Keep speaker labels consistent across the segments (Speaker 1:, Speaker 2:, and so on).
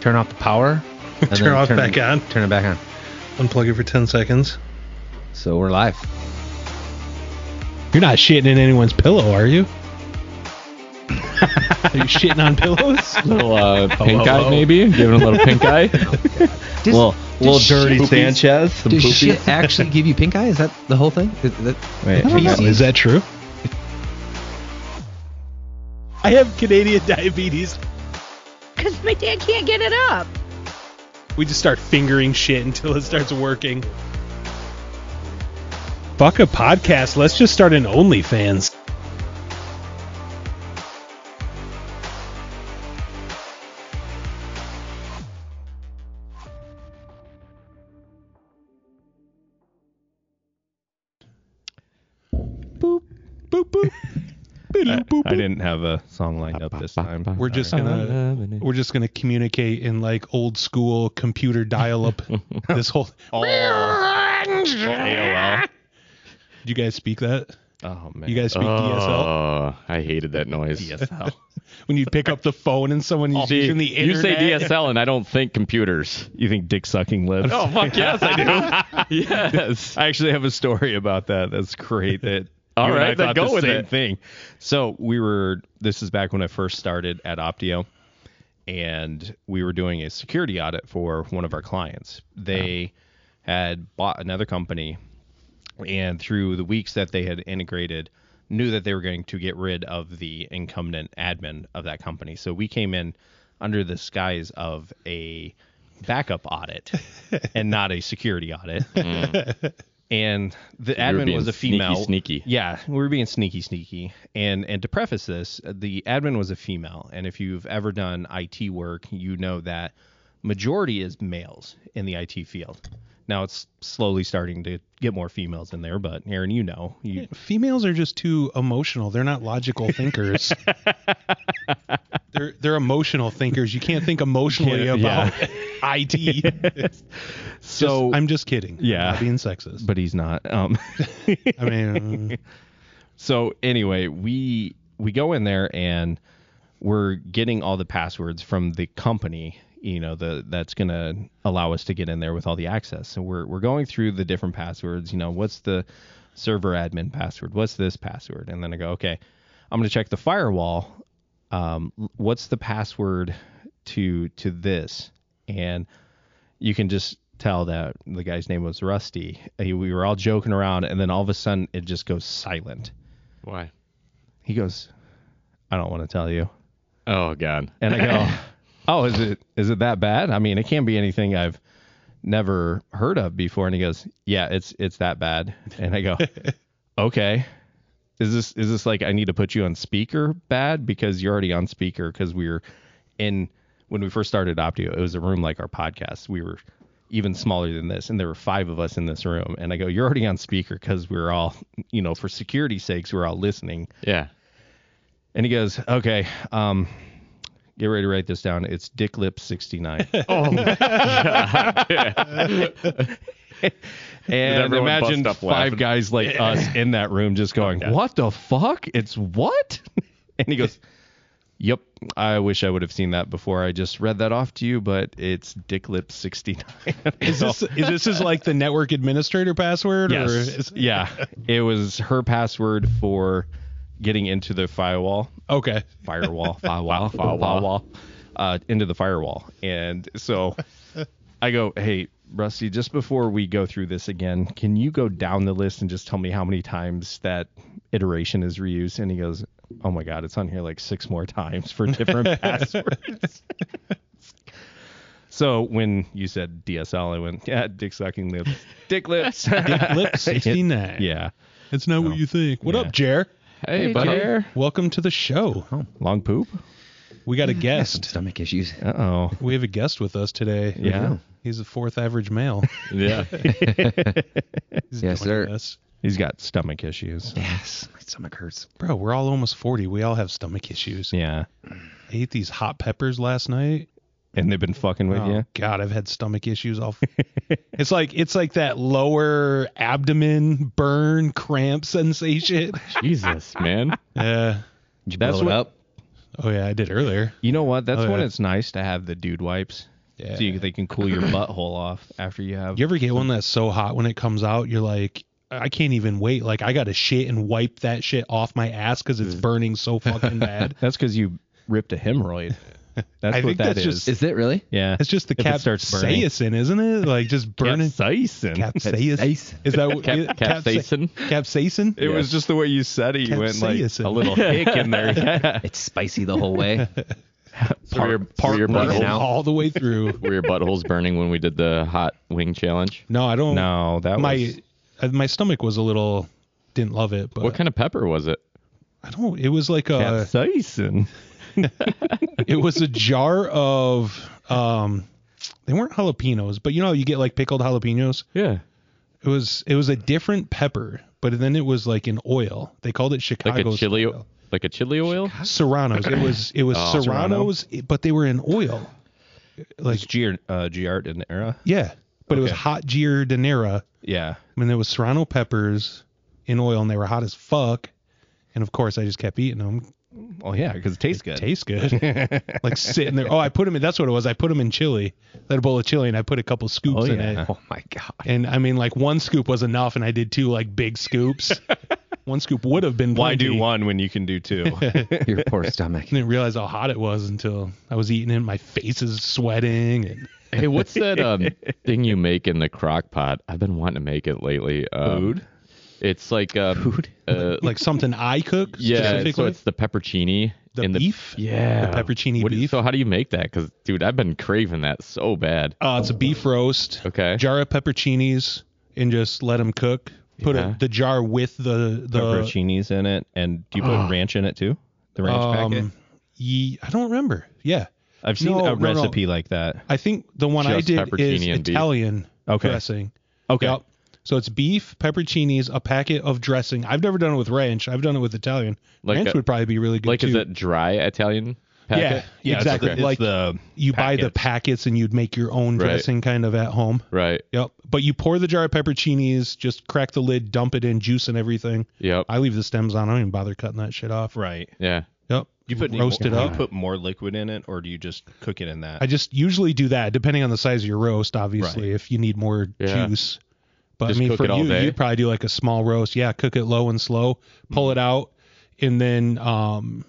Speaker 1: turn off the power. and then
Speaker 2: Turn off back on.
Speaker 1: Turn it back on.
Speaker 2: Unplug it for 10 seconds.
Speaker 1: So we're live.
Speaker 2: You're not shitting in anyone's pillow, are you? are you shitting on pillows?
Speaker 3: little uh, pink
Speaker 2: hello.
Speaker 3: eye, maybe. Giving a little pink eye.
Speaker 1: Does-
Speaker 3: little little
Speaker 1: does
Speaker 3: dirty
Speaker 1: shit-
Speaker 3: Sanchez. Some
Speaker 1: Does
Speaker 3: poopy.
Speaker 1: shit actually give you pink eye? Is that the whole thing? Is that-
Speaker 3: Wait,
Speaker 1: I don't
Speaker 3: hang
Speaker 1: know.
Speaker 3: on.
Speaker 2: Is that true? I have Canadian diabetes.
Speaker 4: Because my dad can't get it up.
Speaker 2: We just start fingering shit until it starts working. Fuck a podcast. Let's just start an OnlyFans.
Speaker 3: I, I didn't have a song lined up this time.
Speaker 2: We're just
Speaker 3: Sorry.
Speaker 2: gonna- We're just gonna communicate in like old school computer dial-up. this whole.
Speaker 3: AOL.
Speaker 2: Do you guys speak that?
Speaker 3: Oh man.
Speaker 2: You guys speak DSL?
Speaker 3: Oh, I hated that noise.
Speaker 2: DSL. when you pick up the phone and someone is
Speaker 3: See,
Speaker 2: using the
Speaker 3: you say
Speaker 2: internet.
Speaker 3: DSL and I don't think computers.
Speaker 5: You think dick sucking lips?
Speaker 3: Oh fuck yes I do. yes.
Speaker 5: I actually have a story about that. That's great. That
Speaker 3: All
Speaker 5: you and
Speaker 3: right,
Speaker 5: I
Speaker 3: then
Speaker 5: thought
Speaker 3: go
Speaker 5: the
Speaker 3: with
Speaker 5: same
Speaker 3: it.
Speaker 5: thing. So we were. This is back when I first started at Optio, and we were doing a security audit for one of our clients. They had bought another company, and through the weeks that they had integrated, knew that they were going to get rid of the incumbent admin of that company. So we came in under the guise of a backup audit and not a security audit and the
Speaker 3: were
Speaker 5: admin
Speaker 3: being
Speaker 5: was a
Speaker 3: sneaky,
Speaker 5: female.
Speaker 3: sneaky.
Speaker 5: Yeah, we were being sneaky, sneaky. And and to preface this, the admin was a female, and if you've ever done IT work, you know that majority is males in the IT field. Now it's slowly starting to get more females in there, but Aaron, you know, you,
Speaker 2: Females are just too emotional. They're not logical thinkers. they're they're emotional thinkers. You can't think emotionally about IT.
Speaker 5: so
Speaker 2: I'm just kidding. I'm
Speaker 5: Yeah.
Speaker 2: not being sexist.
Speaker 5: but he's not. Um,
Speaker 2: I mean,
Speaker 5: So anyway, we we go in there and we're getting all the passwords from the company, you know, the that's gonna allow us to get in there with all the access. So we're we're going through the different passwords, you know, what's the server admin password, what's this password? And then I go, okay, I'm gonna check the firewall. Um, l- what's the password to to this? And you can just tell that the guy's name was Rusty. Uh, We were all joking around, and then all of a sudden it just goes silent.
Speaker 3: Why?
Speaker 5: He goes, I don't want to tell you.
Speaker 3: Oh god.
Speaker 5: And I go, Oh, is it is it that bad? I mean, it can't be anything I've never heard of before. And he goes, Yeah, it's it's that bad. And I go, Okay. Is this is this like I need to put you on speaker bad? Because you're already on speaker because we were in when we first started Optio, it was a room like our podcast. We were even smaller than this, and there were five of us in this room. And I go, You're already on speaker because we we're all, you know, for security's sakes, we we're all listening.
Speaker 3: Yeah.
Speaker 5: And he goes, okay, um, get ready to write this down. It's Dick Lip 69.
Speaker 3: Oh
Speaker 5: and
Speaker 3: everyone bust
Speaker 5: imagine
Speaker 3: up
Speaker 5: five
Speaker 3: laughing?
Speaker 5: guys like us in that room just going, what the fuck? It's what? and he goes, yep, I wish I would have seen that before. I just read that off to you, but it's Dick Lip 69.
Speaker 2: is this is this is like the network administrator password? Or is,
Speaker 5: yeah, it was her password for getting into the firewall.
Speaker 2: okay.
Speaker 5: firewall, firewall, firewall, uh, into the firewall. And so I go, hey, Rusty, just before we go through this again, can you go down the list and just tell me how many times that iteration is reused? And he goes, oh my God, it's on here like six more times for different passwords. So when you said DSL, I went, yeah, dick sucking lips, dick lips,
Speaker 2: Lip 69.
Speaker 5: yeah,
Speaker 2: It's not what you think. What up, Jer?
Speaker 3: Hey,
Speaker 4: Hey,
Speaker 3: buddy.
Speaker 4: Jer.
Speaker 2: Welcome to the show.
Speaker 5: long poop.
Speaker 2: We got a
Speaker 1: Some
Speaker 2: guest.
Speaker 1: stomach issues.
Speaker 5: Uh oh,
Speaker 2: We have a guest with us today.
Speaker 5: yeah,
Speaker 2: He's the fourth average male.
Speaker 3: Yeah.
Speaker 2: He's
Speaker 1: Yes,
Speaker 2: joining
Speaker 1: sir.
Speaker 2: us.
Speaker 5: he's got stomach issues.
Speaker 1: Yes, my stomach hurts.
Speaker 2: Bro, we're all almost 40. We all have stomach issues.
Speaker 5: Yeah.
Speaker 2: I ate these hot peppers last night.
Speaker 5: and they've been fucking with
Speaker 2: Oh,
Speaker 5: you.
Speaker 2: God, I've had stomach issues all. it's like it's like that lower abdomen burn cramp sensation.
Speaker 3: Jesus, man.
Speaker 2: Yeah.
Speaker 1: Did you
Speaker 5: That's
Speaker 1: blow it
Speaker 5: what-
Speaker 1: up?
Speaker 2: Oh yeah, I did earlier.
Speaker 5: You know what? That's
Speaker 2: Oh,
Speaker 5: when
Speaker 2: yeah.
Speaker 5: it's nice to have the dude wipes.
Speaker 2: Yeah.
Speaker 5: So you, they can cool your butthole off after you have.
Speaker 2: You ever get one that's so hot when it comes out, you're like, I can't even wait. Like I got to shit and wipe that shit off my ass because
Speaker 5: Mm.
Speaker 2: it's burning so fucking bad.
Speaker 5: That's because you ripped a hemorrhoid. That's
Speaker 2: I
Speaker 5: what
Speaker 2: think
Speaker 5: that
Speaker 2: that's
Speaker 5: is.
Speaker 2: just-
Speaker 1: Is it really?
Speaker 5: yeah.
Speaker 2: It's just the
Speaker 5: If it starts burning.
Speaker 2: capsaicin, isn't it? Like just burning
Speaker 5: capsaicin.
Speaker 2: capsaicin. Is that what
Speaker 3: Cap-
Speaker 2: capsa-
Speaker 3: capsaicin?
Speaker 2: Capsaicin.
Speaker 5: It was just the way you said it. You
Speaker 2: Capsaicin.
Speaker 5: hick in there. Yeah.
Speaker 1: It's spicy the whole way.
Speaker 3: Were your, were your
Speaker 1: Part-
Speaker 3: buttholes,
Speaker 1: now.
Speaker 2: all the way through.
Speaker 3: were your buttholes burning when we did the hot wing challenge?
Speaker 2: No, I don't.
Speaker 5: No, that was.
Speaker 2: my uh, my stomach was a little didn't love it, but
Speaker 3: What kind of pepper was it?
Speaker 2: I don't. It was like a
Speaker 5: Capsaicin.
Speaker 2: it was a jar of um they weren't jalapenos, but you know how you get like pickled jalapenos.
Speaker 3: Yeah.
Speaker 2: It was it was a different pepper, but then it was like an oil. They called it Chicago
Speaker 3: Like a chili
Speaker 2: style.
Speaker 3: like a chili oil?
Speaker 2: Serranos. It was it was
Speaker 3: Oh.
Speaker 2: Serranos, but they were in oil. Like
Speaker 5: It's G- uh, Giart in the era.
Speaker 2: yeah, but it was
Speaker 5: Okay.
Speaker 2: hot giardinera.
Speaker 5: Yeah.
Speaker 2: I mean, there was serrano peppers in oil, and they were hot as fuck. And of course, I just kept eating them.
Speaker 5: Well, yeah, because it tastes good.
Speaker 2: Tastes good. like sitting there. Oh, I put them in. That's what it was. I put them in chili. That bowl of chili, and I put a couple scoops
Speaker 5: Oh,
Speaker 2: in
Speaker 5: yeah.
Speaker 2: it.
Speaker 1: Oh my god.
Speaker 2: And I mean, like one scoop was enough, and I did two like big scoops. one scoop would have been.
Speaker 5: Why do
Speaker 2: plenty.
Speaker 5: one when you can do two?
Speaker 1: Your poor stomach.
Speaker 2: I didn't realize how hot it was until I was eating it. and My face is sweating. And
Speaker 3: Hey, what's that um, thing you make in the crock pot? I've been wanting to make it lately. Um,
Speaker 5: Food?
Speaker 3: It's like um, food. Uh,
Speaker 2: like something I cook
Speaker 3: yeah, so
Speaker 2: specifically.
Speaker 3: it's the peppercini
Speaker 2: the
Speaker 3: and
Speaker 2: beef.
Speaker 3: The, yeah,
Speaker 2: The peppercini
Speaker 3: What do you-
Speaker 2: beef.
Speaker 3: so how do you make that? Because dude, I've been craving that so bad.
Speaker 2: Uh, it's a beef roast.
Speaker 3: Okay.
Speaker 2: Jar of pepperoncinis and just let them cook. Put
Speaker 3: Yeah.
Speaker 2: a, the jar with the the
Speaker 5: Pepperoncinis in it, and do you put ranch in it too? The ranch packet.
Speaker 2: uh, um. Ye, I don't remember. Yeah,
Speaker 5: I've seen
Speaker 2: no, no, no.
Speaker 5: a recipe like that.
Speaker 2: I think the one I
Speaker 3: Just
Speaker 2: did
Speaker 3: peppercini
Speaker 2: is
Speaker 3: and beef.
Speaker 2: Italian
Speaker 5: Okay.
Speaker 2: dressing.
Speaker 5: Okay.
Speaker 2: Yep. So it's beef, pepperoncinis, a packet of dressing. I've never done it with ranch. I've done it with Italian.
Speaker 3: Like
Speaker 2: ranch
Speaker 3: a-
Speaker 2: would probably be really good
Speaker 3: Like,
Speaker 2: too.
Speaker 3: is that dry Italian
Speaker 2: yeah,
Speaker 3: packet?
Speaker 5: Yeah, it's
Speaker 2: exactly.
Speaker 5: the- it's
Speaker 2: like
Speaker 5: the
Speaker 2: you buy the
Speaker 5: packets.
Speaker 2: packets and you'd make your own
Speaker 3: Right.
Speaker 2: dressing kind of at home.
Speaker 3: Right.
Speaker 2: Yep. But you pour the jar of pepperoncinis, just crack the lid, dump it in, juice and everything.
Speaker 3: Yep.
Speaker 2: I leave the stems on. I don't even bother cutting that shit off.
Speaker 5: right.
Speaker 3: yeah.
Speaker 2: Yep.
Speaker 5: You put
Speaker 2: roast it
Speaker 5: do
Speaker 2: up.
Speaker 5: You put more liquid in it, or do you just cook it in that?
Speaker 2: I just usually do that, depending on the size of your roast, obviously, if you need more
Speaker 3: Yeah.
Speaker 2: juice. But
Speaker 3: Just
Speaker 2: I mean,
Speaker 3: cook
Speaker 2: for
Speaker 3: it all
Speaker 2: you,
Speaker 3: day?
Speaker 2: you'd probably do like a small roast. Yeah, cook it low and slow, pull
Speaker 3: Mm-hmm.
Speaker 2: it out, and then um,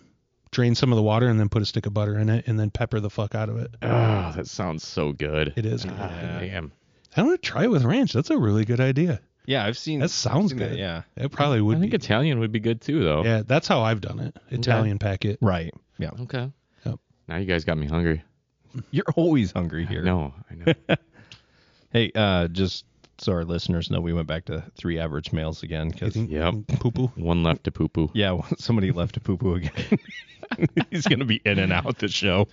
Speaker 2: drain some of the water, and then put a stick of butter in it, and then pepper the fuck out of it.
Speaker 3: Oh, that sounds so good.
Speaker 2: It is.
Speaker 3: Ah, Damn.
Speaker 2: I'm gonna try it with ranch. That's a really good idea.
Speaker 5: yeah, I've seen.
Speaker 2: That sounds
Speaker 5: seen that,
Speaker 2: good.
Speaker 5: yeah.
Speaker 2: It probably would
Speaker 3: I think
Speaker 2: be.
Speaker 3: Italian would be good too, though.
Speaker 2: Yeah, that's how I've done it. Italian packet.
Speaker 5: Right. Yeah.
Speaker 3: Okay.
Speaker 2: Yep.
Speaker 3: Now you guys got me hungry.
Speaker 5: You're always hungry here.
Speaker 3: No, I know.
Speaker 5: Hey, uh, just so our listeners know, we went back to three average males again because
Speaker 3: yep.
Speaker 2: Poo poo.
Speaker 3: One left to poo poo.
Speaker 5: yeah, somebody left to poo poo again. He's gonna be in and out the show.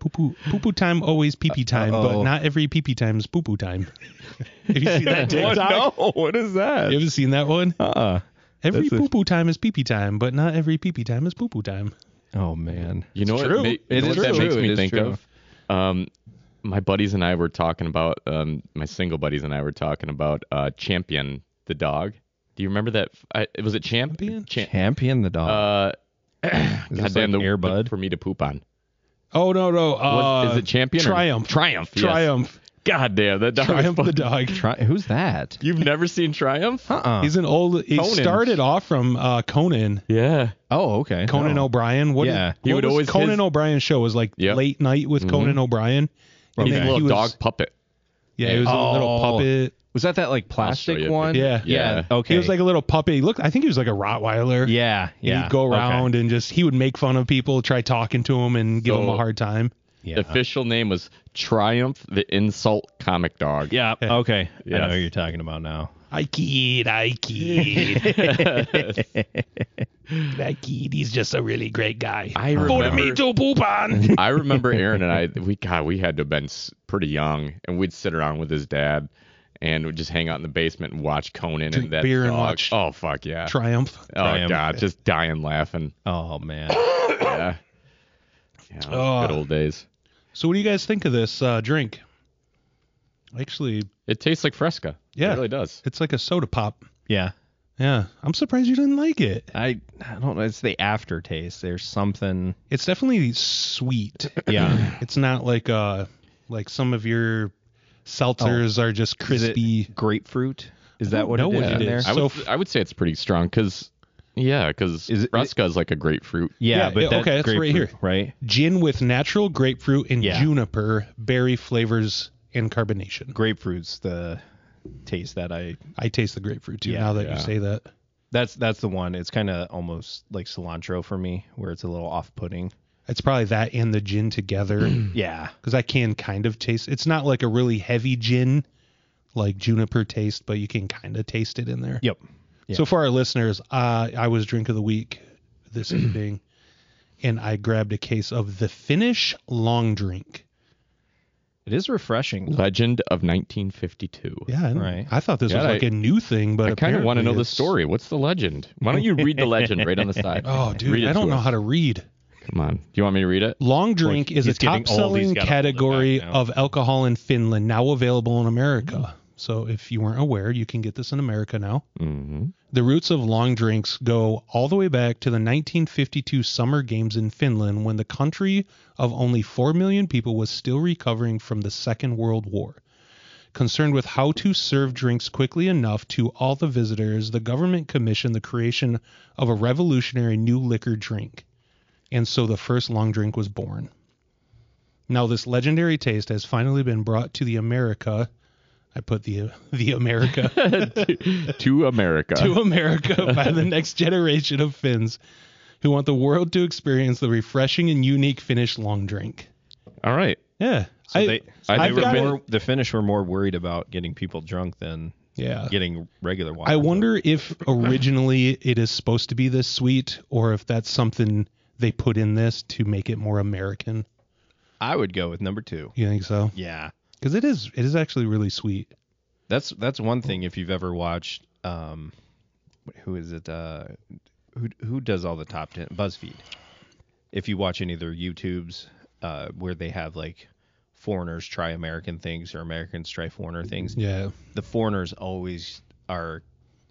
Speaker 2: Poo poo. Poo poo time. Always pee pee time.
Speaker 5: Uh-oh.
Speaker 2: But not every pee pee time is poo poo time. Have you seen that TikTok?
Speaker 5: no, what is that?
Speaker 2: You ever seen that one?
Speaker 5: Uh-uh.
Speaker 2: Every
Speaker 5: That's a-
Speaker 2: poo poo time is pee pee time, but not every pee pee time is poo poo time.
Speaker 5: Oh man.
Speaker 3: You know what?
Speaker 2: true.
Speaker 3: ma- you
Speaker 5: It
Speaker 3: know
Speaker 5: is
Speaker 3: what that
Speaker 5: true.
Speaker 3: makes me
Speaker 5: It is
Speaker 3: think
Speaker 5: true.
Speaker 3: of. Um, my buddies and I were talking about um, my single buddies and I were talking about uh, Champion the dog. Do you remember that? I, was it Champion? Champion.
Speaker 5: Champion the dog.
Speaker 3: uh,
Speaker 5: is this
Speaker 3: goddamn
Speaker 5: like
Speaker 3: the
Speaker 5: Air Bud?
Speaker 3: for me to poop on.
Speaker 2: Oh no no! Uh,
Speaker 3: What- is it Champion or-
Speaker 2: Triumph.
Speaker 3: Triumph. Yes.
Speaker 2: Triumph.
Speaker 3: Goddamn that dog. is
Speaker 2: Triumph the
Speaker 3: fucking-
Speaker 2: dog.
Speaker 5: Try, who's that?
Speaker 3: You've never seen Triumph?
Speaker 5: Uh-uh.
Speaker 2: He's an old. He
Speaker 3: Conan.
Speaker 2: started off from uh, Conan.
Speaker 3: Yeah.
Speaker 5: oh, okay.
Speaker 2: Conan
Speaker 5: No.
Speaker 2: O'Brien. What
Speaker 5: Yeah.
Speaker 2: He would always. Conan
Speaker 3: his-
Speaker 2: O'Brien's show was like
Speaker 3: Yep.
Speaker 2: late night with Conan O'Brien. And
Speaker 3: He's a
Speaker 2: then
Speaker 3: little
Speaker 2: he was,
Speaker 3: dog puppet.
Speaker 2: Yeah, he was a little
Speaker 5: Oh.
Speaker 2: puppet.
Speaker 5: Was that that like
Speaker 3: show
Speaker 5: plastic
Speaker 3: you a
Speaker 5: one?
Speaker 2: picture.
Speaker 5: yeah.
Speaker 3: Yeah.
Speaker 5: Okay.
Speaker 2: He was like a little puppet. He looked. I think he was like a Rottweiler.
Speaker 5: yeah, yeah.
Speaker 2: He'd go
Speaker 5: Okay.
Speaker 2: around and just he would make fun of people, try talking to them, and give
Speaker 3: So-
Speaker 2: them a hard time.
Speaker 5: Yeah.
Speaker 3: The official name was Triumph the Insult Comic Dog.
Speaker 5: Yeah. Okay. I know
Speaker 3: Yes.
Speaker 5: who you're talking about now.
Speaker 2: I kid, I kid, I kid. He's just a really great guy.
Speaker 3: I remember
Speaker 2: to poop on.
Speaker 3: I remember Aaron and I we god we had to have been s- pretty young and we'd sit around with his dad and would just hang out in the basement and watch Conan
Speaker 2: Drink
Speaker 3: and that
Speaker 2: beer
Speaker 3: dog.
Speaker 2: and watch
Speaker 3: oh fuck yeah.
Speaker 2: Triumph.
Speaker 3: oh
Speaker 5: Triumph.
Speaker 3: god, just dying laughing.
Speaker 5: Oh man.
Speaker 3: Yeah. yeah those
Speaker 2: Ugh.
Speaker 3: good old days.
Speaker 2: So, what do you guys think of this uh, drink? Actually,
Speaker 3: It tastes like Fresca.
Speaker 2: Yeah.
Speaker 3: It really does.
Speaker 2: it's like a soda pop.
Speaker 5: Yeah.
Speaker 2: Yeah, I'm surprised you didn't like it.
Speaker 5: I I don't know. It's the aftertaste. There's something.
Speaker 2: It's definitely sweet.
Speaker 5: Yeah.
Speaker 2: It's not like uh like some of your seltzers are just crispy.
Speaker 5: grapefruit. Is
Speaker 2: I
Speaker 5: that
Speaker 2: don't
Speaker 5: what it
Speaker 2: know
Speaker 5: is
Speaker 2: what
Speaker 5: in
Speaker 2: it
Speaker 5: there?
Speaker 2: is.
Speaker 3: I
Speaker 2: So
Speaker 3: would,
Speaker 2: f-
Speaker 3: I would say it's pretty strong because, yeah, because
Speaker 5: Is it-
Speaker 3: Ruska is like a grapefruit.
Speaker 5: Yeah,
Speaker 2: Yeah,
Speaker 5: but
Speaker 2: yeah,
Speaker 5: that's
Speaker 2: okay, it's right
Speaker 5: grapefruit,
Speaker 2: here.
Speaker 5: right?
Speaker 2: Gin with natural grapefruit and
Speaker 5: Yeah.
Speaker 2: juniper berry flavors and carbonation.
Speaker 5: Grapefruit's the taste that I.
Speaker 2: I taste the grapefruit too
Speaker 5: Yeah,
Speaker 2: now that
Speaker 3: yeah.
Speaker 2: you say that.
Speaker 5: That's that's the one. It's kind of almost like cilantro for me, where it's a little off-putting.
Speaker 2: It's probably that and the gin together
Speaker 5: Yeah,
Speaker 2: cuz I can kind of taste. It's not like a really heavy gin like juniper taste, but you can kind of taste it in there.
Speaker 5: Yep. Yeah.
Speaker 2: So for our listeners, uh, I was drink of the week this evening, and I grabbed a case of the Finnish long drink.
Speaker 5: It is refreshing.
Speaker 3: Legend of 1952.
Speaker 2: Yeah, I,
Speaker 5: Right.
Speaker 2: I thought this
Speaker 3: Yeah,
Speaker 2: was
Speaker 3: I-
Speaker 2: like a new thing, but
Speaker 3: I kind of want to know
Speaker 2: apparently
Speaker 3: the
Speaker 2: it's-
Speaker 3: story. What's the legend? Why don't you read the legend right on the side?
Speaker 2: Oh,
Speaker 3: Read
Speaker 2: dude,
Speaker 3: it
Speaker 2: I don't
Speaker 3: to
Speaker 2: know
Speaker 3: us.
Speaker 2: how to read.
Speaker 3: Come on. Do you want me to read it?
Speaker 2: Long drink is a
Speaker 5: he's getting old,
Speaker 2: top
Speaker 5: he's
Speaker 2: selling
Speaker 5: gotta hold it back
Speaker 2: category
Speaker 5: now.
Speaker 2: of alcohol in Finland, now available in America. So if you weren't aware, you can get this in America now.
Speaker 3: Mm-hmm.
Speaker 2: The roots of long drinks go all the way back to the 1952 Summer Games in Finland when the country of only 4 million people was still recovering from the Second World War. Concerned with how to serve drinks quickly enough to all the visitors, the government commissioned the creation of a revolutionary new liquor drink. And so the first long drink was born. Now this legendary taste has finally been brought to the America. I put the the America
Speaker 3: to America.
Speaker 2: to America by the next generation of Finns who want the world to experience the refreshing and unique Finnish long drink.
Speaker 3: All right.
Speaker 2: Yeah.
Speaker 5: So
Speaker 2: I-
Speaker 5: they, so
Speaker 2: I've
Speaker 5: they were
Speaker 2: gotten-
Speaker 5: more, the Finnish were more worried about getting people drunk than
Speaker 2: yeah.
Speaker 5: getting regular water.
Speaker 2: I wonder if originally it is supposed to be this sweet or if that's something they put in this to make it more American.
Speaker 5: I would go with number two.
Speaker 2: You think so?
Speaker 5: Yeah,
Speaker 2: Because it is it is actually really sweet.
Speaker 5: that's that's one thing. If you've ever watched, um, who is it? Uh, who who does all the top ten? BuzzFeed. If you watch any of their YouTubes, uh, where they have like foreigners try American things or Americans try foreigner things,
Speaker 2: Yeah.
Speaker 5: the foreigners always are.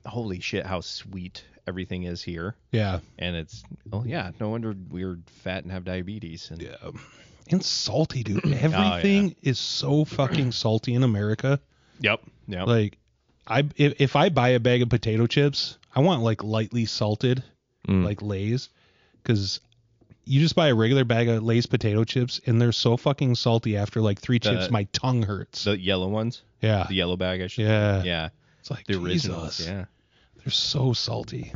Speaker 5: Holy shit! How sweet everything is here.
Speaker 2: Yeah.
Speaker 5: and it's oh yeah, no wonder we're fat and have diabetes. And
Speaker 2: Yeah. And salty, dude.
Speaker 5: Oh,
Speaker 2: Everything is so fucking salty in America.
Speaker 5: yep, yep.
Speaker 2: Like, I if, if I buy a bag of potato chips, I want like lightly salted,
Speaker 5: Mm.
Speaker 2: like Lay's, because you just buy a regular bag of Lay's potato chips and they're so fucking salty after like three chips,
Speaker 5: The-
Speaker 2: my tongue hurts.
Speaker 5: the yellow ones,
Speaker 2: yeah,
Speaker 5: the yellow bag. I should.
Speaker 2: yeah,
Speaker 5: yeah.
Speaker 2: It's like
Speaker 5: The originals.
Speaker 2: Jesus,
Speaker 5: Yeah.
Speaker 2: they're so salty.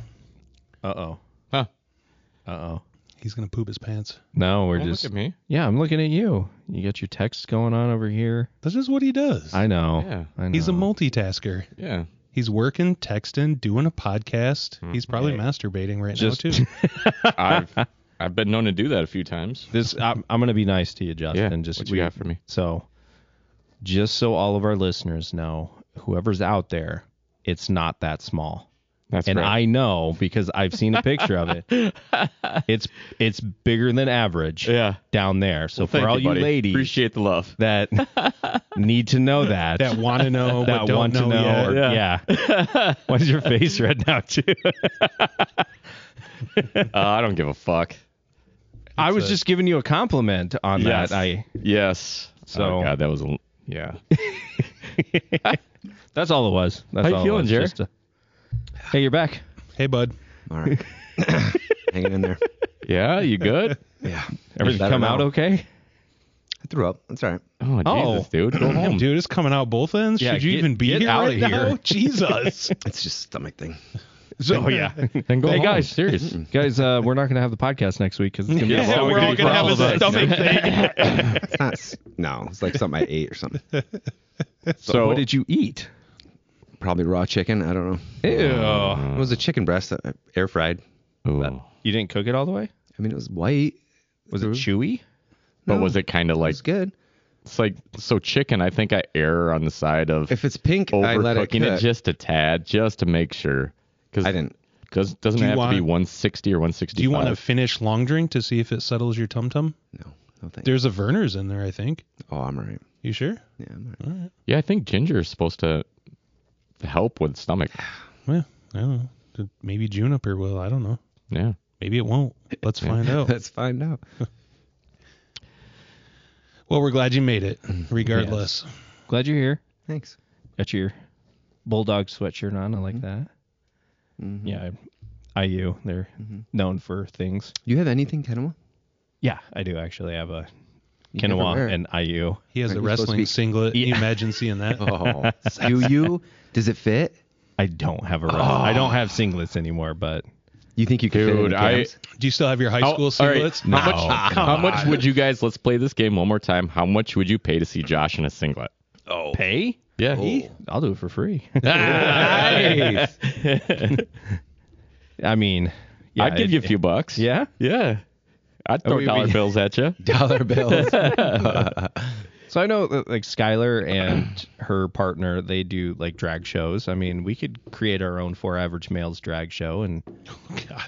Speaker 5: Uh oh.
Speaker 3: Huh.
Speaker 5: Uh oh.
Speaker 2: He's gonna poop his pants.
Speaker 5: No, we're
Speaker 3: Don't
Speaker 5: just.
Speaker 3: look at me.
Speaker 5: Yeah, I'm looking at you. You got your texts going on over here.
Speaker 2: That's just what he does.
Speaker 5: I know.
Speaker 3: Yeah.
Speaker 5: I know.
Speaker 2: He's a multitasker.
Speaker 3: Yeah.
Speaker 2: He's working, texting, doing a podcast. He's probably masturbating right
Speaker 5: Hmm. Just-
Speaker 2: now too.
Speaker 3: I've I've been known to do that a few times.
Speaker 5: This. I'm, I'm gonna be nice to you,
Speaker 3: Yeah.
Speaker 5: Justin. Just
Speaker 3: what you
Speaker 5: we-
Speaker 3: got for me?
Speaker 5: So, just so all of our listeners know, whoever's out there, it's not that small.
Speaker 3: That's
Speaker 5: and
Speaker 3: right.
Speaker 5: I know because I've seen a picture of it. It's it's bigger than average
Speaker 3: yeah.
Speaker 5: down there. So
Speaker 3: Thank
Speaker 5: for all you,
Speaker 3: buddy.
Speaker 5: ladies
Speaker 3: appreciate the love.
Speaker 5: that need to know that
Speaker 2: That want to know, but
Speaker 5: that
Speaker 2: don't
Speaker 5: want
Speaker 2: know
Speaker 5: to know,
Speaker 2: yet.
Speaker 5: or- yeah. Why is your face red now too?
Speaker 3: Uh, I don't give a fuck.
Speaker 5: I was just giving you a compliment on
Speaker 3: Yes.
Speaker 5: that. I
Speaker 3: Yes.
Speaker 5: So-
Speaker 3: oh, God, that was a, yeah.
Speaker 5: that's all it was. That's
Speaker 3: How you
Speaker 5: all
Speaker 3: feeling,
Speaker 5: it was.
Speaker 3: Jer?
Speaker 5: Just a- hey, you're back.
Speaker 2: Hey, bud.
Speaker 1: All right. Hanging in there.
Speaker 3: Yeah, you good?
Speaker 1: Yeah.
Speaker 5: Everything
Speaker 1: Better
Speaker 5: come
Speaker 1: now.
Speaker 5: out okay?
Speaker 1: I threw up. That's all right.
Speaker 3: Oh,
Speaker 5: Oh.
Speaker 3: Jesus, dude. Go home.
Speaker 2: Dude, it's coming out both ends.
Speaker 5: Yeah,
Speaker 2: Should you
Speaker 5: get-
Speaker 2: even be
Speaker 5: get
Speaker 2: here
Speaker 5: outta
Speaker 2: right now?
Speaker 5: here.
Speaker 2: Jesus.
Speaker 1: It's just stomach thing.
Speaker 5: So yeah.
Speaker 3: Then go
Speaker 5: hey
Speaker 3: home.
Speaker 5: guys, serious guys. Uh, we're not gonna have the podcast next week because it's gonna
Speaker 2: Yeah,
Speaker 5: be a long
Speaker 2: we're
Speaker 5: week
Speaker 2: all
Speaker 5: for
Speaker 2: gonna have
Speaker 5: all
Speaker 2: a
Speaker 5: of us.
Speaker 2: stomach thing.
Speaker 1: It's not. s- no, it's like something I ate or something.
Speaker 5: So what did you eat?
Speaker 1: Probably raw chicken. I don't know.
Speaker 3: Uh.
Speaker 1: It was a chicken breast, that I air fried.
Speaker 3: Ooh.
Speaker 5: You didn't cook it all the way?
Speaker 1: I mean, it was white.
Speaker 5: Was it chewy?
Speaker 3: But was it kind of
Speaker 1: It
Speaker 3: like
Speaker 1: was good.
Speaker 3: it's like so chicken? I think I err on the side of
Speaker 1: If it's pink, I let it
Speaker 3: overcooking
Speaker 1: cook.
Speaker 3: it, just a tad, just to make sure. Because
Speaker 1: I didn't.
Speaker 3: Does, doesn't
Speaker 2: Do
Speaker 3: it
Speaker 2: you
Speaker 3: have to be
Speaker 2: want-
Speaker 3: 160 or 165?
Speaker 2: Do you want to finish long drink to see if it settles your tum tum?
Speaker 1: No, no thanks.
Speaker 2: There's a Verner's in there, I think.
Speaker 1: Oh, I'm all right.
Speaker 2: You sure?
Speaker 1: Yeah, I'm all right.
Speaker 3: Yeah, I think ginger is supposed to help with stomach.
Speaker 2: Yeah. I don't know. Maybe Juniper will. I don't know.
Speaker 3: Yeah.
Speaker 2: Maybe it won't. Let's find out.
Speaker 1: Let's find out.
Speaker 2: Well, we're glad you made it, regardless.
Speaker 5: Glad you're here.
Speaker 1: Thanks.
Speaker 5: Got your bulldog sweatshirt on. I like that.
Speaker 1: Mm-hmm.
Speaker 5: Yeah, I- IU. They're known for things.
Speaker 1: Do you have anything, Kenowa?
Speaker 5: Yeah, I do actually have a
Speaker 1: You never wear
Speaker 5: Kinawa
Speaker 1: it.
Speaker 5: and IU.
Speaker 2: He has
Speaker 1: Aren't you supposed
Speaker 2: a
Speaker 1: to
Speaker 2: wrestling
Speaker 1: be-
Speaker 2: singlet. Can you imagine seeing that?
Speaker 1: Oh, do you? Does it fit?
Speaker 5: I don't have a. wrestling- I don't have singlets anymore, but
Speaker 1: You think you could fit in
Speaker 3: Dude,
Speaker 1: the
Speaker 3: I-
Speaker 1: cams?
Speaker 2: Do you still have your high
Speaker 1: Oh,
Speaker 3: How-
Speaker 2: school
Speaker 3: all right,
Speaker 2: singlets?
Speaker 3: How much? How much would you guys? Let's play this game one more time. How much would you pay to see Josh in a singlet?
Speaker 1: Oh.
Speaker 5: pay.
Speaker 3: Yeah.
Speaker 5: I'll do it for free.
Speaker 1: Nice.
Speaker 5: I mean, yeah,
Speaker 3: I'd give
Speaker 5: it-
Speaker 3: you a few bucks.
Speaker 5: Yeah. Oh,
Speaker 3: Yeah. I'd throw
Speaker 5: we-
Speaker 3: dollar
Speaker 5: we-
Speaker 3: bills at you.
Speaker 1: Dollar bills.
Speaker 5: So I know that, like Skylar and her partner, they do like drag shows. I mean, we could create our own four average males drag show and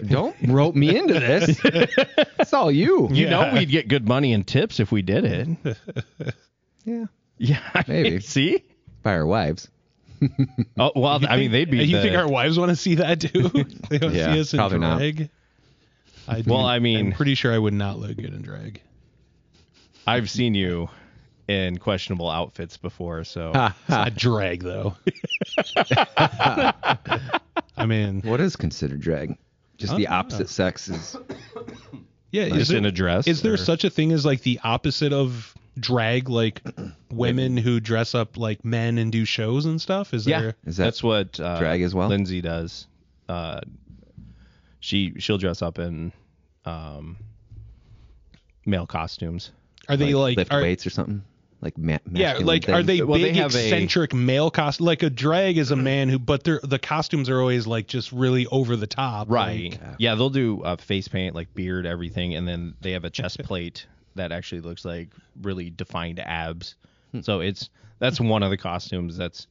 Speaker 1: Don't rope me into this. it's all you.
Speaker 5: you know we'd get good money and tips if we did it.
Speaker 1: Yeah.
Speaker 5: Yeah. I mean,
Speaker 1: Maybe.
Speaker 5: See?
Speaker 1: By our wives.
Speaker 5: Oh well I mean they'd be
Speaker 2: You
Speaker 5: the-
Speaker 2: think our wives want to see that too? they don't
Speaker 1: Yeah,
Speaker 2: see us in
Speaker 1: probably not.
Speaker 2: drag. I
Speaker 5: Well, I
Speaker 2: am
Speaker 5: mean
Speaker 2: pretty sure I would not look good in drag.
Speaker 5: I've seen you in questionable outfits before, so
Speaker 2: I drag though. I mean,
Speaker 1: What is considered drag? Just the opposite sex is.
Speaker 2: yeah, is
Speaker 5: just
Speaker 2: it-
Speaker 5: in a dress.
Speaker 2: Is there
Speaker 5: or-
Speaker 2: such a thing as like the opposite of drag, like women who dress up like men and do shows and stuff? Is
Speaker 5: Yeah,
Speaker 2: there?
Speaker 1: Is that
Speaker 5: that's what uh,
Speaker 1: drag as well?
Speaker 5: Lindsay does. Uh, she she'll dress up in um, male costumes.
Speaker 2: Are they like,
Speaker 1: lift
Speaker 2: are,
Speaker 1: weights or something? Like ma-
Speaker 2: yeah,
Speaker 1: masculine
Speaker 2: like are
Speaker 1: things?
Speaker 2: they
Speaker 5: Well, they
Speaker 2: big
Speaker 5: have a-
Speaker 2: eccentric male cost? Like a drag is a man who, but they're the costumes are always like just really over the top. like-
Speaker 5: yeah, they'll do uh, face paint, like beard, everything, and then they have a chest plate that actually looks like really defined abs. So it's that's one of the costumes. That's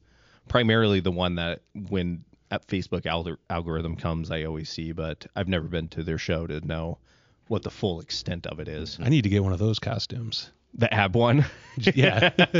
Speaker 5: primarily the one that when at Facebook algor- algorithm comes, I always see. But I've never been to their show to know what the full extent of it is.
Speaker 2: I need to get one of those costumes.
Speaker 5: That have one.
Speaker 2: Yeah,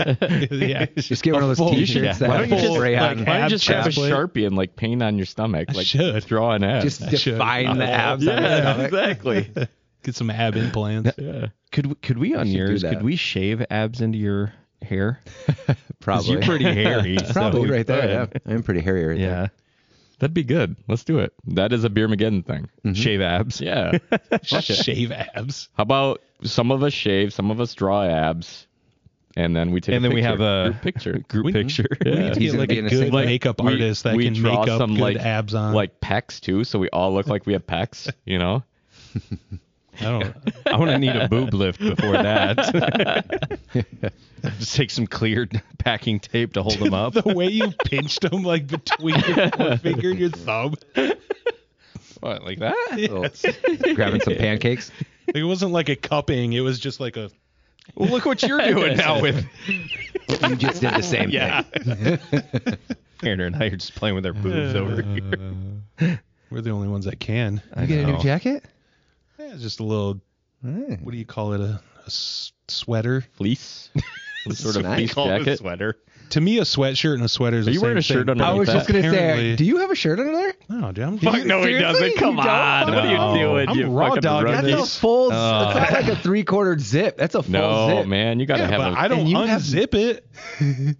Speaker 2: yeah.
Speaker 1: Just get one of those
Speaker 2: full-
Speaker 1: t-shirts
Speaker 5: yeah.
Speaker 1: that
Speaker 5: Why
Speaker 1: have
Speaker 5: don't you
Speaker 1: full
Speaker 5: just,
Speaker 1: spray
Speaker 2: like,
Speaker 1: on.
Speaker 2: have-
Speaker 3: Why
Speaker 2: Ab
Speaker 3: don't you just grab a
Speaker 2: chaplet.
Speaker 3: sharpie and like paint on your stomach? Like
Speaker 2: should.
Speaker 3: draw an ab.
Speaker 1: just
Speaker 2: should.
Speaker 1: define the abs on the
Speaker 3: yeah,
Speaker 1: stomach.
Speaker 3: exactly.
Speaker 2: Get some ab implants.
Speaker 3: yeah.
Speaker 5: Could could we on
Speaker 1: should do
Speaker 5: yours?
Speaker 1: that.
Speaker 5: Could we shave abs into your hair? 'Cause
Speaker 1: Probably.
Speaker 5: You're pretty hairy. so-
Speaker 1: Probably right there. Yeah. I'm pretty hairy right there.
Speaker 5: Yeah.
Speaker 3: That'd be good. Let's do it. That is a beer Mageddon thing.
Speaker 5: Shave abs.
Speaker 3: Yeah.
Speaker 2: Shave abs.
Speaker 3: How about some of us shave, some of us draw abs, and then we take
Speaker 5: And
Speaker 3: a
Speaker 5: then we
Speaker 3: picture,
Speaker 5: have a
Speaker 3: group picture.
Speaker 5: group picture.
Speaker 3: Yeah.
Speaker 1: He's
Speaker 2: Get
Speaker 1: gonna
Speaker 2: like
Speaker 1: be
Speaker 2: a
Speaker 1: in a
Speaker 2: good
Speaker 1: singlet.
Speaker 2: makeup
Speaker 3: We-
Speaker 2: artist that
Speaker 3: we
Speaker 2: can
Speaker 3: draw
Speaker 2: make up
Speaker 3: some,
Speaker 2: good
Speaker 3: like-
Speaker 2: abs on.
Speaker 3: Like pecs too, so we all look like we have pecs, you know?
Speaker 2: I don't.
Speaker 5: I'm gonna need a boob lift before that. Just take some clear packing tape to hold them up.
Speaker 2: the way you pinched them like between your forefinger and your thumb.
Speaker 5: What, like that?
Speaker 1: Oh, grabbing some pancakes.
Speaker 2: Like, it wasn't like a cupping. It was just like a.
Speaker 5: Well, look what you're doing now with
Speaker 1: You just did the same
Speaker 5: Yeah.
Speaker 1: thing.
Speaker 5: Tanner and I are just playing with our boobs over here.
Speaker 2: We're the only ones that can.
Speaker 5: I
Speaker 1: You get a new
Speaker 5: know.
Speaker 1: jacket?
Speaker 2: Yeah, it's just a little.
Speaker 3: Mm.
Speaker 2: What do you call it? A, a s- sweater.
Speaker 3: Fleece. Some sort of
Speaker 1: Nice.
Speaker 3: fleece
Speaker 5: Call it a
Speaker 3: jacket.
Speaker 5: sweater.
Speaker 2: To me, a sweatshirt and a sweater is.
Speaker 3: Are
Speaker 2: the
Speaker 3: you wearing a
Speaker 2: same
Speaker 3: shirt
Speaker 2: thing.
Speaker 3: underneath
Speaker 1: I was
Speaker 3: that?
Speaker 1: just gonna
Speaker 2: Apparently-
Speaker 1: say, do you have a shirt under there?
Speaker 2: No, dude, I'm,
Speaker 5: Fuck no, he
Speaker 1: Seriously?
Speaker 5: doesn't. Come
Speaker 1: You don't?
Speaker 5: on.
Speaker 1: Fuck
Speaker 3: What are
Speaker 1: no.
Speaker 3: you doing?
Speaker 2: I'm
Speaker 3: you
Speaker 2: raw
Speaker 3: fucking
Speaker 2: dogging
Speaker 3: rookie?
Speaker 2: this.
Speaker 1: That's a full. that's not like a three-quarter zip. That's a full
Speaker 3: No,
Speaker 1: zip.
Speaker 3: man, you gotta
Speaker 2: Yeah,
Speaker 3: have
Speaker 2: but
Speaker 3: a
Speaker 2: I don't
Speaker 1: and you have-
Speaker 2: unzip it.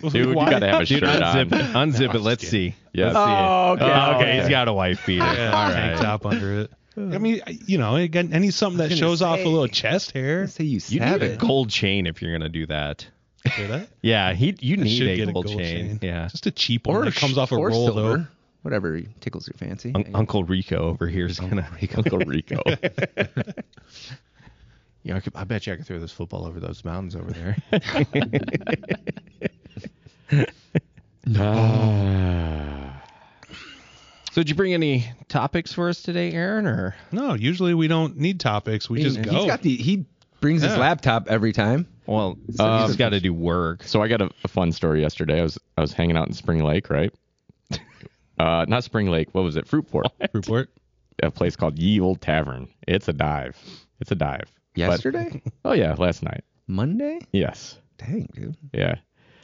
Speaker 3: dude. You
Speaker 2: Why?
Speaker 3: gotta have a
Speaker 5: Dude,
Speaker 3: shirt on.
Speaker 5: unzip it. Unzip it. Let's see.
Speaker 3: Yeah.
Speaker 5: Let's see it.
Speaker 1: Oh, okay.
Speaker 5: Oh,
Speaker 1: Okay.
Speaker 5: okay. He's got a wife beater.
Speaker 2: Yeah,
Speaker 5: All
Speaker 2: tank
Speaker 5: right.
Speaker 2: top under it. I mean, I- you know, again, any something that
Speaker 1: gonna
Speaker 2: shows off a
Speaker 1: say-
Speaker 2: little chest hair.
Speaker 1: Say you
Speaker 5: You need a
Speaker 1: savage.
Speaker 5: gold chain if you're gonna do that.
Speaker 2: Hear that?
Speaker 5: Yeah, he. You
Speaker 2: I
Speaker 5: need
Speaker 2: should
Speaker 5: a
Speaker 2: get
Speaker 5: gold, chain. Yeah.
Speaker 2: just a cheap one that comes off a
Speaker 1: or
Speaker 2: roll
Speaker 1: silver.
Speaker 2: though.
Speaker 1: Whatever tickles your fancy.
Speaker 5: Un- Uncle Rico over here is gonna.
Speaker 3: Uncle Rico.
Speaker 5: Yeah, I, could, I bet you I could throw this football over those mountains over there. so, did you bring any topics for us today, Aaron? Or
Speaker 2: No, usually we don't need topics. We just go.
Speaker 1: He's got the he brings his
Speaker 2: Yeah.
Speaker 1: laptop every time.
Speaker 5: well,
Speaker 1: Um,
Speaker 5: he's got to do work.
Speaker 3: So I got a, a fun story yesterday. I was I was hanging out in Spring Lake, right? Uh, not Spring Lake. What was it? Fruitport.
Speaker 2: Report.
Speaker 3: A place called Ye Old Tavern. It's a dive. It's a dive. But-
Speaker 1: Yesterday,
Speaker 3: oh yeah, last night.
Speaker 1: Monday.
Speaker 3: Yes.
Speaker 1: Dang, dude.
Speaker 3: Yeah.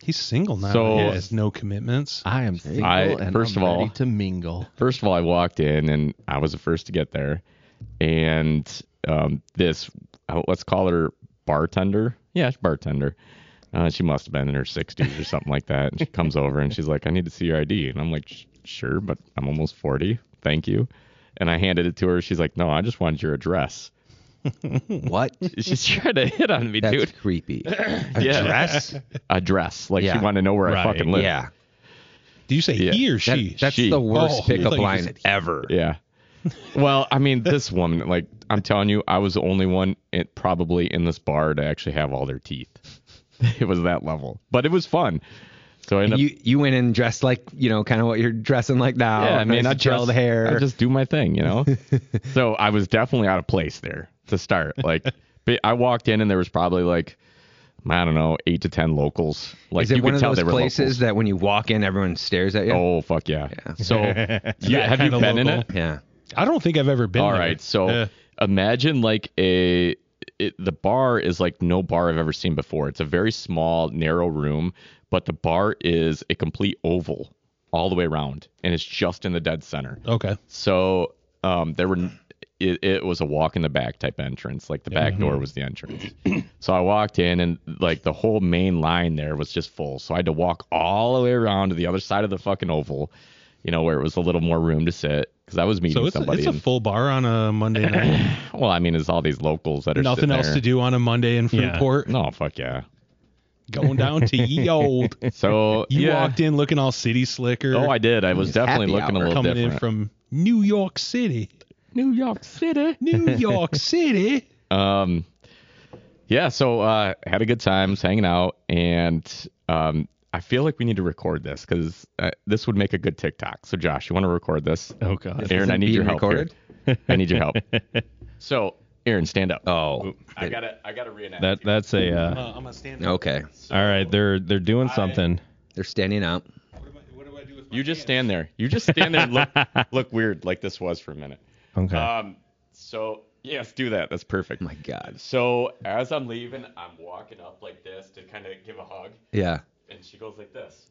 Speaker 2: He's single now.
Speaker 3: So-
Speaker 2: he has no commitments.
Speaker 5: I am single
Speaker 3: I-
Speaker 5: and
Speaker 3: first
Speaker 5: I'm
Speaker 3: of all-
Speaker 5: ready to mingle.
Speaker 3: First of all, I walked in and I was the first to get there, and um, this uh, let's call her bartender. Yeah, she's bartender. Uh, she must have been in her 60s or something like that. And she comes over and she's like, "I need to see your ID," and I'm like, "Sh- "Sure, but I'm almost 40. Thank you." And I handed it to her. She's like, "No, I just wanted your address."
Speaker 1: What?
Speaker 3: She's trying to hit on me,
Speaker 1: That's
Speaker 3: dude.
Speaker 1: creepy.
Speaker 3: Yeah.
Speaker 1: Address?
Speaker 3: Address, like she
Speaker 1: Yeah.
Speaker 3: wanted to know where
Speaker 2: Right,
Speaker 3: I fucking live.
Speaker 1: yeah.
Speaker 2: Do you say
Speaker 3: yeah.
Speaker 2: he or
Speaker 1: That-
Speaker 2: she?
Speaker 1: that's
Speaker 3: She.
Speaker 1: the worst
Speaker 2: Oh, I
Speaker 1: pickup
Speaker 2: thought you
Speaker 1: line
Speaker 2: said-
Speaker 1: ever.
Speaker 3: Yeah. Well, I mean, this woman, like, I'm telling you, I was the only one it, probably in this bar to actually have all their teeth. It was that level, but it was fun. So I ended up,
Speaker 1: You you went in dressed like you know kind of what you're dressing like now.
Speaker 3: yeah, I mean, I
Speaker 1: nice gelled
Speaker 3: just,
Speaker 1: hair.
Speaker 3: I just do my thing, you know. so I was definitely out of place there to start. Like, but I walked in and there was probably like, I don't know, eight to ten locals. Like,
Speaker 1: Is it
Speaker 3: you
Speaker 1: one
Speaker 3: could
Speaker 1: of
Speaker 3: tell
Speaker 1: those
Speaker 3: they were
Speaker 1: places
Speaker 3: locals.
Speaker 1: that when you walk in, everyone stares at you?
Speaker 3: Oh fuck yeah! So you, have you
Speaker 2: kinda
Speaker 3: been in
Speaker 2: local.
Speaker 3: it?
Speaker 1: Yeah.
Speaker 2: I don't think I've ever been.
Speaker 3: All
Speaker 2: there.
Speaker 3: right, so
Speaker 2: Yeah.
Speaker 3: imagine like a it, the bar is like no bar I've ever seen before. It's a very small, narrow room, but the bar is a complete oval all the way around, and it's just in the dead center.
Speaker 2: okay.
Speaker 3: So um, there were it, it was a walk in the back type entrance. Like the back
Speaker 2: Mm-hmm.
Speaker 3: door was the entrance. so I walked in and like the whole main line there was just full. So I had to walk all the way around to the other side of the fucking oval, you know, where it was a little more room to sit. Because I was meeting
Speaker 2: So it's a,
Speaker 3: somebody.
Speaker 2: it's a
Speaker 3: and-
Speaker 2: full bar on a Monday night.
Speaker 3: well, I mean, it's all these locals that are
Speaker 2: Nothing
Speaker 3: sitting
Speaker 2: else
Speaker 3: there.
Speaker 2: to do on a Monday in
Speaker 5: Yeah.
Speaker 2: Fruitport.
Speaker 3: No, fuck yeah.
Speaker 2: Going down to ye old.
Speaker 3: So
Speaker 2: You
Speaker 3: yeah.
Speaker 2: walked in looking all city slicker.
Speaker 3: Oh, I did. I was definitely
Speaker 1: happy
Speaker 3: looking
Speaker 1: hour
Speaker 3: a little
Speaker 2: coming
Speaker 3: different.
Speaker 2: in from New York City.
Speaker 3: New York City.
Speaker 2: New York City.
Speaker 3: Um, yeah. So uh, had a good time just hanging out, and um, I feel like we need to record this because uh, this would make a good TikTok. So Josh, you want to record this?
Speaker 5: Oh god.
Speaker 3: Aaron, I
Speaker 1: isn't
Speaker 3: need your
Speaker 1: being
Speaker 3: help.
Speaker 1: recorded?
Speaker 3: Here. I need your help. So Aaron, stand up.
Speaker 1: Oh.
Speaker 3: I gotta, I gotta reenact.
Speaker 5: That that's a uh,
Speaker 2: I'm gonna stand.
Speaker 1: Okay.
Speaker 5: all right. They're they're doing something.
Speaker 1: They're standing up.
Speaker 2: What do I do with
Speaker 3: you just stand there. You just stand there and look, look weird like this was for a minute.
Speaker 5: Okay.
Speaker 3: Um, so yes, do that. That's perfect.
Speaker 1: Oh my God.
Speaker 3: So as I'm leaving, I'm walking up like this to kind of give a hug,
Speaker 1: Yeah.
Speaker 3: and she goes like this.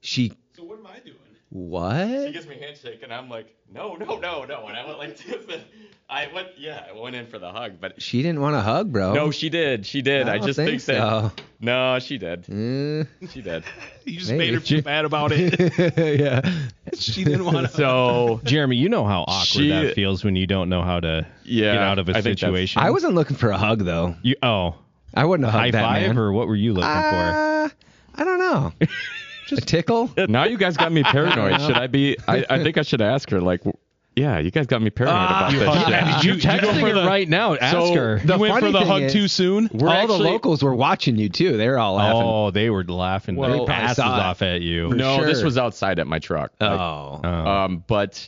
Speaker 1: She.
Speaker 2: So what am I doing?
Speaker 3: She
Speaker 1: What?
Speaker 3: gives me a handshake, and I'm like, no, no, no, no. And I went like this. And I went, yeah, I went in for the hug, but
Speaker 1: She didn't want a hug, bro. Oh,
Speaker 3: no, she did. She did. I,
Speaker 1: don't
Speaker 3: just
Speaker 1: think
Speaker 3: that.
Speaker 1: so.
Speaker 3: No, she did.
Speaker 1: Mm.
Speaker 3: She did.
Speaker 2: You just
Speaker 1: Maybe.
Speaker 2: made her feel bad about it.
Speaker 1: yeah.
Speaker 2: she didn't want to.
Speaker 3: So
Speaker 5: Jeremy, you know how awkward
Speaker 3: She-
Speaker 5: that feels when you don't know how to
Speaker 3: yeah,
Speaker 5: get out of a
Speaker 3: I think that's-
Speaker 5: situation.
Speaker 1: I wasn't looking for a hug though.
Speaker 5: You, oh,
Speaker 1: I wouldn't have
Speaker 5: high
Speaker 1: hugged that
Speaker 5: five
Speaker 1: man.
Speaker 5: or what were you looking
Speaker 1: Uh,
Speaker 5: for?
Speaker 1: I don't know. Just a tickle.
Speaker 3: Now you guys got me paranoid. Should I be? I, I think I should ask her. Like, w- yeah, Uh, you guys got me paranoid about
Speaker 2: you
Speaker 3: this.
Speaker 2: hung
Speaker 3: shit.
Speaker 2: that- you- you go for the-
Speaker 5: now. Ask
Speaker 2: So
Speaker 1: The
Speaker 2: you went for
Speaker 1: funny
Speaker 2: the
Speaker 1: thing
Speaker 2: hug
Speaker 1: is-
Speaker 2: too soon.
Speaker 1: All
Speaker 3: actually-
Speaker 1: the locals were watching you too. They were all laughing.
Speaker 5: Oh, they were laughing
Speaker 1: Well,
Speaker 5: their
Speaker 1: they probably
Speaker 5: asses
Speaker 1: saw it.
Speaker 5: off at you.
Speaker 3: No, this
Speaker 1: sure.
Speaker 3: was outside at my truck.
Speaker 1: Oh.
Speaker 5: Oh.
Speaker 3: Um, but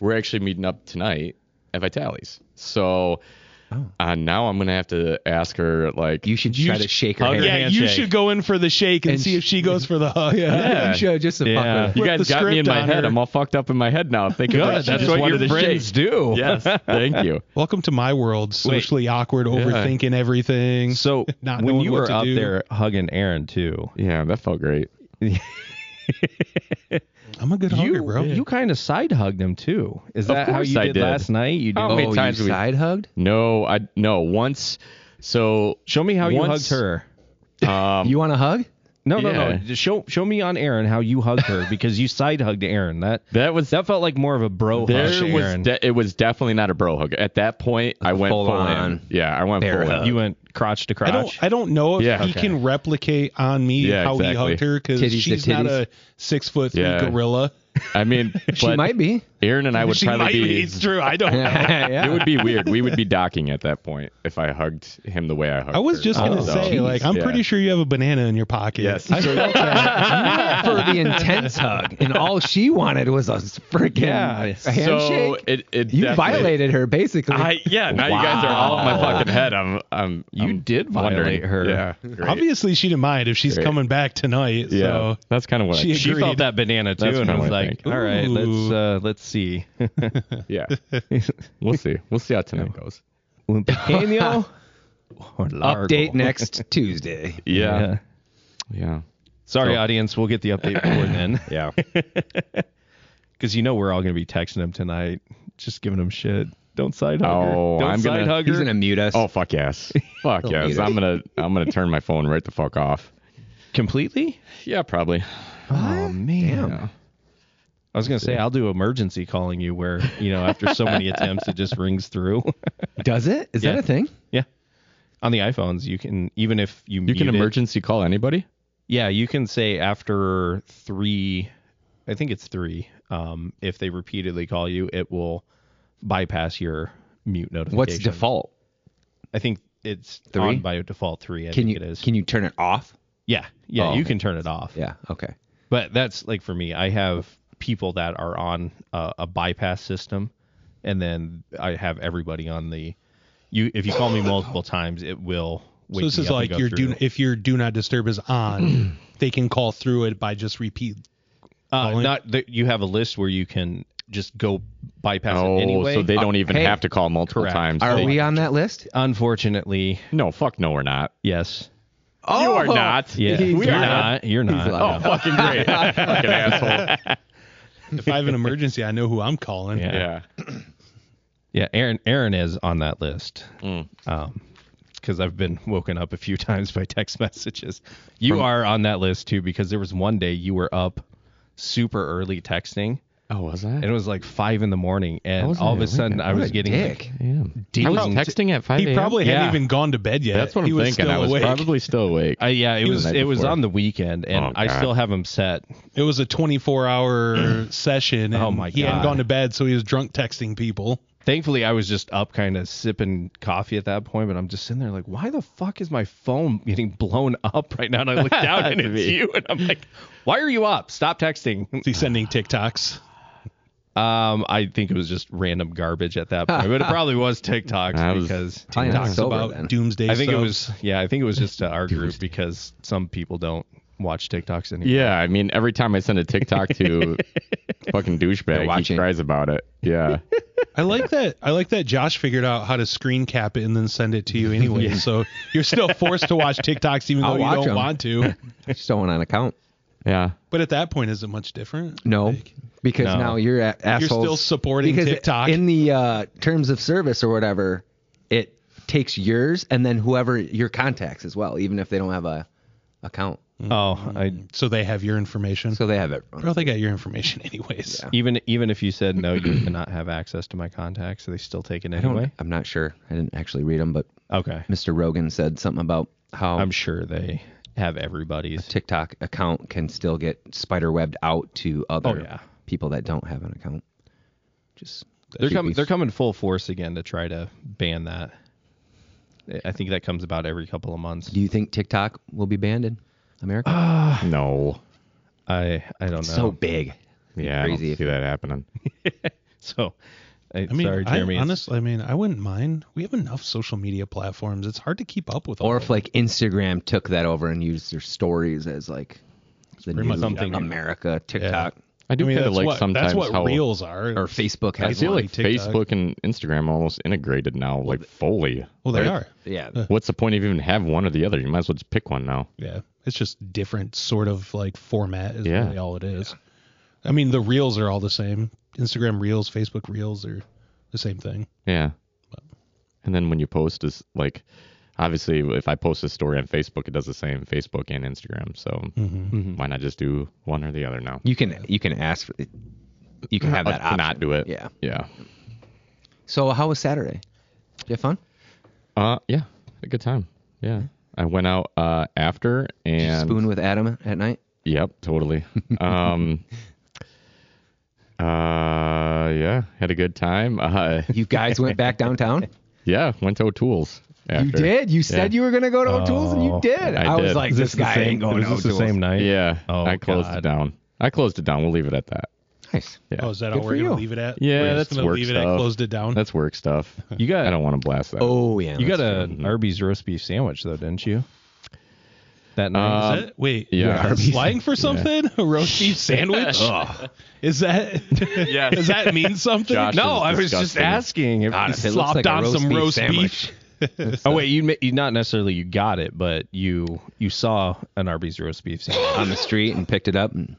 Speaker 3: we're actually meeting up tonight at Vitali's. So uh, now I'm gonna have to ask her like
Speaker 1: you should
Speaker 2: You
Speaker 1: try
Speaker 2: sh-
Speaker 1: to shake her
Speaker 5: hug
Speaker 1: hand.
Speaker 5: her
Speaker 2: Yeah,
Speaker 5: handshake.
Speaker 2: you should go in for the shake and,
Speaker 1: And
Speaker 2: see
Speaker 1: sh-
Speaker 2: if she goes for the hug.
Speaker 1: You should just to fuck
Speaker 5: Yeah.
Speaker 1: with her.
Speaker 3: You
Speaker 2: flip
Speaker 3: guys
Speaker 2: the
Speaker 3: got me in
Speaker 2: script
Speaker 3: my
Speaker 2: on
Speaker 3: head.
Speaker 2: her.
Speaker 3: I'm all fucked up in my head now. Thinking
Speaker 5: Good,
Speaker 3: like,
Speaker 5: that's
Speaker 3: that's
Speaker 5: what
Speaker 3: what
Speaker 5: your
Speaker 3: you're the
Speaker 5: friends
Speaker 3: shake.
Speaker 5: do.
Speaker 3: Yes, thank you.
Speaker 2: Welcome to my world. Socially awkward, overthinking everything.
Speaker 5: So
Speaker 2: Not
Speaker 5: when
Speaker 2: knowing
Speaker 5: you
Speaker 2: what
Speaker 5: were
Speaker 2: to
Speaker 5: out
Speaker 2: do.
Speaker 5: there hugging Aaron too,
Speaker 3: Yeah, that felt great.
Speaker 2: I'm a good hugger, bro.
Speaker 5: you kind of side hugged him too. Is
Speaker 3: Of
Speaker 5: that how
Speaker 3: course
Speaker 5: you
Speaker 3: I
Speaker 5: did,
Speaker 3: did.
Speaker 5: last night? You did.
Speaker 3: Oh, many
Speaker 1: oh,
Speaker 3: times
Speaker 1: you
Speaker 3: we-
Speaker 1: side hugged?
Speaker 3: No, I no once. So
Speaker 5: show me how
Speaker 3: once-
Speaker 5: you hugged her.
Speaker 3: um,
Speaker 1: You want a hug?
Speaker 5: No, no, no.
Speaker 3: Yeah.
Speaker 5: Just show show me on Aaron how you hugged her because you side hugged Aaron. That
Speaker 3: that was
Speaker 5: that felt like more of a bro
Speaker 3: There
Speaker 5: hug. to
Speaker 3: was
Speaker 5: Aaron.
Speaker 3: de- it was definitely not a bro hug. At that point, I went
Speaker 1: full
Speaker 3: full in.
Speaker 1: on
Speaker 3: Yeah, I went
Speaker 1: bear
Speaker 3: full in.
Speaker 1: hug.
Speaker 5: you went crotch
Speaker 2: I
Speaker 5: to crotch.
Speaker 2: don't. I don't know if
Speaker 3: Yeah,
Speaker 2: he
Speaker 3: okay.
Speaker 2: can replicate on me
Speaker 3: Yeah,
Speaker 2: how he
Speaker 3: exactly.
Speaker 2: hugged her because
Speaker 1: Titties to
Speaker 2: she's not
Speaker 1: titties.
Speaker 2: a six foot three
Speaker 3: Yeah.
Speaker 2: gorilla.
Speaker 3: I mean,
Speaker 1: She
Speaker 3: but
Speaker 1: might be.
Speaker 3: Aaron and I would
Speaker 2: she
Speaker 3: probably
Speaker 2: might
Speaker 3: be.
Speaker 2: be. It's true. I don't. know.
Speaker 3: It
Speaker 1: yeah.
Speaker 3: would be weird. We would be docking at that point if I hugged him the way I hugged.
Speaker 2: I was
Speaker 3: her.
Speaker 2: just gonna
Speaker 1: Oh,
Speaker 2: say,
Speaker 1: geez.
Speaker 2: like, I'm
Speaker 3: Yeah.
Speaker 2: pretty sure you have a banana in your pocket.
Speaker 3: Yes.
Speaker 2: I felt that.
Speaker 1: for the intense hug, and all she wanted was a freaking handshake.
Speaker 3: So it, it
Speaker 1: you
Speaker 3: definitely-
Speaker 1: violated her basically.
Speaker 3: I yeah. Now you guys are all in my fucking head. I'm I'm.
Speaker 5: You
Speaker 3: I'm
Speaker 5: did violate
Speaker 3: wondering.
Speaker 5: her.
Speaker 3: Yeah. great.
Speaker 2: Obviously, she didn't mind if she's
Speaker 3: Great.
Speaker 2: coming back tonight.
Speaker 3: Yeah.
Speaker 2: So
Speaker 3: that's kind of what.
Speaker 2: She
Speaker 3: I,
Speaker 5: she
Speaker 2: agreed.
Speaker 5: felt that banana too,
Speaker 3: That's
Speaker 5: and
Speaker 3: kinda
Speaker 5: I was
Speaker 3: what I
Speaker 5: like,
Speaker 3: think.
Speaker 5: all right, let's
Speaker 2: Ooh.
Speaker 5: uh, let's see.
Speaker 3: yeah. We'll see. We'll see how tonight goes.
Speaker 5: Un pequeño or largo.
Speaker 1: Update next Tuesday.
Speaker 3: Yeah.
Speaker 5: Yeah.
Speaker 3: Yeah.
Speaker 5: Sorry,
Speaker 3: So-
Speaker 5: audience. We'll get the update before then.
Speaker 3: Yeah.
Speaker 5: Because you know we're all going to be texting him tonight, just giving him shit. Don't side hug her.
Speaker 3: Oh,
Speaker 5: Don't
Speaker 3: I'm
Speaker 5: side
Speaker 3: gonna-
Speaker 5: hug
Speaker 1: He's
Speaker 5: her.
Speaker 1: gonna mute us.
Speaker 3: Oh fuck yes. Fuck yes.
Speaker 1: need
Speaker 3: I'm gonna I'm gonna turn my phone right the fuck off.
Speaker 5: completely?
Speaker 3: Yeah, probably.
Speaker 5: Oh, man.
Speaker 3: Yeah.
Speaker 5: I was going to say, I'll do emergency calling you where, you know, after so many attempts, it just rings through.
Speaker 1: does it? Is
Speaker 5: Yeah.
Speaker 1: that a thing?
Speaker 5: yeah. On the iPhones, you can, even if you
Speaker 3: You
Speaker 5: mute
Speaker 3: can
Speaker 5: it-
Speaker 3: emergency call anybody.
Speaker 5: Yeah, you can say after three, I think it's three. Um, if they repeatedly call you, it will bypass your mute notification.
Speaker 1: What's default?
Speaker 5: I think it's
Speaker 1: Three?
Speaker 5: on by default three. I
Speaker 1: Can you
Speaker 5: think it is.
Speaker 1: can you turn it off?
Speaker 5: yeah, yeah,
Speaker 1: Oh,
Speaker 5: you
Speaker 1: okay.
Speaker 5: can turn it off.
Speaker 1: Yeah. Okay.
Speaker 5: But that's like for me, I have people that are on a, a bypass system, and then I have everybody on the. You, if you call me multiple times, it will.
Speaker 2: So
Speaker 5: wake
Speaker 2: this
Speaker 5: me
Speaker 2: is
Speaker 5: up and
Speaker 2: like
Speaker 5: go
Speaker 2: your
Speaker 5: through.
Speaker 2: do if your do not disturb is on, they can call through it by just repeat.
Speaker 5: Uh,
Speaker 2: calling?
Speaker 5: not that you have a list where you can just go bypass
Speaker 3: Oh,
Speaker 5: it anyway.
Speaker 3: so they don't even
Speaker 1: hey.
Speaker 3: have to call multiple
Speaker 5: Correct.
Speaker 3: times.
Speaker 1: Are
Speaker 3: They-
Speaker 1: we on that list?
Speaker 5: Unfortunately,
Speaker 3: No, fuck no, we're not.
Speaker 5: yes.
Speaker 1: Oh,
Speaker 3: You are not.
Speaker 5: Yeah,
Speaker 1: He's
Speaker 5: you're
Speaker 1: lying.
Speaker 5: not. You're not. Oh,
Speaker 1: lying.
Speaker 5: no.
Speaker 3: Fucking great. fucking asshole.
Speaker 2: If I have an emergency, I know who I'm calling.
Speaker 5: Yeah. yeah,
Speaker 3: Yeah.
Speaker 5: Aaron, Aaron is on that list.
Speaker 3: Mm.
Speaker 5: because I've been woken up a few times by text messages. You are on that list too because there was one day you were up super early texting,
Speaker 3: Oh, was
Speaker 5: and
Speaker 3: I?
Speaker 5: it was like five in the morning, and all of a sudden I was getting like,
Speaker 1: dick.
Speaker 3: I was
Speaker 5: dinged.
Speaker 3: texting at 5
Speaker 2: He
Speaker 3: a.m.
Speaker 2: probably hadn't
Speaker 5: Yeah.
Speaker 2: even gone to bed yet.
Speaker 3: That's what I'm
Speaker 2: he was
Speaker 3: thinking.
Speaker 2: Still
Speaker 3: I was
Speaker 2: awake.
Speaker 3: probably still awake.
Speaker 5: Uh, yeah, it
Speaker 3: the
Speaker 5: was
Speaker 3: night
Speaker 5: it was
Speaker 3: before.
Speaker 5: on the weekend, and
Speaker 3: Oh,
Speaker 5: I
Speaker 3: God.
Speaker 5: still have them set.
Speaker 2: It was a 24 hour session. And
Speaker 5: Oh, my
Speaker 2: He hadn't
Speaker 5: God.
Speaker 2: gone to bed, so he was drunk texting people.
Speaker 5: Thankfully, I was just up, kind of sipping coffee at that point, but I'm just sitting there like, why the fuck is my phone getting blown up right now? And I look down and it's you, and I'm like, why are you up? Stop texting.
Speaker 2: He's sending TikToks.
Speaker 5: Um, I think it was just random garbage at that point, but it probably was
Speaker 3: I
Speaker 5: TikToks
Speaker 3: was-
Speaker 5: because
Speaker 1: I am
Speaker 5: TikToks.
Speaker 1: sober
Speaker 2: about
Speaker 1: then.
Speaker 2: doomsday.
Speaker 5: I think it
Speaker 2: subs.
Speaker 5: was yeah, I think it was just to our group because some people don't watch TikToks anymore.
Speaker 3: Yeah, I mean, every time I send a TikTok to fucking douchebag, he
Speaker 1: watching.
Speaker 3: cries about it. Yeah.
Speaker 2: I like that. I like that Josh figured out how to screen cap it and then send it to you anyway. So you're still forced to watch TikToks even though
Speaker 1: I'll
Speaker 2: you
Speaker 1: watch
Speaker 2: don't
Speaker 1: 'em.
Speaker 2: want to.
Speaker 1: Just don't want an account.
Speaker 3: Yeah.
Speaker 2: But at that point, is it much different?
Speaker 1: No, because
Speaker 5: No.
Speaker 1: now you're a- assholes.
Speaker 2: still supporting
Speaker 1: because
Speaker 2: TikTok.
Speaker 1: in the uh, terms of service or whatever. It takes yours and then whoever your contacts as well, even if they don't have a account.
Speaker 5: Oh, I
Speaker 2: So they have your information.
Speaker 1: So they have everyone.
Speaker 2: Bro, they got your information anyways.
Speaker 1: Yeah.
Speaker 5: even even if you said no, you cannot have access to my contacts, so they still take it
Speaker 1: I don't-
Speaker 5: anyway.
Speaker 1: I'm not sure. I didn't actually read them, but
Speaker 5: Okay,
Speaker 1: Mr. Rogan said something about how
Speaker 5: I'm sure they have everybody's.
Speaker 1: TikTok account can still get spider webbed out to other
Speaker 5: Oh, yeah.
Speaker 1: people that don't have an account. Just
Speaker 5: They're
Speaker 1: should
Speaker 5: coming
Speaker 1: be-
Speaker 5: they're coming full force again to try to ban that. I think that comes about every couple of months.
Speaker 1: Do you think TikTok will be banned in America?
Speaker 3: No.
Speaker 5: I I don't know.
Speaker 1: Oh, so big.
Speaker 3: Yeah. I
Speaker 1: Crazy
Speaker 3: don't
Speaker 1: if
Speaker 3: see that happening.
Speaker 5: so I,
Speaker 2: I mean,
Speaker 5: sorry, Jeremy.
Speaker 2: I,
Speaker 5: it's-
Speaker 2: honestly, I mean, I wouldn't mind. We have enough social media platforms. It's hard to keep up with all.
Speaker 1: Or
Speaker 2: of
Speaker 1: if like Instagram took that over and used their stories as like the
Speaker 2: pretty
Speaker 1: new
Speaker 2: much something.
Speaker 1: America TikTok
Speaker 3: I
Speaker 2: them.
Speaker 3: do
Speaker 2: I mean,
Speaker 3: kind
Speaker 2: that's
Speaker 3: of like
Speaker 2: what
Speaker 3: sometimes
Speaker 2: that's what
Speaker 3: how
Speaker 2: reels are.
Speaker 1: or Facebook
Speaker 3: I
Speaker 1: has
Speaker 3: feel
Speaker 1: one.
Speaker 3: like
Speaker 2: TikTok.
Speaker 3: Facebook and Instagram are almost integrated now, like fully.
Speaker 2: well, they
Speaker 3: right?
Speaker 2: are.
Speaker 1: yeah.
Speaker 3: What's the point of even have one or the other? You might as well just pick one now.
Speaker 2: Yeah, it's just different sort of like format is
Speaker 3: Yeah.
Speaker 2: really all it is. I mean, the reels are all the same. Instagram reels, Facebook reels are the same thing.
Speaker 3: Yeah. And then when you post is like obviously if I post a story on Facebook, it does the same Facebook and Instagram. So
Speaker 5: Mm-hmm.
Speaker 1: Mm-hmm.
Speaker 3: why not just do one or the other now?
Speaker 1: You can you can ask for you can have that
Speaker 3: Uh, to
Speaker 1: option.
Speaker 3: not do it.
Speaker 1: Yeah.
Speaker 3: Yeah.
Speaker 1: So how was Saturday? Did you have fun?
Speaker 3: Uh yeah. A good time. Yeah. I went out uh after
Speaker 1: Did you
Speaker 3: and
Speaker 1: spoon with Adam at night?
Speaker 3: Yep, totally. um Uh yeah, had a good time. Uh
Speaker 1: You guys went back downtown?
Speaker 3: yeah, went to O'Toole's. After.
Speaker 1: You did. You said
Speaker 3: Yeah.
Speaker 1: you were gonna go to O'Toole's, and you did.
Speaker 3: I
Speaker 1: I, was
Speaker 3: did.
Speaker 1: like,
Speaker 5: Is
Speaker 1: this,
Speaker 5: the
Speaker 1: guy
Speaker 5: same-
Speaker 1: ain't going
Speaker 5: is
Speaker 1: to
Speaker 5: this the
Speaker 1: O'Toole's.
Speaker 5: same night?
Speaker 3: Yeah.
Speaker 5: Oh,
Speaker 3: I closed
Speaker 5: God.
Speaker 3: it down. I closed it down. We'll leave it at that.
Speaker 1: Nice.
Speaker 3: Yeah.
Speaker 2: Oh, is that
Speaker 1: Good
Speaker 2: all
Speaker 1: for
Speaker 2: we're
Speaker 1: you.
Speaker 2: gonna leave it at?
Speaker 3: Yeah,
Speaker 2: we're just
Speaker 3: that's
Speaker 2: gonna
Speaker 3: work
Speaker 2: leave it at.
Speaker 3: stuff.
Speaker 2: Closed it down.
Speaker 3: That's work stuff.
Speaker 5: You got-
Speaker 3: I don't want to blast that.
Speaker 1: Oh yeah.
Speaker 5: You got
Speaker 1: that's
Speaker 5: a Arby's roast beef sandwich though, didn't you? That night.
Speaker 1: Uh,
Speaker 2: Is that- wait,
Speaker 3: yeah.
Speaker 2: yeah,
Speaker 3: Arby's.
Speaker 2: slang for something? A roast beef sandwich? Ugh. is that?
Speaker 3: Yes.
Speaker 2: Does that mean something?
Speaker 3: Josh.
Speaker 5: no,
Speaker 3: was
Speaker 5: I was just
Speaker 3: disgusting.
Speaker 5: asking if
Speaker 1: God, if it looks
Speaker 2: Slopped
Speaker 1: like a
Speaker 2: on
Speaker 1: roast
Speaker 2: some
Speaker 1: beef
Speaker 2: roast
Speaker 1: sandwich.
Speaker 2: beef.
Speaker 5: oh wait, you, ma- you not necessarily you got it, but you you saw an Arby's roast beef sandwich.
Speaker 1: on the street and picked it up and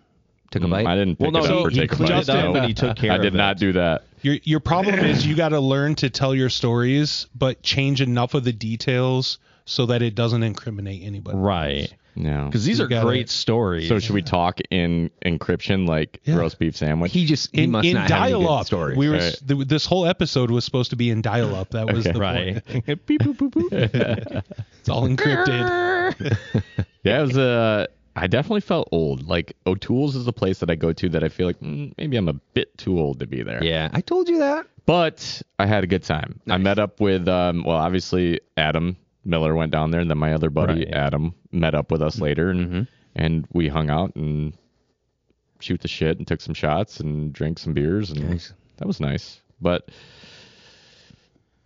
Speaker 1: took a bite.
Speaker 3: I didn't pick
Speaker 5: Well,
Speaker 3: it
Speaker 5: no,
Speaker 3: up
Speaker 5: he-
Speaker 3: or
Speaker 5: he
Speaker 3: take a
Speaker 5: cleaned
Speaker 3: bite.
Speaker 5: it up
Speaker 3: no.
Speaker 5: and he took care
Speaker 3: I
Speaker 5: of
Speaker 3: did
Speaker 5: it.
Speaker 3: not do that.
Speaker 2: Your your problem is you got to learn to tell your stories, but change enough of the details so that it doesn't incriminate anybody.
Speaker 5: Right.
Speaker 3: No.
Speaker 5: Because these
Speaker 2: You
Speaker 5: are
Speaker 2: got
Speaker 5: great
Speaker 2: it.
Speaker 5: stories.
Speaker 3: So should we talk in encryption like
Speaker 2: Yeah.
Speaker 3: roast beef sandwich?
Speaker 1: He just he
Speaker 2: In,
Speaker 1: must
Speaker 2: in
Speaker 1: not have any good
Speaker 2: dial-up,
Speaker 1: story.
Speaker 2: we were
Speaker 3: Right.
Speaker 2: th- this whole episode was supposed to be in dial-up. That was the
Speaker 5: right.
Speaker 2: point. It's all encrypted.
Speaker 3: yeah, it was uh, I definitely felt old. Like O'Toole's is a place that I go to that I feel like mm, maybe I'm a bit too old to be there.
Speaker 1: yeah, I told you that.
Speaker 3: But I had a good time. I met up with um, well, obviously Adam Miller went down there, and then my other buddy
Speaker 5: Right.
Speaker 3: Adam met up with us later, and and we hung out and shoot the shit and took some shots and drank some beers, and
Speaker 1: Nice.
Speaker 3: that was nice. But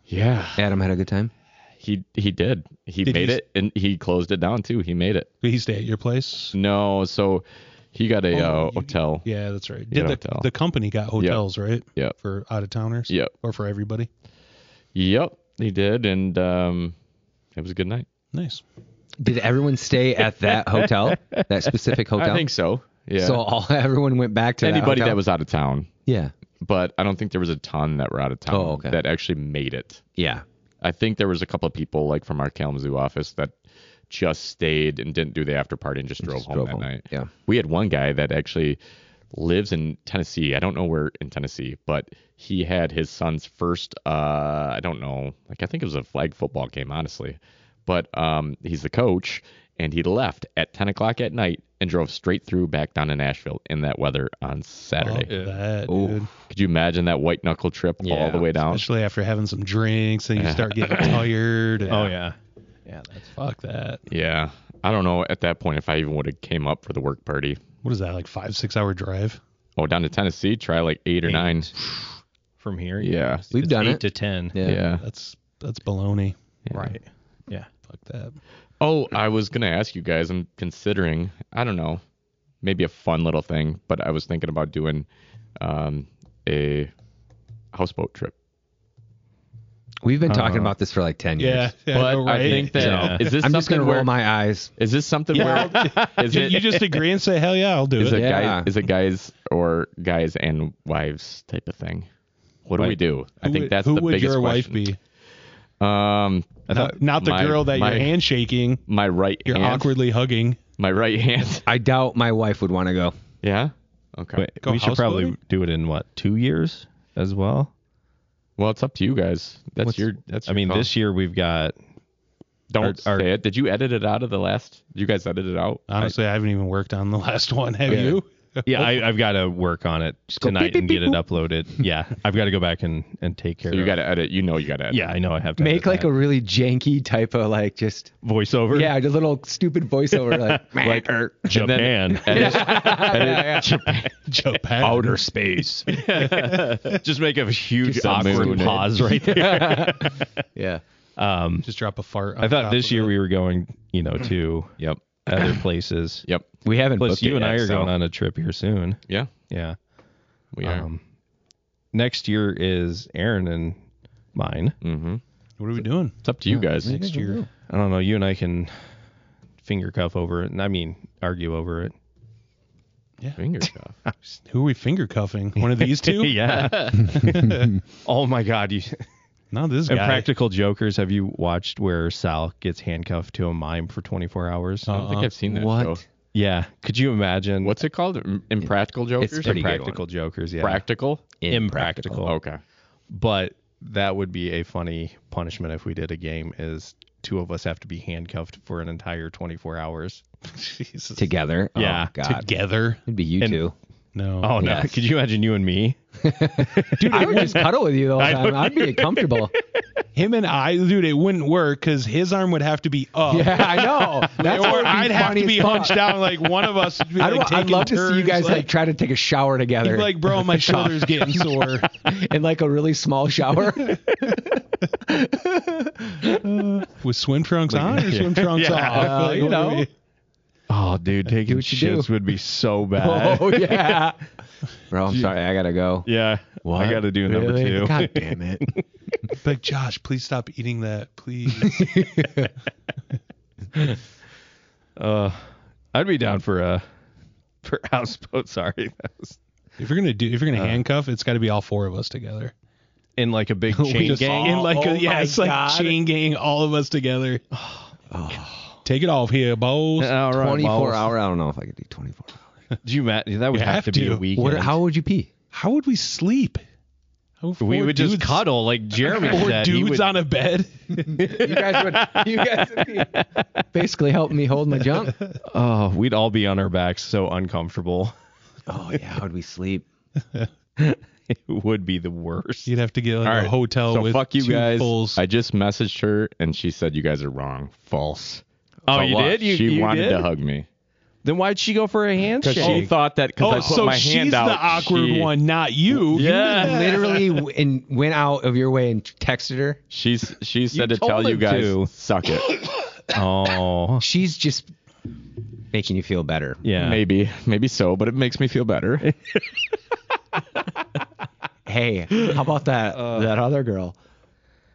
Speaker 3: yeah,
Speaker 1: Adam had a good time.
Speaker 3: he he did. He
Speaker 2: Did
Speaker 3: made
Speaker 2: he-
Speaker 3: it, and he closed it down too. He made it.
Speaker 2: Did he stay at your place?
Speaker 3: No, so he got
Speaker 2: Oh,
Speaker 3: a uh,
Speaker 2: you-
Speaker 3: hotel.
Speaker 2: Yeah, that's right. Did
Speaker 3: Yeah,
Speaker 2: the,
Speaker 3: hotel.
Speaker 2: the company got hotels, right?
Speaker 3: Yeah.
Speaker 2: For out of towners.
Speaker 3: Yep.
Speaker 2: Or for everybody.
Speaker 3: Yep, he did, and um, it was a good night.
Speaker 2: Nice.
Speaker 1: Did everyone stay at that hotel? That specific hotel?
Speaker 3: I think so. Yeah.
Speaker 1: So all everyone went back to
Speaker 3: anybody
Speaker 1: that,
Speaker 3: that
Speaker 1: hotel?
Speaker 3: was out of town,
Speaker 1: Yeah.
Speaker 3: but I don't think there was a ton that were out of town
Speaker 1: Oh, okay.
Speaker 3: that actually made it.
Speaker 1: Yeah.
Speaker 3: I think there was a couple of people like from our Kalamazoo office that just stayed and didn't do the after party and just drove home
Speaker 1: drove
Speaker 3: that
Speaker 1: home,
Speaker 3: night.
Speaker 1: yeah.
Speaker 3: We had one guy that actually lives in Tennessee. I don't know where in Tennessee, but he had his son's first uh I don't know, like I think it was a flag football game, honestly. But um he's the coach and he left at ten o'clock at night and drove straight through back down to Nashville in that weather on Saturday.
Speaker 2: Fuck that, dude.
Speaker 3: Ooh. Could you imagine that white knuckle trip all
Speaker 5: Yeah.
Speaker 3: the way down?
Speaker 2: Especially after having some drinks and you start getting tired. and-
Speaker 5: Oh yeah. Yeah, that's
Speaker 2: Fuck that.
Speaker 3: Yeah. I don't know at that point if I even would have came up for the work party.
Speaker 2: What is that? Like five, six hour drive?
Speaker 3: Oh, down to Tennessee, try like eight or nine.
Speaker 5: from here.
Speaker 3: Yeah.
Speaker 5: it's-
Speaker 1: We've
Speaker 5: it's
Speaker 1: done
Speaker 5: eight
Speaker 1: it.
Speaker 5: to ten.
Speaker 1: Yeah.
Speaker 3: Yeah.
Speaker 2: That's that's baloney.
Speaker 5: Right. Yeah.
Speaker 2: Fuck that.
Speaker 3: Oh, I was gonna ask you guys. I'm considering. I don't know. Maybe a fun little thing, but I was thinking about doing um, a houseboat trip.
Speaker 1: We've been talking about this for like 10
Speaker 2: Yeah.
Speaker 1: years.
Speaker 2: yeah
Speaker 3: but
Speaker 2: no,
Speaker 3: I
Speaker 2: right?
Speaker 3: think that is
Speaker 5: Yeah.
Speaker 3: Uh-huh. this
Speaker 1: I'm
Speaker 3: something
Speaker 1: just going to
Speaker 3: where
Speaker 1: roll my eyes.
Speaker 3: is this something where is
Speaker 2: you,
Speaker 3: it
Speaker 2: you just agree and say, hell yeah, I'll do
Speaker 3: is
Speaker 2: it.
Speaker 3: it
Speaker 1: Yeah.
Speaker 3: guys is it guys or guys and wives type of thing? What do we do? I
Speaker 2: Who
Speaker 3: think
Speaker 2: would-
Speaker 3: that's
Speaker 2: who
Speaker 3: the
Speaker 2: would
Speaker 3: biggest
Speaker 2: your
Speaker 3: question.
Speaker 2: wife be?
Speaker 3: be? Um, I
Speaker 2: Not, not the
Speaker 3: my-
Speaker 2: girl that
Speaker 3: my-
Speaker 2: you're handshaking,
Speaker 3: my right
Speaker 2: you're
Speaker 3: hand.
Speaker 2: awkwardly hugging.
Speaker 3: My right hand.
Speaker 1: I doubt my wife would want to go.
Speaker 3: Yeah. Okay.
Speaker 5: Wait,
Speaker 2: Go
Speaker 5: we should probably
Speaker 2: houseboating?
Speaker 5: do it in what two years as well.
Speaker 3: Well, it's up to you guys. That's
Speaker 5: What's-
Speaker 3: your. That's.
Speaker 5: I
Speaker 3: your
Speaker 5: mean,
Speaker 3: call.
Speaker 5: this year we've got
Speaker 3: Don't
Speaker 5: our-
Speaker 3: say it. Did you edit it out of the last? You guys edited it out.
Speaker 2: Honestly, I, haven't even worked on the last one. Have you?
Speaker 5: yeah, I, I've got to work on it tonight and get it uploaded. Yeah, I've got to go back and and take care.
Speaker 3: So you
Speaker 5: of
Speaker 3: got to edit. You know you got to edit.
Speaker 5: Yeah, I know I have to
Speaker 1: Make like
Speaker 5: a
Speaker 1: a really janky type of like just
Speaker 5: voiceover.
Speaker 1: yeah, a little stupid voiceover like like er,
Speaker 5: Japan.
Speaker 2: Japan.
Speaker 1: space.
Speaker 5: Just make a huge
Speaker 3: Just a
Speaker 5: awkward
Speaker 3: moon.
Speaker 5: pause right there.
Speaker 1: Yeah.
Speaker 2: Just drop a fart.
Speaker 5: I thought this year we were going, you know, to
Speaker 3: Yep.
Speaker 5: other places.
Speaker 3: Yep.
Speaker 1: We haven't
Speaker 5: Plus,
Speaker 1: booked
Speaker 5: you
Speaker 1: it
Speaker 5: and
Speaker 1: yet,
Speaker 5: I are
Speaker 1: so-
Speaker 5: going on a trip here soon.
Speaker 3: Yeah.
Speaker 5: Yeah.
Speaker 3: We are.
Speaker 5: Um, next year is Aaron and mine.
Speaker 3: mm-hmm.
Speaker 2: What are we doing?
Speaker 3: It's up to you guys.
Speaker 5: Next year, I don't know. You and I can finger cuff over it, and I mean argue over it.
Speaker 3: Finger stuff.
Speaker 2: Who are we finger cuffing? One of these two?
Speaker 5: yeah. oh my God! You
Speaker 2: No, this
Speaker 5: and
Speaker 2: guy.
Speaker 5: Practical Jokers. Have you watched where Sal gets handcuffed to a mime for 24 hours?
Speaker 1: Uh-huh.
Speaker 3: I don't think I've seen that
Speaker 1: what?
Speaker 3: show.
Speaker 5: Yeah. Could you imagine?
Speaker 3: What's it called? Im- Impractical Jokers?
Speaker 1: it's pretty good one.
Speaker 5: Practical Jokers? Yeah.
Speaker 3: Practical. Oh,
Speaker 5: impractical.
Speaker 3: Okay.
Speaker 5: But that would be a funny punishment if we did a game. Is two of us have to be handcuffed for an entire 24 hours?
Speaker 2: Jesus.
Speaker 1: together.
Speaker 5: Yeah,
Speaker 1: Oh, God.
Speaker 2: Together?
Speaker 1: It'd be you
Speaker 5: And-
Speaker 1: two.
Speaker 2: No.
Speaker 5: Oh no!
Speaker 1: Yes.
Speaker 5: Could you imagine you and me?
Speaker 1: Dude, I would just cuddle with you the whole time. I'd be comfortable.
Speaker 2: Him and I, dude, it wouldn't work because his arm would have to be up.
Speaker 1: Yeah, I know. That's what would
Speaker 2: Or
Speaker 1: be
Speaker 2: I'd have
Speaker 1: funny
Speaker 2: to
Speaker 1: as
Speaker 2: be
Speaker 1: fuck.
Speaker 2: hunched down like one of us. Would be,
Speaker 1: I'd,
Speaker 2: like,
Speaker 1: wa- I'd
Speaker 2: taking
Speaker 1: love to see you
Speaker 2: turns,
Speaker 1: guys like,
Speaker 2: like,
Speaker 1: try to take a shower together
Speaker 2: like, bro, my shoulder's getting sore.
Speaker 1: in like a really small shower.
Speaker 2: With swim trunks on or swim trunks off? Like,
Speaker 1: you
Speaker 2: what are
Speaker 1: know.
Speaker 2: we-
Speaker 5: Oh, dude, taking
Speaker 1: what you do.
Speaker 5: shits would be so bad.
Speaker 1: oh yeah. Bro, I'm sorry. I gotta go.
Speaker 5: Yeah. I
Speaker 1: What?
Speaker 5: got to do number
Speaker 2: Really?
Speaker 5: two.
Speaker 1: God damn it.
Speaker 2: Like Josh, please stop eating that, please.
Speaker 5: Uh, I'd be down for a for houseboat. Sorry, that was
Speaker 2: if you're gonna do, if you're gonna handcuff, it's got to be all four of us together.
Speaker 5: in like a big chain
Speaker 2: just
Speaker 5: gang.
Speaker 2: all-
Speaker 5: in like
Speaker 2: oh
Speaker 5: a, yeah,
Speaker 2: my
Speaker 5: it's like
Speaker 2: God. Oh.
Speaker 5: chain gang.
Speaker 2: All of us together. Take it off here, boys.
Speaker 5: All right,
Speaker 1: 24
Speaker 5: well,
Speaker 1: hour. I don't know if I could do 24 hours.
Speaker 5: Do you ma- that would
Speaker 2: You
Speaker 5: have,
Speaker 2: have
Speaker 5: to be
Speaker 2: to.
Speaker 5: a weekend.
Speaker 1: What? How would you pee?
Speaker 2: How would we sleep? How would
Speaker 5: we
Speaker 2: four
Speaker 5: would just
Speaker 2: dudes-
Speaker 5: cuddle like Jeremy
Speaker 2: Four
Speaker 5: said. He
Speaker 2: dudes
Speaker 5: would-
Speaker 2: on a bed.
Speaker 1: You guys would. You guys would be basically helping me hold my junk.
Speaker 5: oh, we'd all be on our backs, so uncomfortable.
Speaker 1: Oh yeah. How would we sleep?
Speaker 5: It would be the worst.
Speaker 2: You'd have to get like
Speaker 3: All
Speaker 2: a
Speaker 3: right,
Speaker 2: hotel
Speaker 3: so
Speaker 2: with
Speaker 3: fuck you
Speaker 2: two
Speaker 3: guys.
Speaker 2: fulls.
Speaker 3: I just messaged her and she said you guys are wrong. False.
Speaker 5: Oh,
Speaker 3: For
Speaker 5: you
Speaker 3: what?
Speaker 5: did? You,
Speaker 3: she
Speaker 5: you
Speaker 3: wanted
Speaker 5: did?
Speaker 3: to hug me.
Speaker 5: Then why'd she go for a handshake?
Speaker 3: She thought that because I
Speaker 2: oh,
Speaker 3: put
Speaker 2: so
Speaker 3: my
Speaker 2: she's
Speaker 3: hand
Speaker 2: the
Speaker 3: out.
Speaker 2: awkward
Speaker 3: she-
Speaker 2: one, not you.
Speaker 5: yeah.
Speaker 1: Literally, w- and went out of your way and texted her.
Speaker 3: She's she said
Speaker 5: You
Speaker 3: to tell
Speaker 5: told
Speaker 3: you
Speaker 5: him
Speaker 3: guys
Speaker 5: to.
Speaker 3: suck it.
Speaker 5: Oh,
Speaker 1: She's just making you feel better.
Speaker 5: yeah.
Speaker 3: Maybe maybe so, but it makes me feel better.
Speaker 1: Hey, how about that that other girl?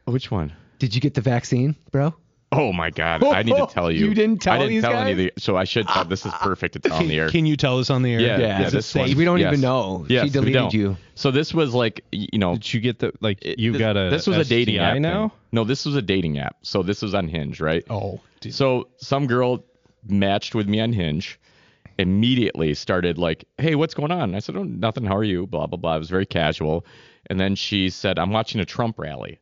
Speaker 3: Which one?
Speaker 1: Did you get the vaccine, bro?
Speaker 3: Oh my god! I need to tell you.
Speaker 1: You didn't
Speaker 3: I
Speaker 1: tell
Speaker 3: didn't
Speaker 1: these
Speaker 3: tell
Speaker 1: guys?
Speaker 3: any of the. So I should. tell this is perfect to tell on the air.
Speaker 2: Can, can you tell us on the air?
Speaker 3: Yeah, yeah,
Speaker 1: Is it
Speaker 3: this one.
Speaker 1: safe? We don't even
Speaker 3: Yes.
Speaker 1: know. She
Speaker 3: Yes, we
Speaker 1: deleted
Speaker 3: don't.
Speaker 1: you.
Speaker 3: So this was like y- you know
Speaker 5: Did you get the like?
Speaker 3: it-
Speaker 5: you
Speaker 3: this,
Speaker 5: got a
Speaker 3: this was a dating
Speaker 5: STI
Speaker 3: app
Speaker 5: now.
Speaker 3: thing. No, this was a dating app. So this was on Hinge, right?
Speaker 2: Oh, dude.
Speaker 3: So some girl matched with me on Hinge. Immediately started like, "Hey, what's going on?" And I said, "Oh, nothing. How are you?" Blah blah blah. It was very casual. And then she said, "I'm watching a Trump rally."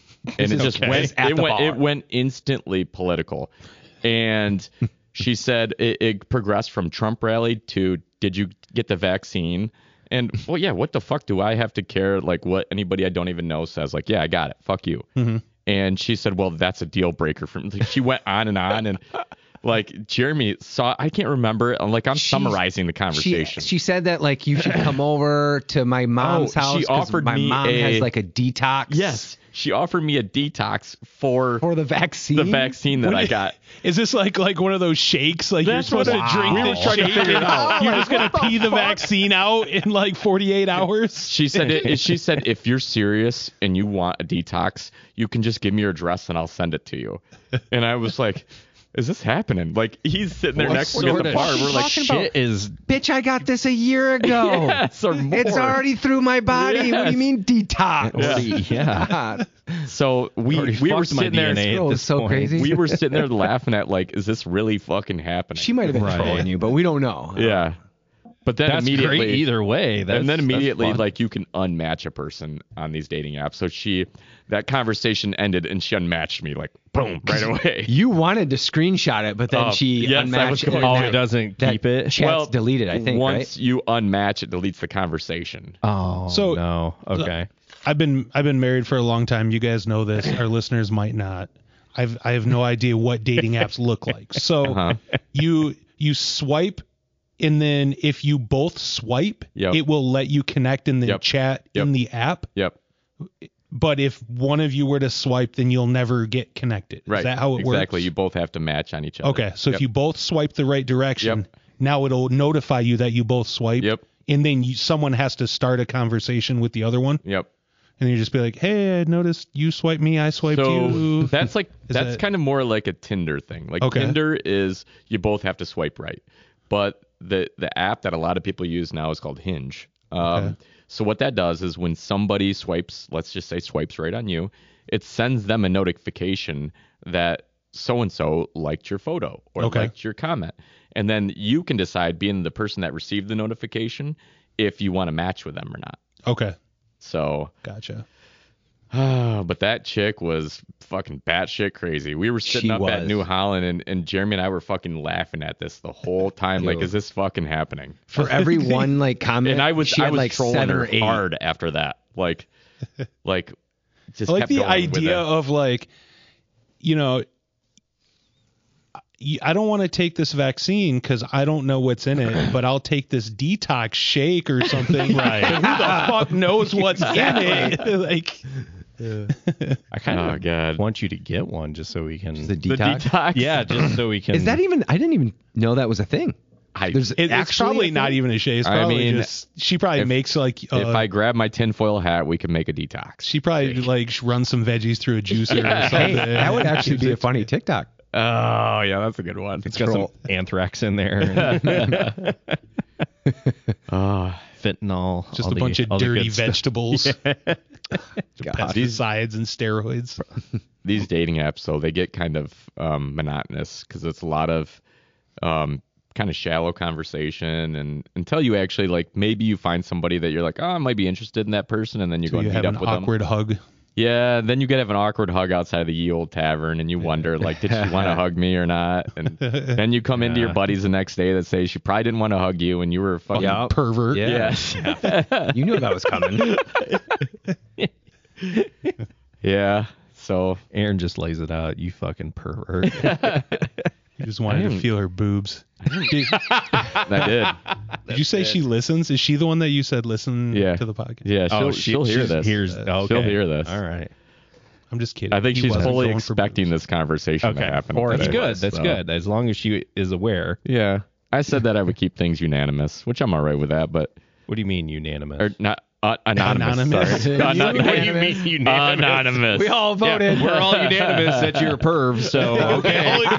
Speaker 3: and it just went.
Speaker 1: at
Speaker 3: It
Speaker 1: the
Speaker 3: went.
Speaker 1: bar.
Speaker 3: It went instantly political. And she said it, it progressed from Trump rally to "Did you get the vaccine?" And well, yeah. What the fuck do I have to care? Like what anybody I don't even know says? Like, yeah, I got it. Fuck you.
Speaker 1: Mm-hmm.
Speaker 3: And she said, well, that's a deal breaker for me. Like, she went on and on and. Like Jeremy saw, I can't remember. Like I'm summarizing the
Speaker 1: She,
Speaker 3: conversation.
Speaker 1: she said that like you should come over to my mom's
Speaker 3: Oh, she
Speaker 1: house 'cause
Speaker 3: offered
Speaker 1: my
Speaker 3: me
Speaker 1: mom
Speaker 3: a-
Speaker 1: has like a detox.
Speaker 3: yes, she offered me a detox for,
Speaker 1: for the vaccine.
Speaker 3: the vaccine that I got.
Speaker 2: Is this like like one of those shakes? Like
Speaker 3: That's
Speaker 2: you're
Speaker 3: what
Speaker 2: supposed
Speaker 3: I-
Speaker 2: to drink
Speaker 3: we
Speaker 2: the
Speaker 3: were trying to
Speaker 2: shake
Speaker 3: figure it
Speaker 2: and
Speaker 3: out.
Speaker 2: You're just gonna pee the vaccine out in like 48
Speaker 3: Oh,
Speaker 2: hours.
Speaker 3: She said, it, she said, if you're serious and you want a detox, you can just give me your address and I'll send it to you. And I was like, is this happening? Like he's sitting there
Speaker 1: What
Speaker 3: next to me at
Speaker 1: sort
Speaker 3: the
Speaker 1: of
Speaker 3: bar.
Speaker 1: shit
Speaker 3: We're like,
Speaker 1: talking
Speaker 3: shit
Speaker 1: about?
Speaker 3: is
Speaker 1: Bitch, I got this a year ago.
Speaker 3: yes or more.
Speaker 1: It's already through my body. What do
Speaker 3: Yes.
Speaker 1: you mean detox?
Speaker 3: yeah.
Speaker 1: God.
Speaker 3: So we
Speaker 5: Already
Speaker 3: we were
Speaker 5: fucked my
Speaker 3: sitting there.
Speaker 5: DNA.
Speaker 1: Girl
Speaker 5: at
Speaker 1: is
Speaker 5: this
Speaker 1: so
Speaker 5: point.
Speaker 1: crazy.
Speaker 3: We were sitting there laughing at like, is this really fucking happening?
Speaker 1: She might have been
Speaker 5: Right.
Speaker 1: trolling you, but we don't know.
Speaker 3: Yeah. But then
Speaker 5: That's
Speaker 3: immediately
Speaker 5: great either way. That's,
Speaker 3: and then
Speaker 5: that's
Speaker 3: immediately
Speaker 5: fun.
Speaker 3: like you can unmatch a person on these dating apps. So she that conversation ended and she unmatched me like boom right away.
Speaker 1: You wanted to screenshot it, but then
Speaker 3: Oh,
Speaker 1: she
Speaker 3: yes, I was
Speaker 1: unmatched it.
Speaker 3: going-
Speaker 1: and
Speaker 5: oh,
Speaker 1: that-
Speaker 5: it doesn't
Speaker 1: that
Speaker 5: keep it.
Speaker 1: Chat's deleted, I think,
Speaker 3: once
Speaker 1: right?
Speaker 3: you unmatch it deletes the conversation.
Speaker 5: Oh
Speaker 2: So-
Speaker 5: no. Okay.
Speaker 2: I've been I've been married for a long time. You guys know this. Our listeners might not. I've I have no idea what dating apps look like. So
Speaker 3: Uh-huh.
Speaker 2: you you swipe and then if you both swipe,
Speaker 3: Yep.
Speaker 2: it will let you connect and then
Speaker 3: Yep.
Speaker 2: chat in
Speaker 3: Yep.
Speaker 2: the app.
Speaker 3: Yep.
Speaker 2: But if one of you were to swipe, then you'll never get connected.
Speaker 3: Right.
Speaker 2: Is that how it
Speaker 3: exactly.
Speaker 2: works?
Speaker 3: You both have to match on each other.
Speaker 2: Okay, so if
Speaker 3: Yep.
Speaker 2: you both swipe the right direction,
Speaker 3: Yep.
Speaker 2: now it'll notify you that you both swipe.
Speaker 3: Yep.
Speaker 2: And then you, someone has to start a conversation with the other one,
Speaker 3: Yep.
Speaker 2: and you just be like, "Hey, I noticed you swiped me. I swiped
Speaker 3: So
Speaker 2: you."
Speaker 3: that's like that's
Speaker 2: that-
Speaker 3: kind of more like a Tinder thing. Like
Speaker 2: Okay.
Speaker 3: Tinder is you both have to swipe right, but the the app that a lot of people use now is called Hinge. Um,
Speaker 2: Okay.
Speaker 3: So what that does is when somebody swipes, let's just say swipes right on you, it sends them a notification that so and so liked your photo or
Speaker 2: Okay.
Speaker 3: liked your comment, and then you can decide, being the person that received the notification, if you want to match with them or not.
Speaker 2: okay,
Speaker 3: So
Speaker 2: gotcha.
Speaker 3: Ah, but that chick was fucking batshit crazy. We were sitting
Speaker 1: She
Speaker 3: up at
Speaker 1: was.
Speaker 3: New Holland, and, and Jeremy and I were fucking laughing at this the whole time. like,
Speaker 1: Dude.
Speaker 3: is this fucking happening?
Speaker 1: For every one like comment,
Speaker 3: And I was
Speaker 1: she
Speaker 3: I
Speaker 1: had
Speaker 3: was
Speaker 1: like
Speaker 3: trolling
Speaker 1: seven
Speaker 3: her
Speaker 1: or eight.
Speaker 3: hard after that. Like, like just
Speaker 2: I like
Speaker 3: kept
Speaker 2: the
Speaker 3: going with
Speaker 2: idea
Speaker 3: it.
Speaker 2: of like, you know, I- I don't want to take this vaccine because I don't know what's in it, but I'll take this detox shake or something. right? Who the fuck knows what's in it? like,
Speaker 5: I kind
Speaker 3: Oh
Speaker 5: of
Speaker 3: god,
Speaker 5: want you to get one just so we can.
Speaker 1: The
Speaker 3: the
Speaker 1: detox.
Speaker 3: detox.
Speaker 5: yeah, just so we can.
Speaker 1: Is that even? I didn't even know that was a thing.
Speaker 3: I,
Speaker 1: There's
Speaker 2: It, it's
Speaker 1: actually
Speaker 2: probably
Speaker 1: a
Speaker 2: not
Speaker 1: thing?
Speaker 2: even a she. It's
Speaker 3: I
Speaker 2: probably
Speaker 3: mean,
Speaker 2: just she probably
Speaker 3: if-
Speaker 2: makes like uh,
Speaker 3: if I grab my tinfoil hat, we can make a detox.
Speaker 2: she probably like sh- runs some veggies through a juicer or
Speaker 1: Hey,
Speaker 2: something.
Speaker 1: that would actually be a funny TikTok.
Speaker 3: Oh yeah, that's a good one.
Speaker 5: It's got some anthrax in there, and
Speaker 3: Oh,
Speaker 5: fentanyl,
Speaker 2: just
Speaker 5: all
Speaker 2: a
Speaker 5: the-
Speaker 2: bunch
Speaker 5: all
Speaker 2: of
Speaker 5: the good
Speaker 2: dirty
Speaker 5: stuff.
Speaker 2: vegetables,
Speaker 1: God.
Speaker 2: pesticides, and steroids.
Speaker 3: these dating apps though they get kind of um, monotonous because it's a lot of um, kind of shallow conversation and until you actually like maybe you find somebody that you're like oh i might be interested in that person and then you go
Speaker 2: You
Speaker 3: and meet
Speaker 2: have
Speaker 3: up
Speaker 2: an
Speaker 3: with them
Speaker 2: awkward hug.
Speaker 3: yeah then you could have an awkward hug outside of the ye old tavern and you wonder like did she want to hug me or not and then you come into your buddies the next day that say she probably didn't want to hug you and you were a fucking
Speaker 2: fucking pervert.
Speaker 5: Yeah.
Speaker 3: yes
Speaker 1: You knew that was coming.
Speaker 3: yeah so
Speaker 5: Aaron just lays it out. You fucking pervert.
Speaker 2: You just wanted to
Speaker 3: didn't-
Speaker 2: feel her boobs. Did,
Speaker 3: that did
Speaker 2: did you say she listens? Is she the one that you said listen
Speaker 3: Yeah.
Speaker 2: to the podcast?
Speaker 3: yeah she'll,
Speaker 5: Oh, she-
Speaker 3: she'll hear
Speaker 5: she's-
Speaker 3: this
Speaker 5: Hears, okay.
Speaker 3: she'll hear this
Speaker 5: All right.
Speaker 2: I'm just kidding.
Speaker 3: I think
Speaker 2: He
Speaker 3: she's
Speaker 2: wasn't
Speaker 3: fully
Speaker 2: going for
Speaker 3: expecting this conversation
Speaker 5: Okay.
Speaker 3: to happen.
Speaker 5: Or
Speaker 3: today.
Speaker 5: that's good. That's
Speaker 3: So-
Speaker 5: good. As long as she is aware.
Speaker 3: Yeah. I said that I would keep things unanimous, which I'm all right with that, but
Speaker 5: What do you mean unanimous?
Speaker 3: or not uh, anonymous.
Speaker 2: Anonymous.
Speaker 3: Sorry.
Speaker 5: What do you mean unanimous?
Speaker 3: Anonymous.
Speaker 1: We all voted,
Speaker 5: We're all unanimous that you're a perv, so okay.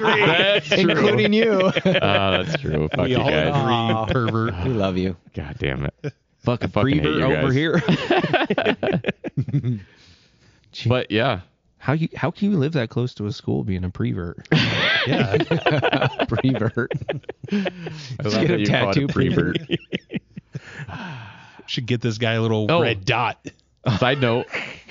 Speaker 3: That's true.
Speaker 1: including you.
Speaker 3: Uh, that's true. Fuck
Speaker 2: We
Speaker 3: you
Speaker 2: all
Speaker 3: guys.
Speaker 1: Aw.
Speaker 2: agree, pervert.
Speaker 1: we love you.
Speaker 3: God damn it. Fuck a fucking hate
Speaker 5: Prever
Speaker 3: you guys.
Speaker 5: over here.
Speaker 3: But yeah,
Speaker 5: How you how can you live that close to a school being a prevert?
Speaker 2: Yeah.
Speaker 1: Prevert.
Speaker 3: I
Speaker 1: Just
Speaker 3: love
Speaker 1: get
Speaker 3: that
Speaker 1: a
Speaker 3: you called
Speaker 1: tattoo,
Speaker 3: it prevert.
Speaker 2: Should get this guy a little
Speaker 3: Oh.
Speaker 2: red dot.
Speaker 3: side note.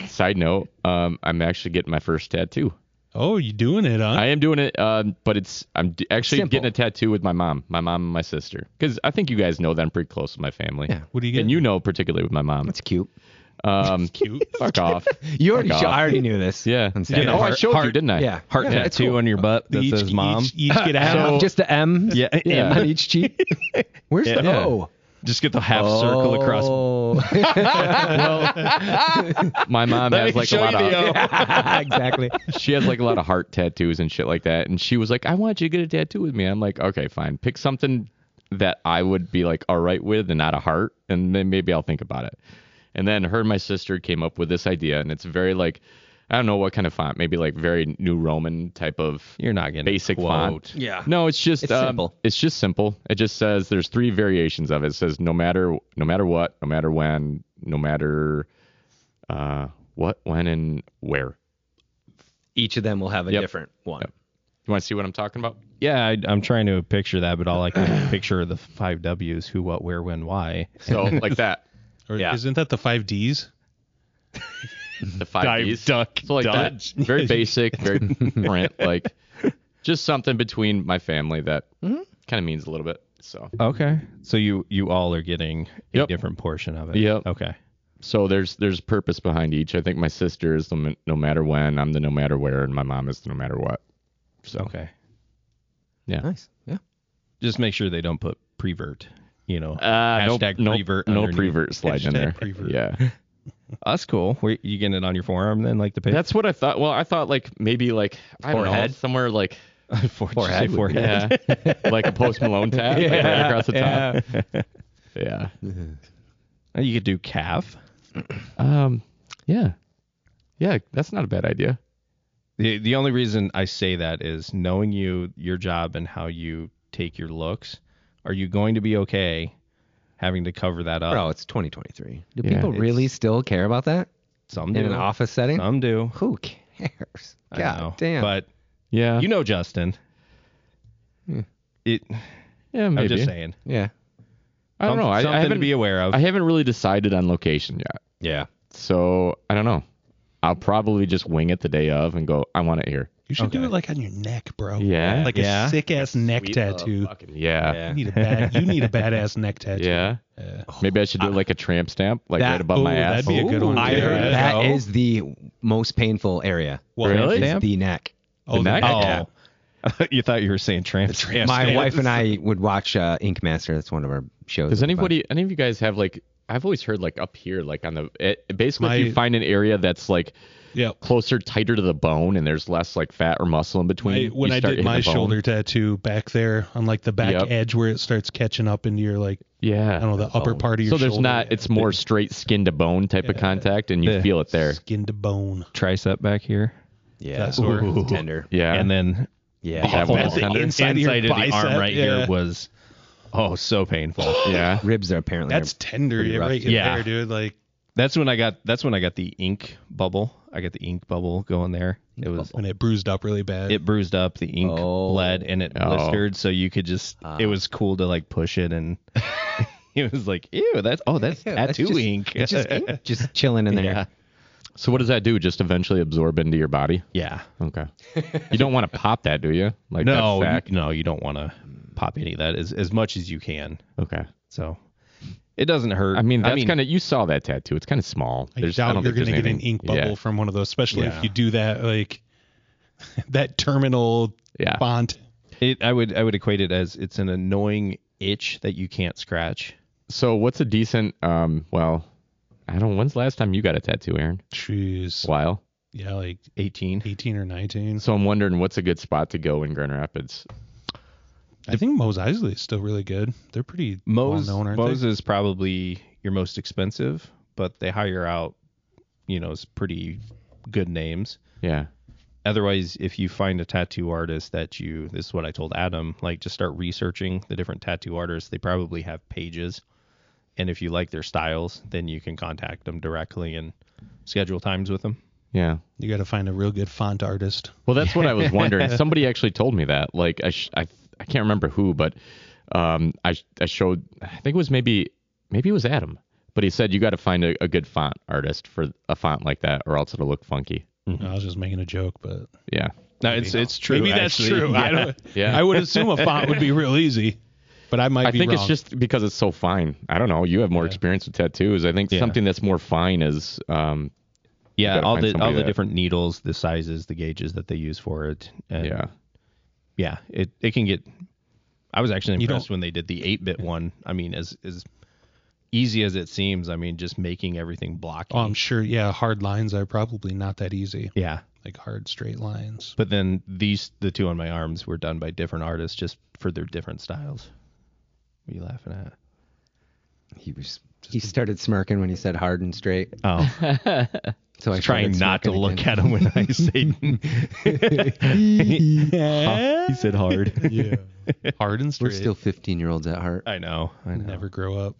Speaker 3: Side note. Um, I'm actually getting my first tattoo.
Speaker 2: Oh, you doing it, huh?
Speaker 3: I am doing it, um, but it's I'm d- actually
Speaker 1: Simple.
Speaker 3: getting a tattoo with my mom, my mom and my sister, because I think you guys know that I'm pretty close with my family.
Speaker 1: Yeah.
Speaker 2: what do you get?
Speaker 3: And you know particularly with my mom.
Speaker 1: That's cute.
Speaker 3: Um,
Speaker 2: cute.
Speaker 3: fuck off.
Speaker 1: You already.
Speaker 3: Fuck
Speaker 1: sho-
Speaker 3: off.
Speaker 1: I already knew this.
Speaker 3: Yeah.
Speaker 1: On
Speaker 3: You did
Speaker 1: Saturday.
Speaker 3: a Oh, I
Speaker 5: heart-
Speaker 3: showed you,
Speaker 5: heart-
Speaker 3: didn't I?
Speaker 1: Yeah.
Speaker 5: Heart
Speaker 1: yeah, it's
Speaker 5: tattoo
Speaker 1: cool.
Speaker 5: on your butt that
Speaker 2: each,
Speaker 5: says mom.
Speaker 2: Each, each get a half.
Speaker 1: Um, just the M.
Speaker 5: Yeah,
Speaker 1: M
Speaker 3: Yeah.
Speaker 1: on each cheek. Where's the
Speaker 3: Yeah.
Speaker 1: O?
Speaker 5: Just get the half circle across.
Speaker 1: Oh. across.
Speaker 3: My mom has like a lot of
Speaker 1: exactly.
Speaker 3: she has like a lot of heart tattoos and shit like that. And she was like, I want you to get a tattoo with me. I'm like, okay, fine. Pick something that I would be like all right with and not a heart, and then maybe I'll think about it. And then her and my sister came up with this idea, and it's very like I don't know what kind of font, maybe like very new Roman type of
Speaker 5: You're not getting
Speaker 3: basic
Speaker 5: quote.
Speaker 3: font.
Speaker 1: Yeah.
Speaker 3: No, it's just
Speaker 1: It's
Speaker 3: um,
Speaker 1: simple.
Speaker 3: It's just simple. It just says there's three variations of it. It says no matter no matter what, no matter when, no matter uh what, when and where.
Speaker 1: Each of them will have a
Speaker 3: Yep.
Speaker 1: different one.
Speaker 3: You want to see what I'm talking about?
Speaker 5: Yeah, I, I'm trying to picture that, but all I can picture are the five W's: who, what, where, when, why.
Speaker 3: So like that.
Speaker 2: Or
Speaker 1: yeah.
Speaker 2: Isn't that the five D's?
Speaker 3: The five
Speaker 5: Dive,
Speaker 3: Ds.
Speaker 5: duck,
Speaker 3: So like
Speaker 5: dodge.
Speaker 3: that. Very basic, very print, like just something between my family that kind of means a little bit. So
Speaker 5: Okay, so you you all are getting a
Speaker 3: Yep.
Speaker 5: different portion of it.
Speaker 3: Yep.
Speaker 5: Okay.
Speaker 3: so there's there's purpose behind each. I think my sister is the m- no matter when, I'm the no matter where, and my mom is the no matter what. So
Speaker 5: Okay.
Speaker 3: yeah.
Speaker 1: Nice. Yeah.
Speaker 5: Just make sure they don't put prevert. You know.
Speaker 3: Uh, no,
Speaker 5: Hashtag
Speaker 3: no,
Speaker 5: prevert
Speaker 3: no
Speaker 5: underneath.
Speaker 3: prevert slide in
Speaker 2: Hashtag
Speaker 3: there.
Speaker 2: prevert.
Speaker 3: Yeah,
Speaker 5: That's cool. Were you getting it on your forearm then, like the picture?
Speaker 3: that's what I thought. Well, I thought like maybe like I don't know,
Speaker 5: Forehead?
Speaker 3: somewhere like
Speaker 5: forehead. forehead.
Speaker 3: yeah, like a post Malone tag like, right across the top. Yeah,
Speaker 5: You could do calf.
Speaker 3: Um, yeah, yeah, that's not a bad idea.
Speaker 5: The the only reason I say that is knowing you, your job, and how you take your looks. Are you going to be okay having to cover that up?
Speaker 1: Bro, it's 2023. Do
Speaker 3: Yeah.
Speaker 1: people really still care about that
Speaker 5: Some
Speaker 1: in
Speaker 5: do.
Speaker 1: an office setting?
Speaker 5: Some do.
Speaker 1: Who cares?
Speaker 5: I know.
Speaker 1: God damn.
Speaker 5: But
Speaker 3: Yeah,
Speaker 5: you know Justin. It.
Speaker 3: yeah, maybe.
Speaker 5: I'm just saying.
Speaker 1: yeah.
Speaker 3: I don't know. I,
Speaker 5: Something
Speaker 3: I
Speaker 5: to
Speaker 3: haven't
Speaker 5: be aware of.
Speaker 3: I haven't really decided on location yet,
Speaker 1: Yeah.
Speaker 3: so I don't know. I'll probably just wing it the day of and go. I want it here.
Speaker 2: You should do
Speaker 5: Okay.
Speaker 2: it like on your neck, bro.
Speaker 3: Yeah.
Speaker 2: Like
Speaker 5: Yeah.
Speaker 2: a sick ass neck
Speaker 3: uh,
Speaker 2: tattoo.
Speaker 3: yeah,
Speaker 2: You need a bad. You need a badass neck tattoo.
Speaker 3: yeah. Maybe I should do like a tramp stamp, like
Speaker 1: That-
Speaker 3: right above my
Speaker 2: ooh,
Speaker 3: ass.
Speaker 2: that'd be a good one.
Speaker 1: I
Speaker 2: Yeah.
Speaker 1: heard that
Speaker 5: Yeah.
Speaker 1: is the most painful area.
Speaker 2: Well,
Speaker 3: Really?
Speaker 1: Is
Speaker 5: Damn.
Speaker 1: the neck.
Speaker 2: Oh, the
Speaker 3: neck?
Speaker 2: neck.
Speaker 5: Oh. you thought you were saying trans.
Speaker 1: My wife and I would watch uh, Ink Master. That's one of our shows.
Speaker 3: Does
Speaker 1: at the
Speaker 3: anybody, any of you guys have like? I've always heard like up here, like on the. It, eh, basically, if
Speaker 2: My-
Speaker 3: you find an area that's like
Speaker 2: Yeah.
Speaker 3: closer, tighter to the bone, and there's less like fat or muscle in between.
Speaker 2: I, when
Speaker 3: you
Speaker 2: I
Speaker 3: start
Speaker 2: did
Speaker 3: hitting
Speaker 2: my
Speaker 3: the bone.
Speaker 2: shoulder tattoo back there on like the back
Speaker 3: Yep.
Speaker 2: edge where it starts catching up into your like
Speaker 3: yeah,
Speaker 2: I don't know the upper part of your
Speaker 3: so there's
Speaker 2: shoulder.
Speaker 3: not. It's more straight skin to bone type of contact, and you
Speaker 5: The-
Speaker 3: feel it there.
Speaker 2: skin to bone.
Speaker 5: Tricep back here,
Speaker 1: Yeah.
Speaker 2: That's where-
Speaker 1: Ooh. tender.
Speaker 3: Yeah,
Speaker 5: and then
Speaker 1: Yeah.
Speaker 3: Oh,
Speaker 5: the
Speaker 3: tender?
Speaker 5: inside,
Speaker 2: Inside your
Speaker 5: of the arm
Speaker 2: bicep,
Speaker 5: right
Speaker 2: yeah.
Speaker 5: here was oh so painful.
Speaker 3: yeah,
Speaker 1: Ribs are apparently.
Speaker 2: That's tender
Speaker 1: pretty
Speaker 2: yeah,
Speaker 1: rough.
Speaker 2: right in
Speaker 5: Yeah.
Speaker 2: there, dude. Like
Speaker 5: that's when I got that's when I got the ink bubble. I got the ink bubble going there. It was
Speaker 2: when it bruised up really bad.
Speaker 5: it bruised up the ink
Speaker 1: Oh. Ah.
Speaker 5: bled and it
Speaker 3: Oh.
Speaker 5: blistered so you could just it was cool to like push it and it was like ew that's oh that's
Speaker 1: Ew, that's
Speaker 5: tattoo
Speaker 1: just-
Speaker 5: ink.
Speaker 1: it's just ink just chilling in there.
Speaker 5: yeah.
Speaker 3: So what does that do? Just eventually absorb into your body.
Speaker 5: Yeah.
Speaker 3: Okay. You don't want to pop that, do you? Like
Speaker 5: no,
Speaker 3: that
Speaker 5: you,
Speaker 3: sack?
Speaker 5: no, you don't want to
Speaker 1: Hmm.
Speaker 5: pop any of that as, as much as you can.
Speaker 3: Okay.
Speaker 5: So it doesn't hurt.
Speaker 3: I mean, that's kind of you saw that tattoo. It's kind of small.
Speaker 2: I
Speaker 3: There's-
Speaker 2: doubt
Speaker 3: don't
Speaker 2: you're
Speaker 3: think
Speaker 2: gonna
Speaker 3: there's
Speaker 2: get an
Speaker 3: anything-
Speaker 2: ink bubble
Speaker 3: Yeah.
Speaker 2: from one of those, especially
Speaker 5: Yeah.
Speaker 2: if you do that like that terminal
Speaker 3: Yeah.
Speaker 2: font.
Speaker 5: It, I would I would equate it as it's an annoying itch that you can't scratch.
Speaker 3: So what's a decent? Um. Well, I don't. When's the last time you got a tattoo, Aaron?
Speaker 2: Jeez.
Speaker 3: A while.
Speaker 2: Yeah, like
Speaker 5: 18.
Speaker 2: 18 or 19.
Speaker 3: So I'm wondering what's a good spot to go in Grand Rapids.
Speaker 2: I think Mose Eisley is still really good. They're pretty
Speaker 5: Moe's,
Speaker 2: well known, aren't
Speaker 5: Moe's is probably your most expensive, but they hire out, you know, it's pretty good names.
Speaker 3: Yeah.
Speaker 5: Otherwise, if you find a tattoo artist that you, this is what I told Adam, like just start researching the different tattoo artists. They probably have pages. And if you like their styles, then you can contact them directly and schedule times with them.
Speaker 3: Yeah.
Speaker 2: they? You got to find a real good font artist.
Speaker 3: Well, that's what I was wondering. Somebody actually told me that. Like, I, sh- I, I can't remember who, but um, I, sh- I showed. I think it was maybe, maybe it was Adam. But he said you got to find a, a good font artist for a font like that, or else it'll look funky.
Speaker 2: I was just making a joke, but
Speaker 3: Yeah.
Speaker 5: No, it's, it's true.
Speaker 2: maybe that's
Speaker 5: actually.
Speaker 2: true. I don't.
Speaker 3: Yeah.
Speaker 2: I would assume a font would be real easy, but I might
Speaker 3: I
Speaker 2: be
Speaker 3: think
Speaker 2: wrong.
Speaker 3: it's just because it's so fine. I don't know. You have more experience with tattoos. I think something that's more fine is, um,
Speaker 5: Yeah,
Speaker 3: gotta
Speaker 5: all
Speaker 3: find
Speaker 5: the all
Speaker 3: somebody
Speaker 5: the
Speaker 3: that-
Speaker 5: different needles, the sizes, the gauges that they use for it. And
Speaker 3: yeah.
Speaker 5: yeah, it it can get. I was actually
Speaker 2: You
Speaker 5: impressed
Speaker 2: don't-
Speaker 5: when they did the eight bit one. I mean, as as easy as it seems, I mean, just making everything blocky.
Speaker 2: Oh, I'm sure. Yeah, hard lines are probably not that easy.
Speaker 5: yeah,
Speaker 2: Like hard straight lines.
Speaker 5: but then these the two on my arms were done by different artists just for their different styles. What are you laughing at?
Speaker 1: He was. He started smirking when he said hard and straight.
Speaker 5: Oh,
Speaker 1: So I
Speaker 5: trying
Speaker 1: started
Speaker 5: not to
Speaker 1: smirking
Speaker 5: look
Speaker 1: again.
Speaker 5: at him when I say. he said hard.
Speaker 2: Yeah. hard and straight.
Speaker 1: We're still 15 year olds at heart.
Speaker 5: I know. I know.
Speaker 2: never grow up.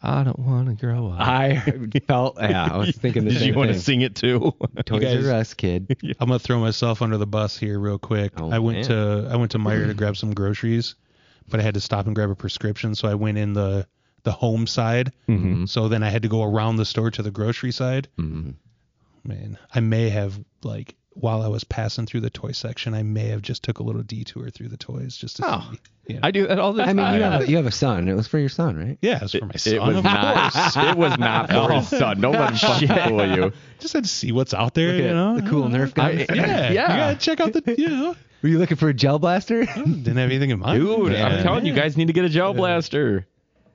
Speaker 5: I don't want to grow up.
Speaker 1: I felt. Yeah, I was thinking the
Speaker 5: Did
Speaker 1: same
Speaker 5: Ah, you want to
Speaker 1: thing.
Speaker 5: sing it too?
Speaker 1: Toys
Speaker 2: guys-
Speaker 1: R Us kid.
Speaker 2: I'm gonna throw myself under the bus here real quick.
Speaker 1: Oh,
Speaker 2: I went
Speaker 1: man.
Speaker 2: to I went to Meyer to grab some groceries, but I had to stop and grab a prescription, so I went in the the home side. Mm-hmm. So then I had to go around the store to the grocery side.
Speaker 1: Mm-hmm.
Speaker 3: Mhm.
Speaker 2: Man, I may have like while I was passing through the toy section, I may have just took a little detour through the toys just to
Speaker 5: Oh.
Speaker 2: see. Yeah,
Speaker 5: I do that all the
Speaker 1: I
Speaker 5: time.
Speaker 1: mean, you have, a, you have a son. It was for your son, right?
Speaker 2: yeah, it was for my son.
Speaker 3: It was
Speaker 2: of
Speaker 3: not.
Speaker 2: course.
Speaker 3: It was not for his son. Don't let him fucking fool you.
Speaker 2: Just had to see what's out there,
Speaker 1: Look
Speaker 2: you
Speaker 1: at
Speaker 2: know.
Speaker 1: the cool Nerf gun.
Speaker 2: yeah,
Speaker 3: Yeah.
Speaker 2: You gotta check out the you know.
Speaker 1: Were you looking for a gel blaster?
Speaker 2: Didn't have anything in mind.
Speaker 3: Dude, I'm
Speaker 2: man.
Speaker 3: telling you guys need to get a gel blaster.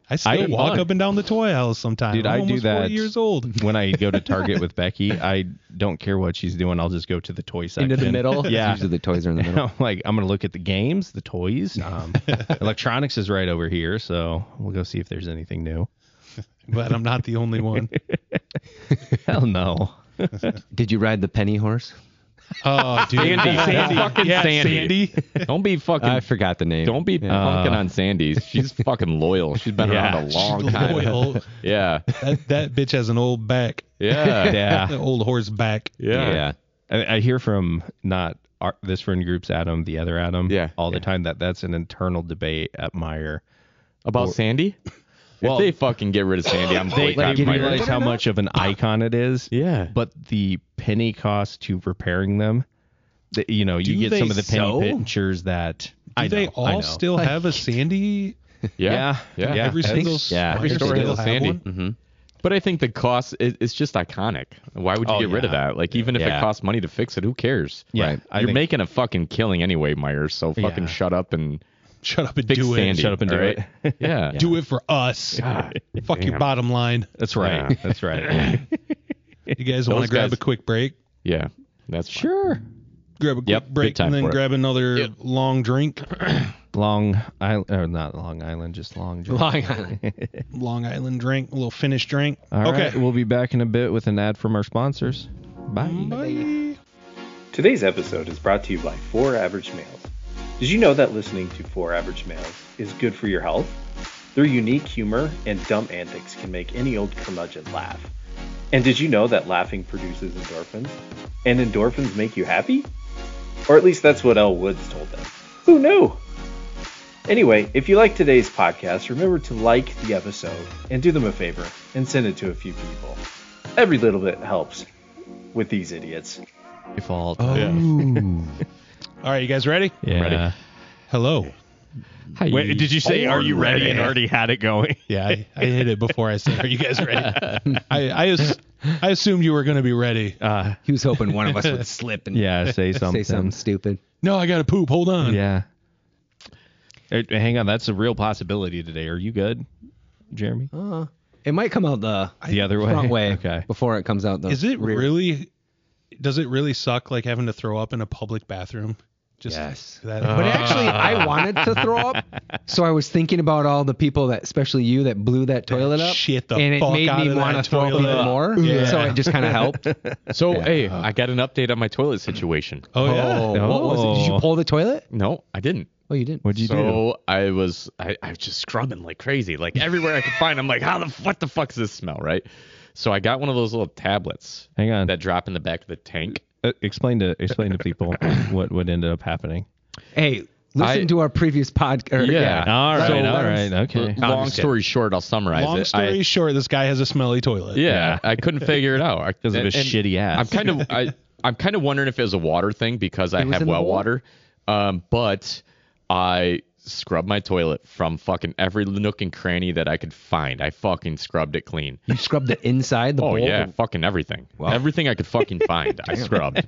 Speaker 2: I still
Speaker 5: I-
Speaker 2: walk
Speaker 5: Look.
Speaker 2: up and down the toy aisle sometimes.
Speaker 5: Dude,
Speaker 2: I'm
Speaker 5: I do
Speaker 2: almost
Speaker 5: that.
Speaker 2: 40 years old.
Speaker 5: when I go to Target with Becky, I don't care what she's doing. I'll just go to the toy section.
Speaker 1: Into the middle.
Speaker 5: Yeah.
Speaker 1: Usually the toys are in the middle.
Speaker 5: I'm like, I'm gonna look at the games, the toys. Um, electronics is right over here, so we'll go see if there's anything new.
Speaker 2: But I'm not the only one.
Speaker 5: Hell no.
Speaker 1: Did you ride the penny horse?
Speaker 2: Oh, dude.
Speaker 3: Sandy, Sandy, fucking
Speaker 2: Yeah,
Speaker 3: Sandy.
Speaker 2: Sandy.
Speaker 3: Don't be fucking.
Speaker 1: I forgot the name.
Speaker 3: Don't be
Speaker 5: Uh,
Speaker 3: punking on Sandy. She's fucking loyal. She's been
Speaker 5: Yeah,
Speaker 3: around a
Speaker 5: she's
Speaker 3: long time.
Speaker 2: Loyal.
Speaker 3: Yeah.
Speaker 2: Oh, That, that bitch has an old back.
Speaker 3: Yeah.
Speaker 2: An
Speaker 5: Uh, Yeah.
Speaker 2: old horse back.
Speaker 3: Ah. Yeah.
Speaker 1: Yeah.
Speaker 5: I, I hear from not our, this friend group's Adam, the other Adam,
Speaker 3: Yeah,
Speaker 5: all the
Speaker 3: yeah.
Speaker 5: time that that's an internal debate at Meyer.
Speaker 3: About Sandy?
Speaker 5: Well-
Speaker 3: if they fucking get rid of Sandy, I'm
Speaker 5: They,
Speaker 1: God,
Speaker 5: they
Speaker 3: boycotting
Speaker 1: give me
Speaker 3: Meyer.
Speaker 1: like-
Speaker 5: realize how much of an icon it is.
Speaker 3: Yeah.
Speaker 5: but the penny cost to repairing them, the, you know, you
Speaker 2: Do
Speaker 5: get some of
Speaker 2: they
Speaker 5: the penny
Speaker 1: so?
Speaker 5: pictures that
Speaker 2: Do
Speaker 5: I
Speaker 2: they
Speaker 5: know,
Speaker 2: all
Speaker 5: I know.
Speaker 2: still have a Sandy?
Speaker 3: yeah.
Speaker 5: yeah,
Speaker 3: Yeah.
Speaker 5: yeah.
Speaker 2: Every
Speaker 5: I think
Speaker 2: single
Speaker 5: so.
Speaker 3: yeah, every
Speaker 2: Meyer
Speaker 3: store has
Speaker 2: still
Speaker 3: a
Speaker 2: have
Speaker 3: Sandy. Mm-hmm.
Speaker 2: one?
Speaker 3: But I think the cost is it's just iconic. Why would you
Speaker 5: Oh,
Speaker 3: get rid of
Speaker 5: yeah.
Speaker 3: that? Like even if
Speaker 1: Yeah.
Speaker 3: it costs money to fix it, who cares?
Speaker 5: Yeah,
Speaker 3: Right.
Speaker 5: I
Speaker 3: You're
Speaker 5: think-
Speaker 3: making a fucking killing anyway, Meyer. So fucking
Speaker 5: Yeah.
Speaker 3: shut up and
Speaker 2: Shut up and
Speaker 3: fix
Speaker 2: do it.
Speaker 3: Sandy.
Speaker 5: Shut up and do
Speaker 3: all right?
Speaker 5: it.
Speaker 3: yeah.
Speaker 2: Do it for us.
Speaker 3: God,
Speaker 2: Fuck your
Speaker 3: damn.
Speaker 2: bottom line.
Speaker 5: That's right.
Speaker 3: Yeah.
Speaker 5: That's right.
Speaker 2: You guys want to
Speaker 3: Those
Speaker 2: grab
Speaker 3: guys-
Speaker 2: a quick break?
Speaker 3: Yeah, that's fine.
Speaker 5: Sure.
Speaker 2: Grab a quick
Speaker 3: Yep, big
Speaker 2: break
Speaker 3: time
Speaker 2: and
Speaker 3: for
Speaker 2: then
Speaker 3: it.
Speaker 2: grab another long drink.
Speaker 5: Long Island, or not Long Island, just Long John.
Speaker 1: Long Island.
Speaker 2: long Island drink, a little Finnish drink.
Speaker 5: All
Speaker 2: okay.
Speaker 5: right, we'll be back in a bit with an ad from our sponsors.
Speaker 2: Bye.
Speaker 6: Today's episode is brought to you by Four Average Males. Did you know that listening to Four Average Males is good for your health? Their unique humor and dumb antics can make any old curmudgeon laugh. And did you know that laughing produces endorphins? And endorphins make you happy? Or at least that's what Elle Woods told them. Who knew? Anyway, if you like today's podcast, remember to like the episode and do them a favor and send it to a few people. Every little bit helps with these idiots.
Speaker 5: If all
Speaker 3: Oh.
Speaker 2: All right, you guys ready?
Speaker 5: yeah.
Speaker 3: ready.
Speaker 2: Hello.
Speaker 3: Hi.
Speaker 5: Wait, did you say are you ready and already had it going?
Speaker 2: Yeah, I, I hit it before I said, "Are you guys ready?" I I, as, I assumed you were going to be ready.
Speaker 5: Uh,
Speaker 1: He was hoping one of us would slip and
Speaker 5: yeah, say something.
Speaker 1: say something stupid.
Speaker 2: No, I got to poop. Hold on.
Speaker 5: Yeah. Hey, hang on, that's a real possibility today. Are you good, Jeremy?
Speaker 1: It might come out the
Speaker 5: the other way.
Speaker 1: front way
Speaker 5: Okay.
Speaker 1: before it comes out the.
Speaker 2: Is it
Speaker 1: rear.
Speaker 2: really? Does it really suck like having to throw up in a public bathroom? Just
Speaker 1: Yes.
Speaker 2: That,
Speaker 3: Uh,
Speaker 1: But actually, I wanted to throw up, so I was thinking about all the people that, especially you, that blew that toilet up.
Speaker 2: Shit the
Speaker 1: and it
Speaker 2: fuck
Speaker 1: made
Speaker 2: out
Speaker 1: me
Speaker 2: of
Speaker 1: want to
Speaker 2: that
Speaker 1: throw up
Speaker 2: toilet.
Speaker 1: even more.
Speaker 2: Yeah.
Speaker 1: So it just kind of helped.
Speaker 3: So hey, I got an update on my toilet situation.
Speaker 2: oh yeah.
Speaker 1: what was it? Did you pull the toilet?
Speaker 3: No, I didn't.
Speaker 1: Oh, you didn't.
Speaker 5: What'd you do?
Speaker 3: so I was I, I was just scrubbing like crazy, like everywhere I could find. I'm like, how the what the fuck's this smell, right? So I got one of those little tablets
Speaker 5: Hang on.
Speaker 3: that drop in the back of the tank.
Speaker 5: Uh, explain to explain to people what what ended up happening.
Speaker 1: Hey, listen
Speaker 3: I-
Speaker 1: to our previous podcast.
Speaker 3: Yeah.
Speaker 5: All
Speaker 3: So
Speaker 5: right, all
Speaker 3: let's-
Speaker 5: right, okay.
Speaker 3: Long story short, I'll summarize
Speaker 2: Long
Speaker 3: it.
Speaker 2: story
Speaker 3: I,
Speaker 2: short, this guy has a smelly toilet.
Speaker 3: yeah, I couldn't figure it out uh, because
Speaker 5: of his shitty ass.
Speaker 3: I'm kind of I I'm kind of wondering if it was a water thing because I
Speaker 1: was
Speaker 3: have
Speaker 1: in the
Speaker 3: well
Speaker 1: bowl?
Speaker 3: water, um, but I scrubbed my toilet from fucking every nook and cranny that I could find. I fucking scrubbed it clean.
Speaker 1: You scrubbed the inside, the
Speaker 3: Oh
Speaker 1: bowl.
Speaker 3: yeah, fucking everything. Everything I could fucking find, I scrubbed.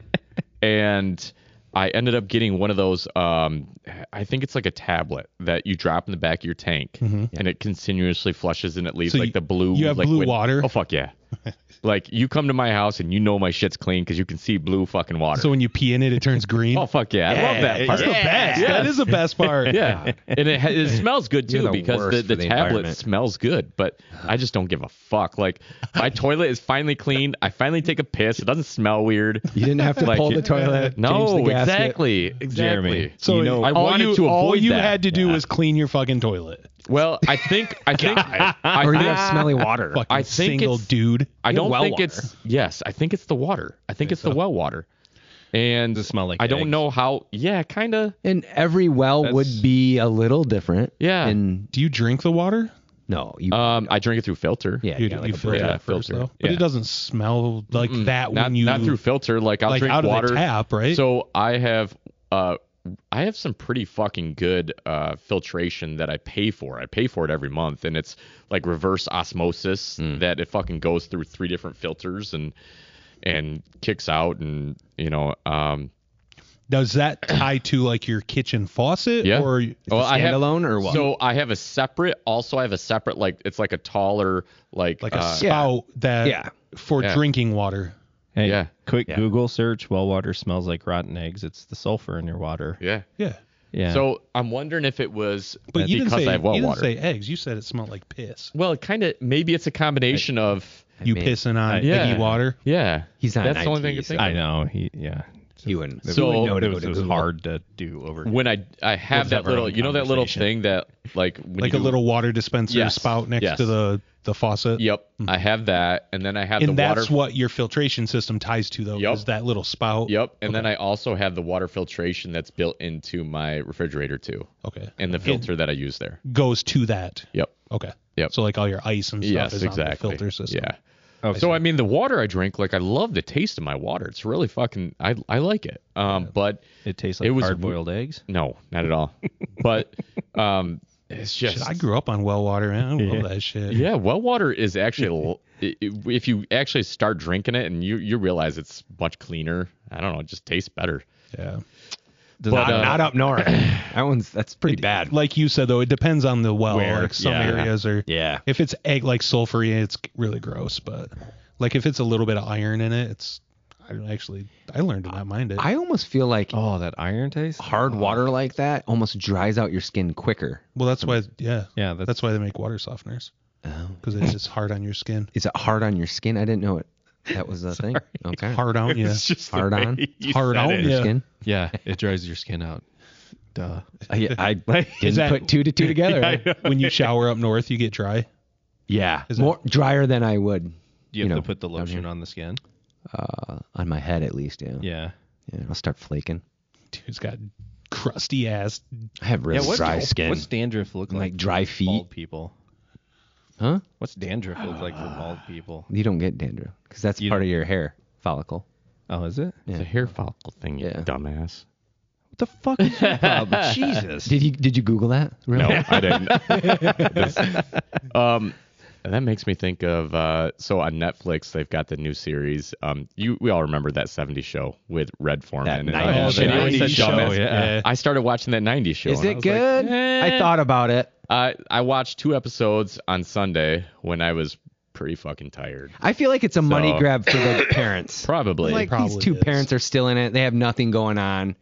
Speaker 3: And I ended up getting one of those. Um, I think it's like a tablet that you drop in the back of your tank, and it continuously flushes and it leaves
Speaker 2: Mm-hmm. So
Speaker 3: like
Speaker 2: you-
Speaker 3: the blue.
Speaker 2: you have
Speaker 3: like,
Speaker 2: blue water?
Speaker 3: Oh fuck yeah! like you come to my house and you know my shit's clean because you can see blue fucking water.
Speaker 2: So when you pee in it, it turns green.
Speaker 3: oh fuck yeah! I love that. Part.
Speaker 2: That's the best. That is the best part.
Speaker 3: Yeah, and it, ha- it smells good too
Speaker 1: the
Speaker 3: because
Speaker 1: worst
Speaker 3: the, the,
Speaker 1: for the
Speaker 3: tablet
Speaker 1: environment.
Speaker 3: smells good. But I just don't give a fuck. Like my toilet is finally clean. I finally take a piss. It doesn't smell weird.
Speaker 1: You didn't have to
Speaker 3: Like
Speaker 1: pull
Speaker 3: it-
Speaker 1: the toilet.
Speaker 3: No,
Speaker 1: change the gasket.
Speaker 3: exactly, exactly.
Speaker 5: Jeremy,
Speaker 2: So
Speaker 3: you know, I
Speaker 2: all
Speaker 3: wanted
Speaker 2: you,
Speaker 3: to
Speaker 2: all
Speaker 3: avoid
Speaker 2: you
Speaker 3: that.
Speaker 2: had to do was clean your fucking toilet.
Speaker 3: Well, I think I think I,
Speaker 1: Or you
Speaker 3: think-
Speaker 1: have smelly water.
Speaker 2: Fucking
Speaker 3: I think
Speaker 2: single
Speaker 3: it's-
Speaker 2: dude.
Speaker 3: I don't
Speaker 1: well
Speaker 3: think
Speaker 1: water.
Speaker 3: it's yes. I think it's the water. I think it's the well water. And
Speaker 5: Does it smell like
Speaker 3: I don't
Speaker 5: eggs?
Speaker 3: know how. Yeah, kind of.
Speaker 1: And every well would be a little different.
Speaker 3: Yeah.
Speaker 1: And
Speaker 2: Do you drink the water?
Speaker 1: no, you.
Speaker 3: Um, I drink it through filter.
Speaker 1: yeah,
Speaker 2: You,
Speaker 1: you got
Speaker 2: you
Speaker 1: like a
Speaker 2: filter
Speaker 1: break.
Speaker 3: yeah,
Speaker 2: it first,
Speaker 3: filter.
Speaker 2: though. But
Speaker 3: Yeah.
Speaker 2: it doesn't smell like that
Speaker 3: not,
Speaker 2: when you
Speaker 3: not through filter. Like I'll
Speaker 2: like,
Speaker 3: drink
Speaker 2: out of the
Speaker 3: water
Speaker 2: tap, right?
Speaker 3: So I have uh, I have some pretty fucking good uh filtration that I pay for. I pay for it every month, and it's like reverse osmosis
Speaker 2: Hmm.
Speaker 3: that it fucking goes through three different filters and and kicks out, and you know, um,
Speaker 2: Does that tie to like your kitchen faucet?
Speaker 3: Yeah. Oh,
Speaker 2: Or
Speaker 3: Well, I have-
Speaker 1: standalone or what?
Speaker 3: So I have a separate. Also, I have a separate. Like it's like a taller, like
Speaker 2: like a
Speaker 3: uh,
Speaker 2: spout that
Speaker 1: Yeah.
Speaker 2: for
Speaker 3: Yeah.
Speaker 2: drinking water.
Speaker 5: hey,
Speaker 3: Yeah.
Speaker 5: quick Google search. Well water smells like rotten eggs. It's the sulfur in your water.
Speaker 3: yeah.
Speaker 2: Yeah.
Speaker 5: Yeah.
Speaker 3: So I'm wondering if it was uh,
Speaker 2: But you didn't,
Speaker 3: because
Speaker 2: say,
Speaker 3: I have well
Speaker 2: you didn't
Speaker 3: water.
Speaker 2: say eggs. You said it smelled like piss.
Speaker 3: well, it kind of maybe it's a combination of
Speaker 2: You
Speaker 1: mean,
Speaker 2: pissing on
Speaker 3: yeah.
Speaker 2: piggy water.
Speaker 3: yeah.
Speaker 1: He's not
Speaker 3: That's
Speaker 1: an
Speaker 3: the only
Speaker 1: IT,
Speaker 3: thing I
Speaker 1: so
Speaker 3: think.
Speaker 5: I know. He, yeah.
Speaker 1: you wouldn't.
Speaker 3: So-
Speaker 1: you would know to
Speaker 5: it
Speaker 1: go
Speaker 5: was,
Speaker 1: to
Speaker 5: it was
Speaker 1: Google.
Speaker 5: hard to do over.
Speaker 3: when I I have that
Speaker 5: our
Speaker 3: little,
Speaker 5: own
Speaker 3: you know, that little thing
Speaker 5: conversation.
Speaker 3: that like when
Speaker 2: Like
Speaker 3: you
Speaker 2: a
Speaker 3: do-
Speaker 2: little water dispenser
Speaker 3: Yes,
Speaker 2: spout next
Speaker 3: yes.
Speaker 2: to the, the faucet.
Speaker 3: Yep, I have that, and then I have
Speaker 2: And
Speaker 3: the
Speaker 2: that's
Speaker 3: water.
Speaker 2: what your filtration system ties to, though,
Speaker 3: Yep.
Speaker 2: is that little spout.
Speaker 3: Yep, and then I also have the water filtration that's built into my refrigerator too,
Speaker 2: Okay.
Speaker 3: and the filter that I use there.
Speaker 2: Goes to that.
Speaker 3: Yep.
Speaker 2: Okay.
Speaker 3: Yep.
Speaker 2: So like all your ice and stuff
Speaker 3: Yes,
Speaker 2: is
Speaker 3: exactly.
Speaker 2: on the filter system.
Speaker 3: Yeah. so I mean, the water I drink, like I love the taste of my water. It's really fucking, I I like it. Um, but
Speaker 5: It tastes
Speaker 3: It
Speaker 5: like
Speaker 3: was-
Speaker 5: hard boiled eggs.
Speaker 3: no, not at all. but um, it's just
Speaker 2: Shit, I grew up on well water, man. I love that shit.
Speaker 3: Yeah, well water is actually l- i- i- if you actually start drinking it and you you realize it's much cleaner. I don't know, it just tastes better.
Speaker 2: Yeah.
Speaker 1: Not,
Speaker 3: uh,
Speaker 1: not up north. that one's that's pretty bad.
Speaker 2: Like you said though, it depends on the well.
Speaker 5: Where,
Speaker 2: Like some
Speaker 5: yeah.
Speaker 2: areas are
Speaker 1: Yeah.
Speaker 2: if it's egg like sulfury, it's really gross, but like if it's a little bit of iron in it, it's I don't actually. I learned to not mind it.
Speaker 1: I almost feel like
Speaker 5: Oh, that iron taste.
Speaker 1: hard water like that almost dries out your skin quicker.
Speaker 2: well, that's why. Yeah,
Speaker 5: Yeah, that's,
Speaker 2: that's why they make water softeners because it's just hard on your skin.
Speaker 1: Is it hard on your skin? I didn't know it. That was a thing. Okay.
Speaker 2: Hard on you.
Speaker 5: It's just the
Speaker 1: Hard on?
Speaker 5: way you
Speaker 2: Hard
Speaker 5: said
Speaker 2: on
Speaker 5: it.
Speaker 1: Your
Speaker 2: Yeah.
Speaker 1: skin.
Speaker 5: Yeah, it dries your skin out. Duh.
Speaker 1: I, I didn't
Speaker 2: that-
Speaker 1: put two to two together. yeah.
Speaker 2: when you shower up north, you get dry. Is
Speaker 1: More drier than I would
Speaker 5: You have
Speaker 1: know,
Speaker 5: to put the
Speaker 1: down here.
Speaker 5: lotion on the skin.
Speaker 1: uh, on my head at least. Yeah.
Speaker 5: Yeah.
Speaker 1: Yeah, I'll start flaking.
Speaker 2: Dude's got crusty ass.
Speaker 1: I have
Speaker 5: Yeah.
Speaker 1: really
Speaker 5: What's,
Speaker 1: dry skin.
Speaker 5: What's dandruff look like?
Speaker 1: like dry
Speaker 5: for
Speaker 1: feet?
Speaker 5: Bald people.
Speaker 1: Huh?
Speaker 5: What's dandruff look like for bald people?
Speaker 1: You don't get dandruff because that's
Speaker 5: You
Speaker 1: part of your hair follicle.
Speaker 5: Oh, is it?
Speaker 3: It's a hair follicle thing, you
Speaker 1: Yeah.
Speaker 3: dumbass.
Speaker 5: What the fuck is your problem? Jesus.
Speaker 1: Did you did you Google that? Really?
Speaker 3: No, I didn't. This- um, that makes me think of uh, so on Netflix they've got the new series. Um, you we all remember that '70s show with Red Foreman.
Speaker 1: That
Speaker 3: and-
Speaker 1: 90s
Speaker 3: and
Speaker 1: show.
Speaker 3: he was a
Speaker 5: 90s show,
Speaker 3: dumbass.
Speaker 5: yeah.
Speaker 3: I started watching that '90s show.
Speaker 1: Is
Speaker 3: and I
Speaker 1: it
Speaker 3: was
Speaker 1: good?
Speaker 3: Like, eh.
Speaker 1: I thought about it.
Speaker 3: I I watched two episodes on Sunday when I was pretty fucking tired.
Speaker 1: I feel like it's a money
Speaker 3: So-
Speaker 1: grab for the parents.
Speaker 3: Probably,
Speaker 1: like
Speaker 2: Probably
Speaker 1: these two
Speaker 2: is.
Speaker 1: parents are still in it. They have nothing going on.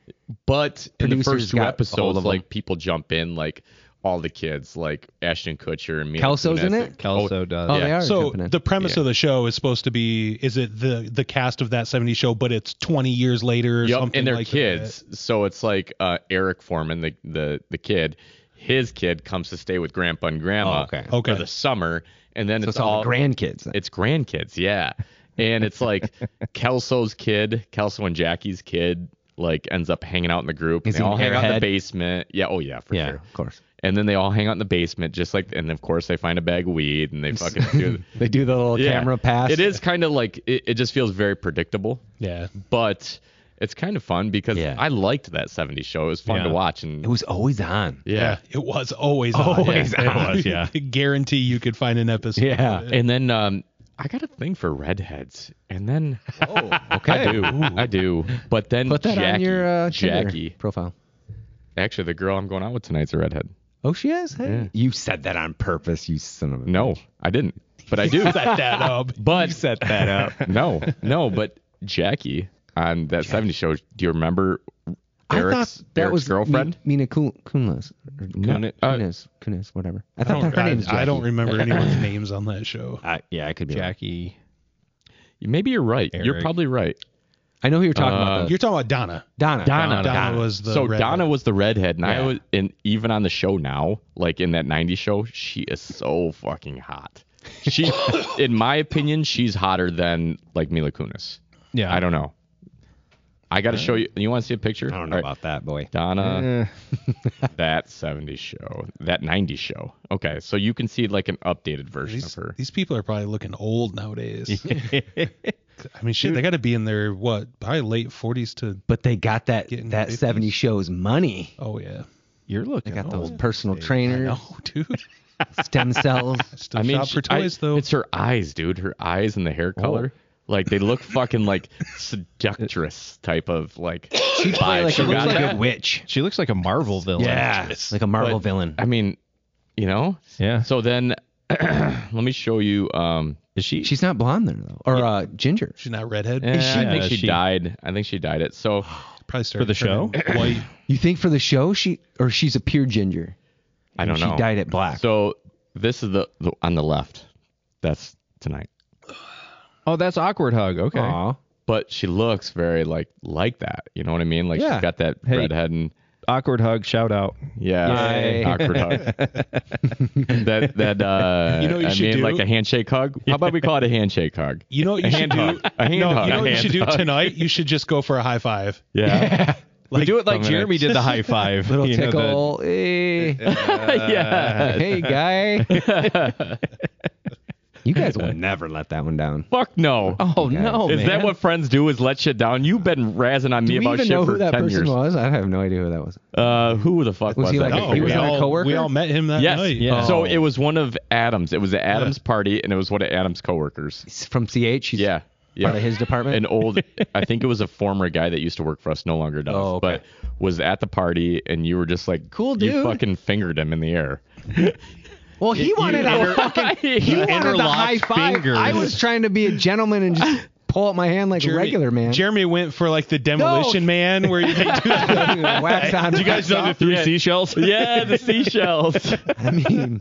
Speaker 3: but in the
Speaker 1: producers
Speaker 3: first two
Speaker 1: got a hold
Speaker 3: episodes,
Speaker 1: of
Speaker 3: like
Speaker 1: them.
Speaker 3: people jump in, like all the kids, like Ashton Kutcher and me.
Speaker 1: Kelso's in it?
Speaker 5: Kelso does.
Speaker 1: Oh,
Speaker 5: yeah.
Speaker 1: they are
Speaker 2: So
Speaker 1: jumping in.
Speaker 2: the premise
Speaker 3: Yeah.
Speaker 2: of the show is supposed to be: is it the the cast of that '70s show, but it's 20 years later or
Speaker 3: Yep,
Speaker 2: something
Speaker 3: and they're
Speaker 2: like
Speaker 3: kids. So it's like uh, Eric Foreman, the, the the kid, his kid comes to stay with grandpa and grandma
Speaker 1: Oh, okay.
Speaker 2: Okay.
Speaker 3: for the summer, and then
Speaker 1: So
Speaker 3: it's,
Speaker 1: it's all the grandkids.
Speaker 3: it's grandkids, yeah. And it's like Kelso's kid, Kelso and Jackie's kid, like ends up hanging out in the group.
Speaker 1: Is
Speaker 3: they
Speaker 1: he
Speaker 3: all hang out in
Speaker 1: hairhead?
Speaker 3: the basement. Yeah, oh yeah, for
Speaker 1: yeah,
Speaker 3: sure.
Speaker 1: of course.
Speaker 3: And then they all hang out in the basement, just like, and of course they find a bag of weed and they fucking do
Speaker 1: They do the little
Speaker 3: yeah.
Speaker 1: camera pass.
Speaker 3: It is kind of like it, it just feels very predictable
Speaker 2: that. Yeah.
Speaker 3: but it's kind of fun because
Speaker 1: Yeah.
Speaker 3: I liked that 70s show. It was fun
Speaker 5: Yeah.
Speaker 3: to watch and
Speaker 1: It was always on.
Speaker 3: yeah.
Speaker 2: It was always
Speaker 1: Always
Speaker 2: on.
Speaker 1: on,
Speaker 5: yeah.
Speaker 2: Guarantee you could find an episode.
Speaker 1: Yeah.
Speaker 3: And then um I got a thing for redheads. And then
Speaker 1: Oh, Okay.
Speaker 3: I do. I do. But then
Speaker 1: Put that
Speaker 3: Jackie,
Speaker 1: on your uh, Tinder
Speaker 3: Jackie.
Speaker 1: profile.
Speaker 3: Actually, the girl I'm going out with tonight's a redhead.
Speaker 1: Oh, she is. Hey. You said that on purpose. You son of a.
Speaker 3: No, I didn't. But I do.
Speaker 2: Set that up.
Speaker 3: but
Speaker 1: set that up.
Speaker 3: no, no, but Jackie on that 70s show, do you remember
Speaker 1: I
Speaker 3: Eric's,
Speaker 1: thought that
Speaker 3: Eric's
Speaker 1: was
Speaker 3: girlfriend?
Speaker 1: Mi- Mina Kun- Kunlas. or
Speaker 3: No,
Speaker 1: Kun-
Speaker 3: uh,
Speaker 1: Kunis. Kunis. Whatever. I
Speaker 2: I
Speaker 1: thought
Speaker 2: don't,
Speaker 1: her name was
Speaker 2: I, I don't
Speaker 1: Jackie.
Speaker 2: remember anyone's names on that show.
Speaker 1: I, yeah, I could be. wrong.
Speaker 5: Jackie.
Speaker 3: Maybe you're right. You're
Speaker 5: Eric.
Speaker 3: probably right.
Speaker 1: I know who you're talking
Speaker 3: Uh,
Speaker 1: about. Though.
Speaker 2: You're talking about Donna.
Speaker 1: Donna.
Speaker 3: Donna.
Speaker 2: Donna, was the
Speaker 3: so
Speaker 2: red-
Speaker 3: Donna was the redhead, and I
Speaker 1: Yeah.
Speaker 3: was, and even on the show now, like in that '90s show, she is so fucking hot. She, in my opinion, she's hotter than like Mila Kunis.
Speaker 5: Yeah.
Speaker 3: I don't know. I got to show you. You want to see a picture?
Speaker 1: I don't know
Speaker 3: All right.
Speaker 1: about that boy.
Speaker 3: Donna. that '70s show, that '90s show. Okay, so you can see like an updated version
Speaker 2: These,
Speaker 3: of her.
Speaker 2: these people are probably looking old nowadays. I mean, shit, they got to be in their what, probably late 40s to.
Speaker 1: But they got that
Speaker 2: Getting
Speaker 1: that
Speaker 2: fifties.
Speaker 1: 70 shows money.
Speaker 2: Oh yeah.
Speaker 5: You're looking.
Speaker 1: They
Speaker 3: Oh,
Speaker 1: got
Speaker 5: old.
Speaker 1: those personal
Speaker 2: I
Speaker 1: trainers,
Speaker 2: know, dude.
Speaker 1: stem cells.
Speaker 2: Still
Speaker 3: I mean,
Speaker 2: shop for
Speaker 3: she- I-
Speaker 2: toys though.
Speaker 3: It's her eyes, dude. Her eyes and the hair color. Like they look fucking like seductress type of like. She
Speaker 1: Probably like,
Speaker 3: She
Speaker 1: a
Speaker 3: got
Speaker 1: really
Speaker 3: that.
Speaker 1: good witch.
Speaker 5: She looks like a Marvel villain.
Speaker 1: Yeah, like a Marvel
Speaker 3: But-
Speaker 1: villain.
Speaker 3: I mean, you know.
Speaker 5: Yeah.
Speaker 3: So then, let me show you. Um,
Speaker 5: Is she?
Speaker 1: She's not blonde there though, or uh, ginger.
Speaker 2: She's not redhead.
Speaker 3: eh, I
Speaker 5: she-
Speaker 3: think
Speaker 5: is
Speaker 3: she,
Speaker 5: she-
Speaker 3: died. I think she died. It. So
Speaker 2: probably started
Speaker 5: the
Speaker 2: turning White.
Speaker 1: You think for the show she or she's a pure ginger?
Speaker 3: I don't
Speaker 1: she
Speaker 3: know.
Speaker 1: dyed it black.
Speaker 3: So this is the, the on the left. That's tonight.
Speaker 5: oh, that's awkward hug. Okay.
Speaker 1: Aw.
Speaker 3: But she looks very like like that. You know what I mean? Like
Speaker 1: Yeah.
Speaker 3: she's got that
Speaker 5: Hey.
Speaker 3: redhead and
Speaker 5: Awkward hug. Shout out.
Speaker 3: Yeah,
Speaker 1: Yay.
Speaker 3: awkward hug. that that uh,
Speaker 2: You know what you
Speaker 3: I
Speaker 2: should
Speaker 3: mean,
Speaker 2: do?
Speaker 3: like a handshake hug. How about we call it a handshake hug?
Speaker 2: You know what you should do?
Speaker 3: A hand
Speaker 2: No,
Speaker 3: hug.
Speaker 2: you know what you
Speaker 3: Hand
Speaker 2: should do
Speaker 3: hug.
Speaker 2: tonight? You should just go for a high five.
Speaker 3: Yeah,
Speaker 5: we do it like
Speaker 3: Dominic.
Speaker 5: Jeremy did the high five.
Speaker 1: little
Speaker 5: you know, the-
Speaker 1: tickle. hey.
Speaker 3: yeah.
Speaker 1: hey guy. you guys will never let that one down.
Speaker 3: Fuck no.
Speaker 5: oh no,
Speaker 3: is
Speaker 5: man.
Speaker 3: that what friends do? Is let shit down? You've been razzing on me
Speaker 1: Do we
Speaker 3: about
Speaker 1: even
Speaker 3: shit
Speaker 1: know
Speaker 3: for
Speaker 1: who that
Speaker 3: ten
Speaker 1: person
Speaker 3: years.
Speaker 1: was? I have no idea who that was.
Speaker 3: Uh, who the fuck
Speaker 1: Was
Speaker 3: was,
Speaker 1: he
Speaker 3: that?
Speaker 1: like- oh,
Speaker 3: I
Speaker 1: he
Speaker 2: No,
Speaker 3: forget.
Speaker 1: was
Speaker 2: we
Speaker 1: at a
Speaker 2: all,
Speaker 1: coworker?
Speaker 2: We all met him that
Speaker 3: Yes.
Speaker 2: night. Oh.
Speaker 5: Yeah.
Speaker 3: So it was one of Adams. It was an Adams party, and it was one of Adams' coworkers.
Speaker 1: He's from CH. He's
Speaker 3: Yeah. Yeah.
Speaker 1: part of his department.
Speaker 3: an old I think it was a former guy that used to work for us, no longer does,
Speaker 1: Oh, okay.
Speaker 3: but was at the party and you were just like
Speaker 1: Cool
Speaker 3: You
Speaker 1: dude.
Speaker 3: fucking fingered him in the air.
Speaker 1: well, he wanted a fucking. He wanted the high
Speaker 5: interlocked
Speaker 1: five.
Speaker 5: fingers.
Speaker 1: I was trying to be a gentleman and just pull up my hand like a regular man.
Speaker 2: Jeremy went for like the demolition man where you
Speaker 1: wax on.
Speaker 5: You guys know the three seashells?
Speaker 3: Yeah, the seashells.
Speaker 1: I mean,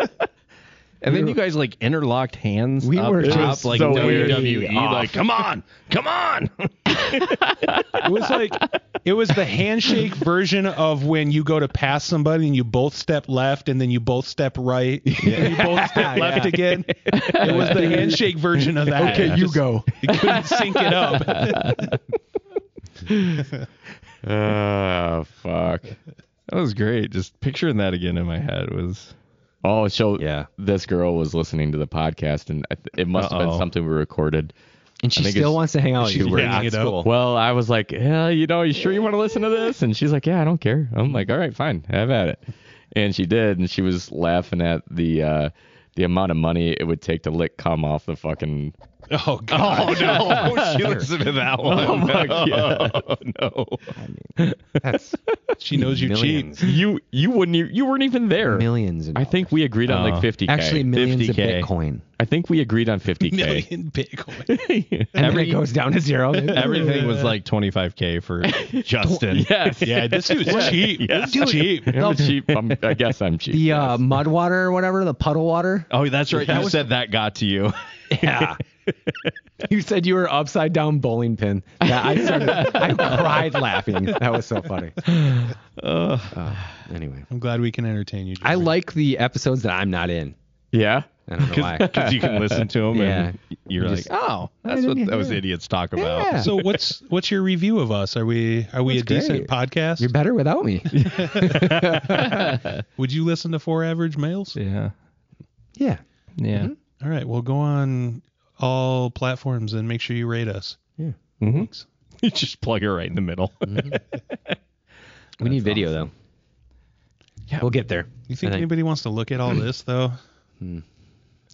Speaker 5: And then you guys like interlocked hands
Speaker 1: We
Speaker 5: up
Speaker 1: were
Speaker 5: top
Speaker 1: just
Speaker 5: like
Speaker 3: so weird. Ah.
Speaker 5: WWE.
Speaker 3: Off.
Speaker 5: Like, come on, come on.
Speaker 2: It was like it was the handshake version of when you go to pass somebody and you both step left and then you both step right and you both step left again. It was the handshake version of that.
Speaker 1: okay, you go.
Speaker 2: You couldn't sync it up.
Speaker 3: oh fuck.
Speaker 5: That was great. Just picturing that again in my head was
Speaker 3: Oh, so
Speaker 5: Yeah.
Speaker 3: this girl was listening to the podcast, and I th- it must have
Speaker 5: Uh-oh.
Speaker 3: been something we recorded.
Speaker 1: And she
Speaker 3: think
Speaker 1: still
Speaker 3: it's-
Speaker 1: wants to hang out with
Speaker 2: she's
Speaker 1: you. We're
Speaker 2: hanging
Speaker 1: not
Speaker 2: it up.
Speaker 1: cool.
Speaker 3: Well, I was like, yeah, you know, you sure you want to listen to this? And she's like, yeah, I don't care. I'm like, all right, fine, have at it. And she did, and she was laughing at the uh, the amount of money it would take to lick cum off the fucking.
Speaker 2: Oh god.
Speaker 5: Oh no, she listened to that one.
Speaker 3: Oh my
Speaker 5: no.
Speaker 1: That's
Speaker 2: She knows you cheat.
Speaker 1: millions.
Speaker 3: You you wouldn't e- you weren't even there.
Speaker 1: Millions. in
Speaker 3: I think we agreed on
Speaker 5: Oh.
Speaker 3: like 50k.
Speaker 1: actually millions of
Speaker 5: 50K.
Speaker 1: Bitcoin.
Speaker 3: I think we agreed on 50k.
Speaker 2: Million Bitcoin.
Speaker 1: And
Speaker 5: Every-
Speaker 1: then it goes down to zero.
Speaker 5: Everything was like 25k for Justin.
Speaker 3: yes.
Speaker 2: Yeah, this dude's cheap. This is cheap.
Speaker 3: I'm cheap. I'm, I guess I'm cheap.
Speaker 1: the
Speaker 3: yes.
Speaker 1: uh, mud water or whatever, the puddle water.
Speaker 5: Oh, that's right. you said that got to you.
Speaker 1: Yeah. you said you were upside down bowling pin. Yeah, I started, I cried laughing. That was so funny. Uh, anyway,
Speaker 2: I'm glad we can entertain you. Jeremy.
Speaker 1: I like the episodes that I'm not in.
Speaker 3: yeah.
Speaker 1: I don't know why.
Speaker 5: Because you can listen to them and you're
Speaker 1: Just-
Speaker 5: like, oh, that's what those idiots talk about.
Speaker 1: Yeah.
Speaker 2: So what's what's your review of us? Are we are we
Speaker 1: That's
Speaker 2: a decent
Speaker 1: great.
Speaker 2: podcast?
Speaker 1: You're better without me.
Speaker 2: Would you listen to Four Average Males?
Speaker 5: Yeah.
Speaker 1: Yeah.
Speaker 5: Yeah.
Speaker 2: All right, well go on all platforms and make sure you rate us.
Speaker 5: You just plug it right in the middle.
Speaker 1: We need video though. Yeah. We'll get there.
Speaker 2: You think
Speaker 1: I think-
Speaker 2: anybody wants to look at all this though?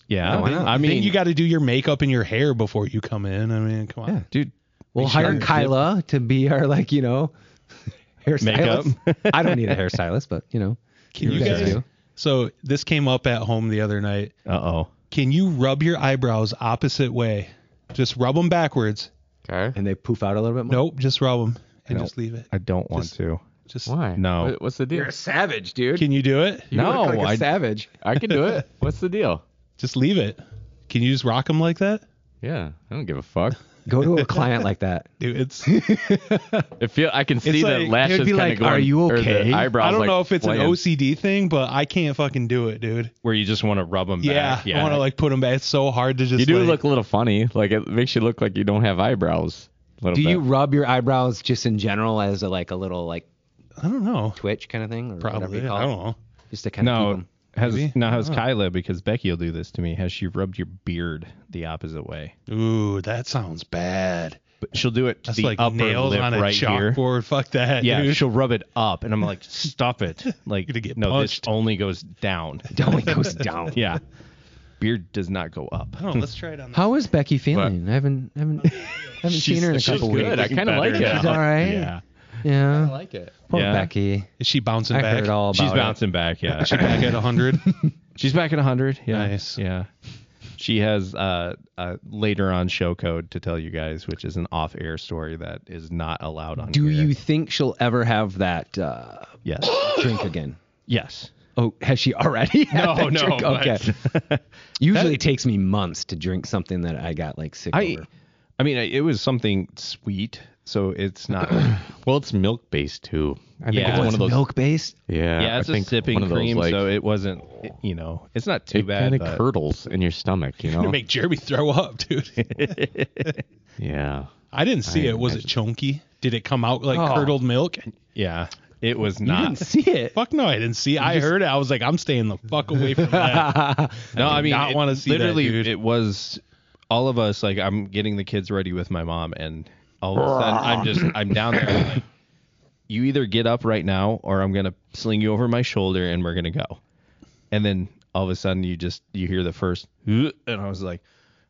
Speaker 5: Yeah.
Speaker 1: No, why not?
Speaker 5: I
Speaker 2: I
Speaker 5: mean,
Speaker 2: you got to do your makeup and your hair before you come in. I mean, come on.
Speaker 1: Yeah.
Speaker 5: dude,
Speaker 1: We'll hire Kyla to be our like, you know, hairstylist. I don't need a hairstylist, but you know,
Speaker 2: Can you
Speaker 1: You guys
Speaker 2: guys?
Speaker 1: do.
Speaker 2: So this came up at home the other night.
Speaker 5: uh oh.
Speaker 2: Can you rub your eyebrows opposite way? Just rub them backwards.
Speaker 3: Okay.
Speaker 1: and they poof out a little bit more.
Speaker 2: Nope, just rub them and
Speaker 5: don't-
Speaker 2: just leave it.
Speaker 5: I don't want
Speaker 2: Just-
Speaker 5: to.
Speaker 2: Just
Speaker 3: Why?
Speaker 5: No.
Speaker 3: What- what's the deal?
Speaker 1: savage, dude.
Speaker 2: Can you do it?
Speaker 1: You look
Speaker 5: No,
Speaker 1: like a
Speaker 5: I-
Speaker 1: savage.
Speaker 3: I can do it. What's the deal?
Speaker 2: Just leave it. Can you just rock them like that?
Speaker 3: Yeah. I don't give a fuck.
Speaker 1: Go to a client like that.
Speaker 2: Dude, it's
Speaker 3: It feel I can see
Speaker 2: like-
Speaker 3: the lashes
Speaker 1: it'd
Speaker 3: kind
Speaker 1: be
Speaker 3: of
Speaker 1: like,
Speaker 3: going.
Speaker 1: "Are you
Speaker 3: or the
Speaker 1: okay?"
Speaker 3: eyebrows,
Speaker 2: I don't
Speaker 3: like,
Speaker 2: know if it's an
Speaker 3: playing.
Speaker 2: OCD thing, but I can't fucking do it, dude.
Speaker 5: Where you just want to rub them
Speaker 2: Yeah,
Speaker 5: back.
Speaker 2: I want to like put them back. It's so hard to just.
Speaker 3: You do
Speaker 2: like-
Speaker 3: look a little funny. Like it makes you look like you don't have eyebrows. a little
Speaker 1: Do
Speaker 3: bit.
Speaker 1: you rub your eyebrows just in general as a, like a little like
Speaker 2: I don't know.
Speaker 1: twitch kind of thing, or whatever
Speaker 2: Probably.
Speaker 1: you
Speaker 2: I
Speaker 1: call
Speaker 2: don't
Speaker 1: it,
Speaker 2: know.
Speaker 1: just to kind of
Speaker 5: No. Has
Speaker 2: Maybe.
Speaker 5: now has Kyla because Becky will do this to me. Has she rubbed your beard the opposite way?
Speaker 2: Ooh, that sounds bad.
Speaker 5: But she'll do it to
Speaker 2: That's
Speaker 5: the
Speaker 2: like
Speaker 5: upper
Speaker 2: nails
Speaker 5: lip
Speaker 2: on a
Speaker 5: right here.
Speaker 2: chalkboard. Fuck that.
Speaker 5: Yeah,
Speaker 2: dude.
Speaker 5: she'll rub it up, and I'm like, stop it! Like,
Speaker 2: You're gonna get
Speaker 5: no,
Speaker 2: punched.
Speaker 5: this only goes down.
Speaker 1: Oh, It only goes down.
Speaker 5: Yeah, beard does not go up.
Speaker 2: Oh, let's try it on.
Speaker 1: How is Becky feeling? I haven't haven't haven't seen her in a couple
Speaker 3: good.
Speaker 1: weeks.
Speaker 3: I kinda like it.
Speaker 1: She's all right.
Speaker 5: Yeah,
Speaker 1: Yeah,
Speaker 3: like it?
Speaker 1: poor
Speaker 5: Yeah.
Speaker 1: Becky.
Speaker 2: Is she bouncing
Speaker 1: I
Speaker 2: back?
Speaker 1: heard all about
Speaker 5: she's
Speaker 1: it.
Speaker 5: bouncing back. Yeah,
Speaker 2: She back at 100.
Speaker 5: she's back at 100. Yeah,
Speaker 2: Nice.
Speaker 5: Yeah, she has uh, a later on show code to tell you guys, which is an off-air story that is not allowed on.
Speaker 1: Do
Speaker 5: here.
Speaker 1: you think she'll ever have that uh,
Speaker 5: Yes.
Speaker 1: drink again?
Speaker 5: yes.
Speaker 1: Oh, has she already? Had
Speaker 5: No,
Speaker 1: that
Speaker 5: no,
Speaker 1: Drink?
Speaker 5: but-
Speaker 1: Okay. Usually it takes me months to drink something that I got like sick
Speaker 5: I,
Speaker 1: over.
Speaker 5: I mean, it was something sweet, so it's not.
Speaker 3: Well, it's milk based too. I think
Speaker 5: Yeah.
Speaker 3: it's one
Speaker 1: It's
Speaker 3: of those.
Speaker 1: milk based.
Speaker 3: Yeah.
Speaker 5: yeah, it's
Speaker 3: I
Speaker 5: a
Speaker 3: think one
Speaker 5: sipping
Speaker 3: of those,
Speaker 5: cream,
Speaker 3: like,
Speaker 5: so it wasn't. it- You know, it's not too
Speaker 3: it
Speaker 5: bad.
Speaker 3: kind of
Speaker 5: but-
Speaker 3: curdles in your stomach. You
Speaker 2: Gonna
Speaker 3: know.
Speaker 2: make Jeremy throw up, dude.
Speaker 3: yeah.
Speaker 2: I didn't see
Speaker 3: I
Speaker 2: it. Was it chunky? Did it come out like
Speaker 1: Oh.
Speaker 2: curdled milk?
Speaker 5: Yeah, it was
Speaker 1: You
Speaker 5: not.
Speaker 1: didn't see it.
Speaker 2: Fuck no, I didn't see. I heard it. I was like, I'm staying the fuck away from that.
Speaker 5: No, I, mean,
Speaker 2: not
Speaker 5: it-
Speaker 2: wanna see that,
Speaker 5: literally,
Speaker 2: dude.
Speaker 5: it was all of us. Like, I'm getting the kids ready with my mom, and all of a sudden, I'm just, I'm down there. I'm like, you either get up right now, or I'm gonna sling you over my shoulder, and we're gonna go. And then all of a sudden, you just, you hear the first, "Ugh," and I was like,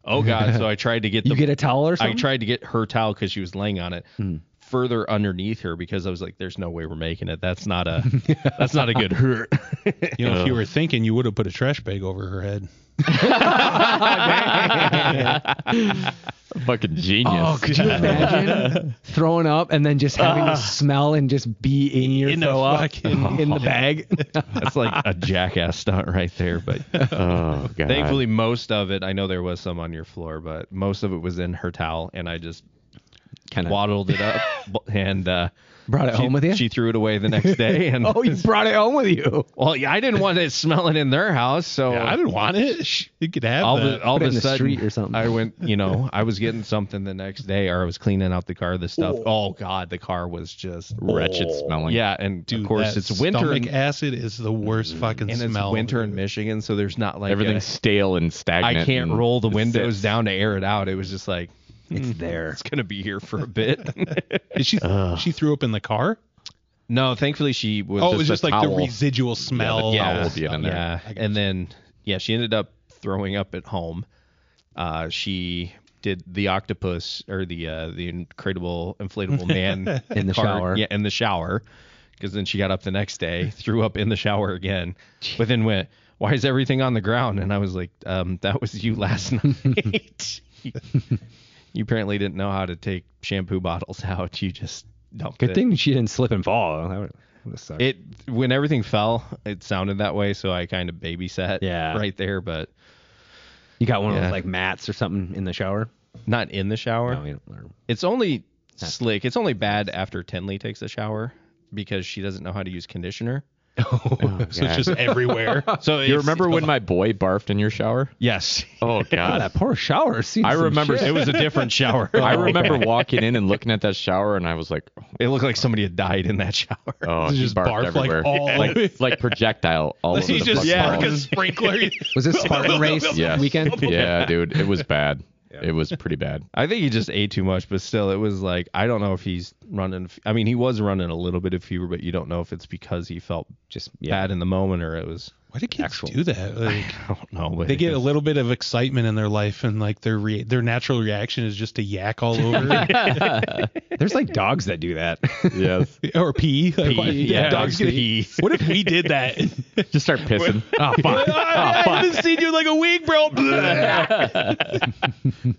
Speaker 5: oh god. So I tried to get the,
Speaker 1: You get a towel or
Speaker 5: I
Speaker 1: something.
Speaker 5: tried to get her towel because she was laying on it.
Speaker 1: Hmm.
Speaker 5: Further underneath her because I was like, "There's no way we're making it. That's not a, that's not a good hurt."
Speaker 2: You know, if you were thinking, you would have put a trash bag over her head.
Speaker 3: Fucking genius.
Speaker 1: Oh, could you imagine throwing up and then just having
Speaker 5: Ah.
Speaker 1: to smell and just be in your
Speaker 2: In the
Speaker 1: throw up
Speaker 5: uh,
Speaker 2: fucking-
Speaker 1: in the bag?
Speaker 5: That's like a jackass stunt right there. But
Speaker 3: Oh, God.
Speaker 5: thankfully, most of it, I know there was some on your floor, but most of it was in her towel, and I just
Speaker 1: Kind of
Speaker 5: waddled it up bu- and uh,
Speaker 1: brought it
Speaker 5: she,
Speaker 1: home with you.
Speaker 5: She threw it away the next day, and
Speaker 1: oh, you brought it home with you.
Speaker 5: well, yeah, I didn't want it smelling in their house, so
Speaker 2: I didn't want it. Sh- You could have
Speaker 5: all
Speaker 2: that.
Speaker 5: the all
Speaker 1: Put it in
Speaker 5: of a
Speaker 1: the
Speaker 5: sudden
Speaker 1: street or something.
Speaker 5: I went, you know, I was getting something the next day, or I was cleaning out the car. The stuff. Oh God, the car was just
Speaker 3: Wretched smelling.
Speaker 5: yeah, and
Speaker 2: Dude,
Speaker 5: of course
Speaker 2: that
Speaker 5: it's winter.
Speaker 2: Stomach
Speaker 5: in-
Speaker 2: acid is the worst fucking
Speaker 5: and it's
Speaker 2: smell.
Speaker 5: winter in Michigan, so there's not like
Speaker 3: Everything's
Speaker 5: I
Speaker 3: stale and
Speaker 5: I
Speaker 3: stagnant.
Speaker 5: can't
Speaker 3: and
Speaker 5: roll the
Speaker 3: just
Speaker 5: windows
Speaker 3: sits.
Speaker 5: down to air it out. It was just like it's there. It's gonna be here for a bit.
Speaker 2: Did she she threw up in the car?
Speaker 5: no, thankfully she was.
Speaker 2: Oh, it was
Speaker 5: a
Speaker 2: just like the
Speaker 5: towel.
Speaker 2: residual
Speaker 1: Oh,
Speaker 2: smell.
Speaker 5: yeah,
Speaker 3: towel being in there.
Speaker 5: yeah. And then yeah, she ended up throwing up at home. Uh, she did the octopus or the uh, the incredible inflatable man
Speaker 1: In the
Speaker 5: car-
Speaker 1: shower.
Speaker 5: Yeah, in the shower. Because then she got up the next day, threw up in the shower again, but then went, "Why is everything on the ground?" And I was like, um, "That was you last night. you apparently didn't know how to take shampoo bottles out. You just dumped
Speaker 1: Good
Speaker 5: it."
Speaker 1: thing she didn't slip and fall. That would, have sucked.
Speaker 5: It when everything fell, it sounded that way, so I kind of babysat
Speaker 1: Yeah.
Speaker 5: right there, but
Speaker 1: you got one of
Speaker 5: yeah.
Speaker 1: those like mats or something in the shower.
Speaker 5: not in the shower.
Speaker 1: No, you don't- or-
Speaker 5: It's only slick. It's only bad after Tenley takes a shower because she doesn't know how to use conditioner.
Speaker 2: so
Speaker 3: Yeah.
Speaker 2: it's just everywhere.
Speaker 5: So
Speaker 3: You
Speaker 5: it's-
Speaker 3: remember when my boy barfed in your shower?
Speaker 5: Yes.
Speaker 3: Oh
Speaker 1: God,
Speaker 3: God.
Speaker 1: that poor shower. seems
Speaker 3: I
Speaker 1: some
Speaker 3: remember
Speaker 1: shit.
Speaker 3: it was
Speaker 5: It was a different shower.
Speaker 3: I remember walking in and looking at that shower and I was like,
Speaker 5: it looked like somebody had died in that shower.
Speaker 3: oh,
Speaker 2: It's
Speaker 3: he
Speaker 2: just
Speaker 3: barfed
Speaker 2: barf, like,
Speaker 3: everywhere.
Speaker 2: all
Speaker 3: like,
Speaker 2: over.
Speaker 3: like projectile all over
Speaker 2: He's
Speaker 3: the
Speaker 2: just
Speaker 3: fucking
Speaker 5: Yeah.
Speaker 3: wall.
Speaker 2: like a sprinkler.
Speaker 1: Was this Spartan race
Speaker 3: Yes.
Speaker 1: weekend?
Speaker 3: Yeah, dude, it was bad. It was pretty bad.
Speaker 5: I think he just ate too much, but still, it was like I don't know if he's running. I mean, he was running a little bit of fever, but you don't know if it's because he felt just bad in the moment or it was.
Speaker 2: Why do kids do that? Like,
Speaker 5: I don't know. But
Speaker 2: they
Speaker 5: it
Speaker 2: get a
Speaker 5: just-
Speaker 2: little bit of excitement in their life, and like their re- their natural reaction is just to yak all over
Speaker 1: There's like dogs that do that.
Speaker 3: Yes.
Speaker 2: or pee. Like, why-
Speaker 5: yeah,
Speaker 2: dogs
Speaker 5: dogs
Speaker 2: get-
Speaker 5: pee.
Speaker 2: What if we did that?
Speaker 3: Just start pissing.
Speaker 1: oh fuck.
Speaker 2: I haven't seen you in like a week, bro.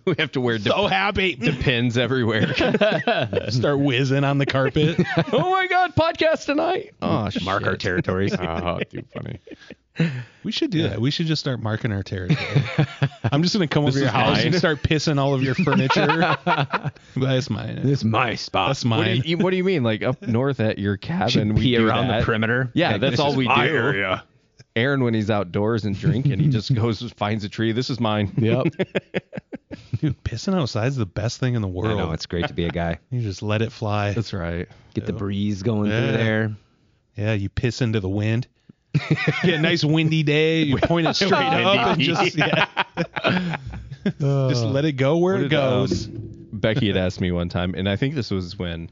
Speaker 5: we have to wear
Speaker 2: so happy.
Speaker 5: pins everywhere.
Speaker 2: Start whizzing on the carpet.
Speaker 5: oh my god, podcast tonight. Oh,
Speaker 1: Mark our territories.
Speaker 3: Oh, too funny.
Speaker 2: We should do that. We should just start marking our territory. I'm just gonna come over your
Speaker 5: is
Speaker 2: house
Speaker 5: mine.
Speaker 2: and start pissing all of your furniture. That's mine.
Speaker 1: this is my spot.
Speaker 2: That's
Speaker 5: What do,
Speaker 2: mine.
Speaker 5: you, e, what do you mean? Like up north at your cabin,
Speaker 1: Should
Speaker 5: we
Speaker 1: pee
Speaker 5: do
Speaker 1: around
Speaker 5: that.
Speaker 1: the perimeter.
Speaker 5: Yeah,
Speaker 1: Like,
Speaker 5: that's
Speaker 1: this
Speaker 5: all
Speaker 1: is
Speaker 5: we
Speaker 1: my
Speaker 5: do.
Speaker 1: Area.
Speaker 5: Aaron, when he's outdoors and drinking, he just goes and finds a tree. This is mine.
Speaker 1: Yep.
Speaker 2: Dude, pissing outside is the best thing in the
Speaker 1: I
Speaker 2: world.
Speaker 1: know it's great to be a guy.
Speaker 2: you just let it fly.
Speaker 5: That's right.
Speaker 1: Get the breeze going
Speaker 2: Yeah.
Speaker 1: through there.
Speaker 2: Yeah, you piss into the wind. Get a nice windy day. You point it straight up and just yeah. just let it go where it
Speaker 5: did, um,
Speaker 2: goes.
Speaker 5: Becky had asked me one time, and I think this was when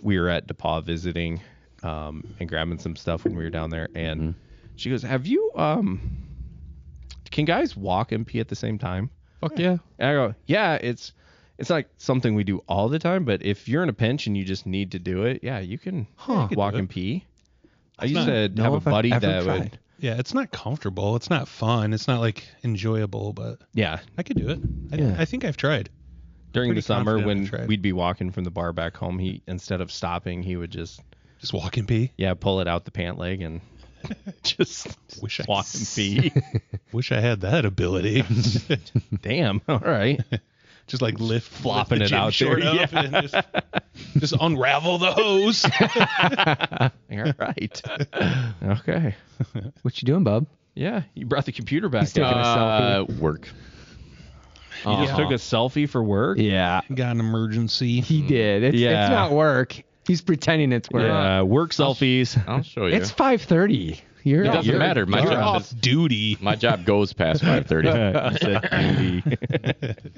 Speaker 5: we were at DePaul visiting um, and grabbing some stuff when we were down there. And she goes, "Have you? um Can guys walk and pee at the same time?"
Speaker 3: Fuck yeah.
Speaker 5: And I go, yeah, it's it's like something we do all the time, but if you're in a pinch and you just need to do it, yeah, you can walk and pee. I used to
Speaker 1: know
Speaker 5: have a
Speaker 1: if I've
Speaker 5: buddy
Speaker 1: ever
Speaker 5: that would,
Speaker 1: tried.
Speaker 2: yeah, it's not comfortable. It's not fun. It's not like enjoyable, but
Speaker 5: yeah,
Speaker 2: I could do it. I,
Speaker 5: Yeah.
Speaker 2: I think I've tried.
Speaker 5: during the
Speaker 2: Pretty
Speaker 5: summer
Speaker 2: confident
Speaker 5: when
Speaker 2: I've tried.
Speaker 5: we'd be walking from the bar back home, he instead of stopping, he would just
Speaker 2: Just walk and pee.
Speaker 5: yeah pull it out the pant leg and just
Speaker 2: Wish I
Speaker 5: walk and pee.
Speaker 2: Wish I had that ability.
Speaker 5: Damn, all right.
Speaker 2: just like lift
Speaker 5: flopping
Speaker 2: lift the
Speaker 5: it
Speaker 2: gym
Speaker 5: out
Speaker 2: short
Speaker 5: there,
Speaker 2: up
Speaker 5: yeah.
Speaker 2: and just, just unravel the hose.
Speaker 5: All right. Okay.
Speaker 1: What you doing, bub?
Speaker 5: Yeah, you brought the computer back.
Speaker 1: He's taking
Speaker 5: up.
Speaker 1: a
Speaker 3: Uh, work.
Speaker 5: you just took a selfie for work.
Speaker 1: Yeah,
Speaker 2: Got an emergency.
Speaker 1: he did. It's,
Speaker 5: Yeah.
Speaker 1: it's not work. He's pretending it's work.
Speaker 5: Yeah, work selfies.
Speaker 3: I'll show you.
Speaker 1: It's 5:30. You're
Speaker 3: it
Speaker 1: out
Speaker 3: doesn't
Speaker 1: here.
Speaker 3: matter. My
Speaker 2: You're
Speaker 3: job,
Speaker 2: off
Speaker 3: is,
Speaker 2: duty.
Speaker 3: my job goes past 5:30.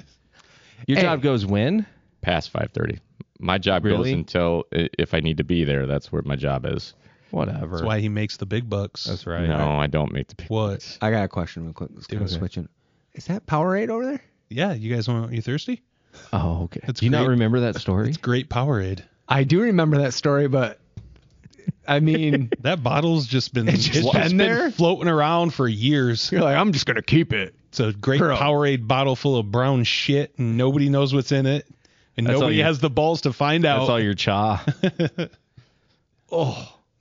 Speaker 5: Your
Speaker 1: Hey.
Speaker 5: job goes when?
Speaker 3: past 5:30. My job goes
Speaker 5: Really?
Speaker 3: until i- if I need to be there. That's where my job is.
Speaker 5: Whatever.
Speaker 2: That's why he makes the big bucks.
Speaker 5: That's right.
Speaker 3: No, I don't make the. Pick.
Speaker 2: What?
Speaker 1: I got a question real quick. Let's kind of switching. Is that Powerade over there?
Speaker 2: Yeah, you guys want you thirsty?
Speaker 5: Oh, okay.
Speaker 2: That's
Speaker 5: Do you not
Speaker 2: great.
Speaker 5: remember that story?
Speaker 2: Great Powerade.
Speaker 1: I do remember that story, but I mean,
Speaker 2: That bottle's just been
Speaker 1: It's just
Speaker 2: it's
Speaker 1: been there?
Speaker 2: floating around for years.
Speaker 1: you're like, I'm just gonna keep it.
Speaker 2: It's a great
Speaker 1: Girl.
Speaker 2: Powerade bottle full of brown shit, and nobody knows what's in it, and
Speaker 5: That's all
Speaker 2: nobody
Speaker 5: you-
Speaker 2: has the balls to find out.
Speaker 5: That's all your cha.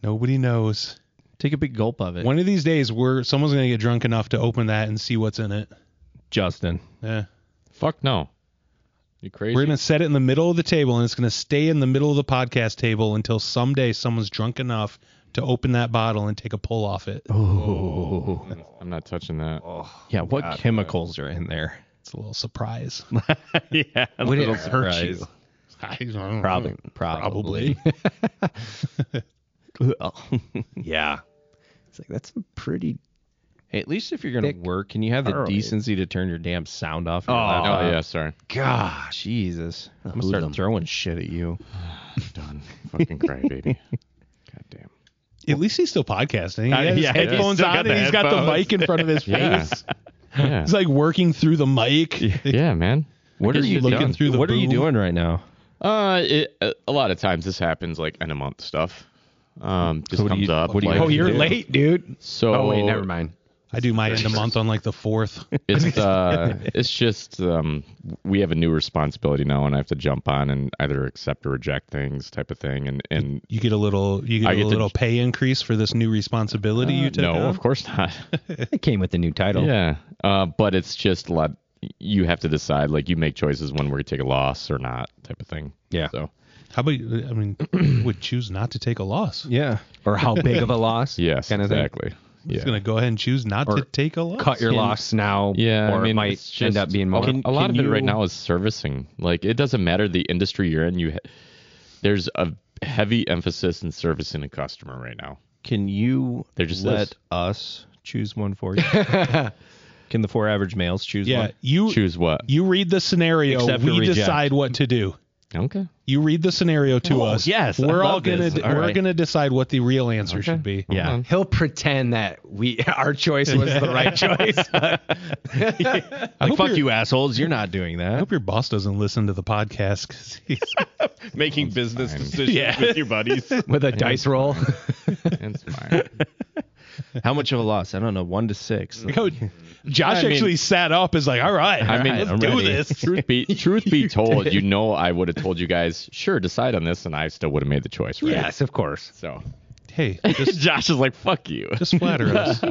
Speaker 2: nobody knows.
Speaker 5: Take a big gulp of it,
Speaker 2: One of these days, we're someone's gonna get drunk enough to open that and see what's in it.
Speaker 5: Justin.
Speaker 2: Yeah.
Speaker 3: Fuck no. You crazy?
Speaker 2: We're gonna set it in the middle of the table, and it's gonna stay in the middle of the podcast table until someday someone's drunk enough to open that bottle and take a pull off it.
Speaker 5: Oh,
Speaker 3: I'm not touching that.
Speaker 5: yeah. What chemicals are in there?
Speaker 2: It's a little surprise.
Speaker 5: yeah, a
Speaker 1: Would it
Speaker 5: little
Speaker 1: hurt
Speaker 5: surprise.
Speaker 1: you?
Speaker 5: Probably, probably. Well,
Speaker 1: Yeah. It's like that's a pretty.
Speaker 5: At least if you're gonna
Speaker 1: Thick
Speaker 5: work, can you have the
Speaker 1: Powerade.
Speaker 5: decency to turn your damn sound off?
Speaker 1: Oh.
Speaker 3: Oh yeah, sorry.
Speaker 5: God, Jesus! I'm gonna
Speaker 1: Hoodlum.
Speaker 5: start throwing shit at you.
Speaker 3: Done. Fucking crybaby. Goddamn.
Speaker 2: At least he's still podcasting. He
Speaker 5: Uh,
Speaker 2: has his
Speaker 5: yeah, he's
Speaker 2: headphones
Speaker 5: still
Speaker 2: on,
Speaker 5: got
Speaker 2: and
Speaker 5: the
Speaker 2: he's got the
Speaker 5: headphones.
Speaker 2: mic in front of his face.
Speaker 3: Yeah. Yeah.
Speaker 2: He's like working through the mic.
Speaker 3: yeah, man. What are
Speaker 5: Guess
Speaker 3: you
Speaker 5: looking
Speaker 3: done?
Speaker 2: through the
Speaker 5: What are you
Speaker 2: boom?
Speaker 5: doing right now?
Speaker 3: Uh, it, a- a lot of times this happens like in a month stuff. Um, just
Speaker 5: what do
Speaker 3: comes
Speaker 5: you-
Speaker 3: up.
Speaker 5: what do you
Speaker 3: like-
Speaker 1: Oh, you're
Speaker 5: Yeah.
Speaker 1: late, dude.
Speaker 3: So
Speaker 1: Oh wait, never mind.
Speaker 2: I do my end of month on like the fourth.
Speaker 3: It's uh, it's just um, we have a new responsibility now, and I have to jump on and either accept or reject things, type of thing. And and
Speaker 2: You get a little, you get
Speaker 3: I
Speaker 2: a
Speaker 3: get to-
Speaker 2: little pay increase for this new responsibility you took.
Speaker 3: no,
Speaker 2: on?
Speaker 3: of course not.
Speaker 1: It came with the new title.
Speaker 3: yeah. Uh, but it's just a lot. You have to decide, like you make choices when we take a loss or not, type of thing.
Speaker 1: Yeah.
Speaker 3: So
Speaker 2: How about? you- I mean, you would choose not to take a loss.
Speaker 5: Yeah,
Speaker 1: Or how big of a loss?
Speaker 3: yes,
Speaker 1: Kind of thing.
Speaker 3: exactly.
Speaker 2: He's
Speaker 3: Yeah.
Speaker 2: gonna go ahead and choose not to take a loss.
Speaker 1: Cut your loss now.
Speaker 3: Yeah,
Speaker 1: Or
Speaker 3: I mean,
Speaker 1: it might
Speaker 3: it's
Speaker 1: end
Speaker 3: just,
Speaker 1: up being more.
Speaker 3: a lot of
Speaker 5: can
Speaker 3: it right
Speaker 5: you-
Speaker 3: now is servicing. Like it doesn't matter the industry you're in. You ha- there's a heavy emphasis in servicing a customer right now.
Speaker 5: Can you
Speaker 3: They're just
Speaker 5: let
Speaker 3: this.
Speaker 5: us choose one for you? Can the four average males choose
Speaker 2: Yeah,
Speaker 5: one?
Speaker 2: you
Speaker 3: Choose what?
Speaker 2: you read the scenario.
Speaker 5: Accept or
Speaker 2: we
Speaker 5: reject.
Speaker 2: decide what to do.
Speaker 3: Okay.
Speaker 2: You read the scenario to
Speaker 5: Oh,
Speaker 2: us.
Speaker 5: yes, I
Speaker 2: we're all
Speaker 5: love
Speaker 2: gonna
Speaker 5: this.
Speaker 2: d-
Speaker 5: All
Speaker 2: we're
Speaker 5: right.
Speaker 2: gonna decide what the real answer should be.
Speaker 5: Yeah.
Speaker 1: He'll pretend that we our choice was the right choice.
Speaker 5: Like,
Speaker 2: hope
Speaker 5: fuck
Speaker 2: you're-
Speaker 5: you assholes! You're not doing
Speaker 2: I
Speaker 5: that.
Speaker 2: hope your boss doesn't listen to the podcast 'cause he's
Speaker 5: Making business
Speaker 3: fine.
Speaker 5: decisions with your buddies.
Speaker 1: with a dice roll.
Speaker 3: It's fine.
Speaker 5: How much of a loss? I don't know. One to six.
Speaker 2: Yo, Josh
Speaker 3: I mean-
Speaker 2: actually sat up. Is like, all right,
Speaker 3: I mean,
Speaker 2: let's
Speaker 3: I'm
Speaker 2: do
Speaker 3: ready.
Speaker 2: this.
Speaker 3: truth be truth be told, you know, I would have told you guys, sure, decide on this, and I still would have made the choice, right?
Speaker 1: yes, of course.
Speaker 3: So
Speaker 2: Hey,
Speaker 3: Josh is like, fuck you.
Speaker 2: just flatter us.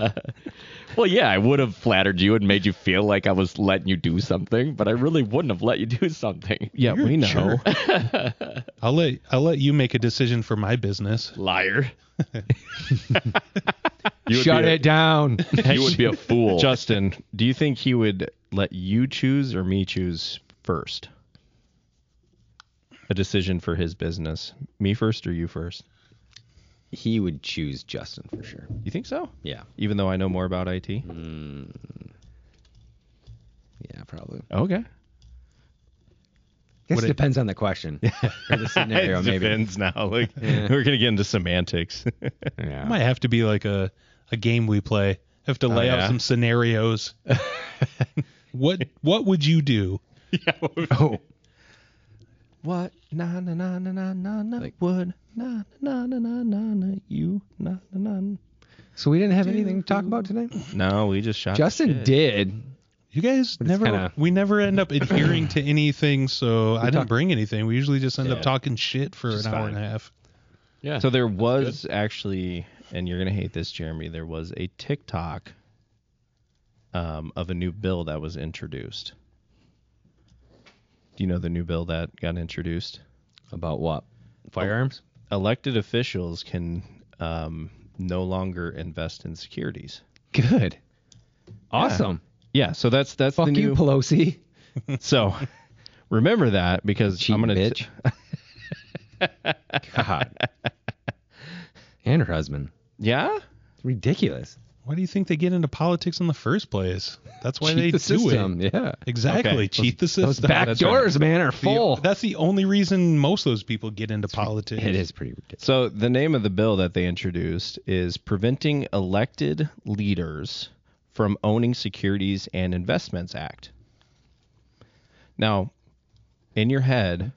Speaker 3: Well, yeah, I would have flattered you and made you feel like I was letting you do something, but I really wouldn't have let you do something.
Speaker 5: Yeah, we know.
Speaker 2: I'll let I'll let you make a decision for my business.
Speaker 3: Liar. You would
Speaker 1: Shut
Speaker 3: be a-
Speaker 1: it down.
Speaker 3: You would be a fool.
Speaker 5: Justin, do you think he would let you choose or me choose first? A decision for his business. Me first or you first?
Speaker 1: he would choose Justin for sure.
Speaker 5: You think so? Mm.
Speaker 1: Yeah.
Speaker 5: Even though I know more about IT?
Speaker 1: Yeah, probably.
Speaker 5: Okay.
Speaker 1: This depends on the question or the scenario,
Speaker 5: it
Speaker 1: maybe.
Speaker 5: depends now. Like we're gonna get into semantics.
Speaker 3: Yeah.
Speaker 2: It might have to be like a, a game we play. Have
Speaker 1: Oh,
Speaker 2: to lay out
Speaker 5: yeah?
Speaker 2: some scenarios. what what would you do?
Speaker 1: Oh,
Speaker 5: what? Na na na na na na na
Speaker 1: Like-
Speaker 5: would na na na na na na you na na na.
Speaker 1: so we didn't have anything to talk about today.
Speaker 5: No, we just shot.
Speaker 1: Justin
Speaker 5: shit.
Speaker 1: did.
Speaker 2: You guys
Speaker 1: it's
Speaker 2: never
Speaker 1: kinda-
Speaker 2: we never end up adhering to anything, so I didn't
Speaker 1: talk-
Speaker 2: bring anything. We usually just end up
Speaker 3: Yeah.
Speaker 2: talking shit for an hour and a half.
Speaker 3: yeah.
Speaker 5: So there was actually, and you're gonna hate this, Jeremy. There was a TikTok um, of a new bill that was introduced. Do you know the new bill that got introduced?
Speaker 1: About what? Firearms?
Speaker 5: Elected officials can um, no longer invest in securities.
Speaker 1: Oh, Good. Awesome.
Speaker 5: Yeah, so that's that's the
Speaker 1: Fuck you,
Speaker 5: new.
Speaker 1: Pelosi.
Speaker 5: so remember that because
Speaker 1: Cheap
Speaker 5: I'm gonna. t-
Speaker 1: bitch. God. And her husband.
Speaker 5: yeah.
Speaker 1: It's ridiculous.
Speaker 2: Why do you think they get into politics in the first place? That's why they
Speaker 1: Cheat the
Speaker 2: do
Speaker 1: system.
Speaker 2: it.
Speaker 1: Yeah.
Speaker 2: Exactly.
Speaker 5: Okay.
Speaker 2: Cheat the system.
Speaker 1: Those back
Speaker 2: That's right.
Speaker 1: doors, man, are
Speaker 2: The-
Speaker 1: full.
Speaker 2: that's the only reason most of those people get into politics.
Speaker 1: it is pretty ridiculous.
Speaker 5: So the name of the bill that they introduced is Preventing Elected Leaders from Owning Securities and Investments Act. Now, in your head,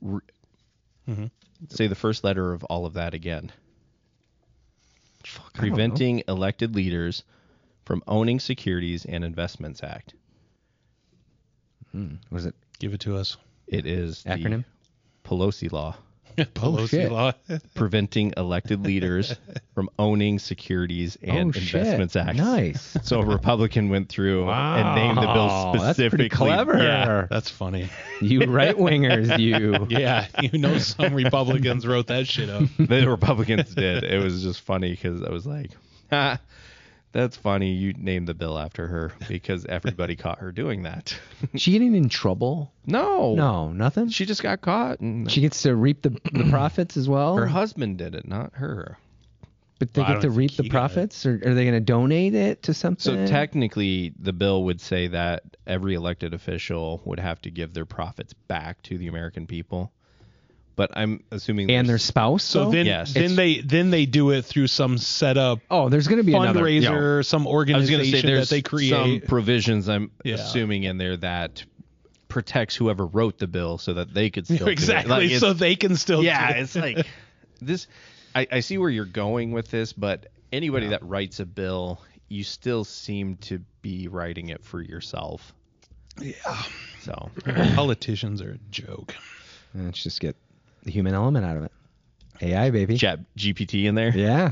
Speaker 5: re- say the first letter of all of that again. Preventing elected leaders from Owning Securities and Investments Act.
Speaker 1: Was it
Speaker 2: Give it to us.
Speaker 5: It is the
Speaker 1: acronym?
Speaker 5: Pelosi Law,
Speaker 2: Pelosi
Speaker 1: Oh, shit.
Speaker 2: law.
Speaker 5: preventing elected leaders from owning securities and
Speaker 1: oh
Speaker 5: investments
Speaker 1: shit!
Speaker 5: acts.
Speaker 1: Nice.
Speaker 5: So a Republican went through and named the bill
Speaker 1: Wow, that's
Speaker 5: specifically.
Speaker 1: pretty clever.
Speaker 5: Yeah.
Speaker 2: That's funny.
Speaker 1: You right wingers, you.
Speaker 2: Yeah, you know some Republicans wrote that shit up.
Speaker 5: the Republicans did. It was just funny because I was like, ha, that's funny. You named the bill after her because everybody caught her doing that.
Speaker 1: She getting in trouble?
Speaker 5: no.
Speaker 1: No, nothing. She,
Speaker 5: She just got caught and
Speaker 1: gets to reap the, the profits as well.
Speaker 5: her husband did it, not her.
Speaker 1: but they
Speaker 2: Well, I
Speaker 1: get to
Speaker 2: don't think
Speaker 1: reap the
Speaker 2: he got it.
Speaker 1: profits, or are they going to donate it to
Speaker 5: So
Speaker 1: something?
Speaker 5: technically, the bill would say that every elected official would have to give their profits back to the American people. But I'm assuming
Speaker 1: and their
Speaker 5: there's
Speaker 1: spouse.
Speaker 2: So
Speaker 1: though?
Speaker 2: then
Speaker 5: Yes.
Speaker 2: then they then they do it through some setup
Speaker 1: oh, there's going to be another
Speaker 2: fundraiser,
Speaker 1: Yeah.
Speaker 2: some
Speaker 5: I was
Speaker 2: organization
Speaker 5: going to say
Speaker 2: that
Speaker 5: there's
Speaker 2: they create.
Speaker 5: some provisions I'm
Speaker 2: Yeah.
Speaker 5: assuming in there that protects whoever wrote the bill so that they could still do it.
Speaker 2: exactly.
Speaker 5: Like, it's-
Speaker 2: so they can still
Speaker 5: yeah,
Speaker 2: do it.
Speaker 5: it's like this. I, I see where you're going with this, but anybody that writes a bill, you still seem to be writing it for yourself. Yeah. So
Speaker 2: politicians are a joke.
Speaker 1: Let's just get the human element out of it. AI baby.
Speaker 5: chat GPT in there.
Speaker 1: Yeah.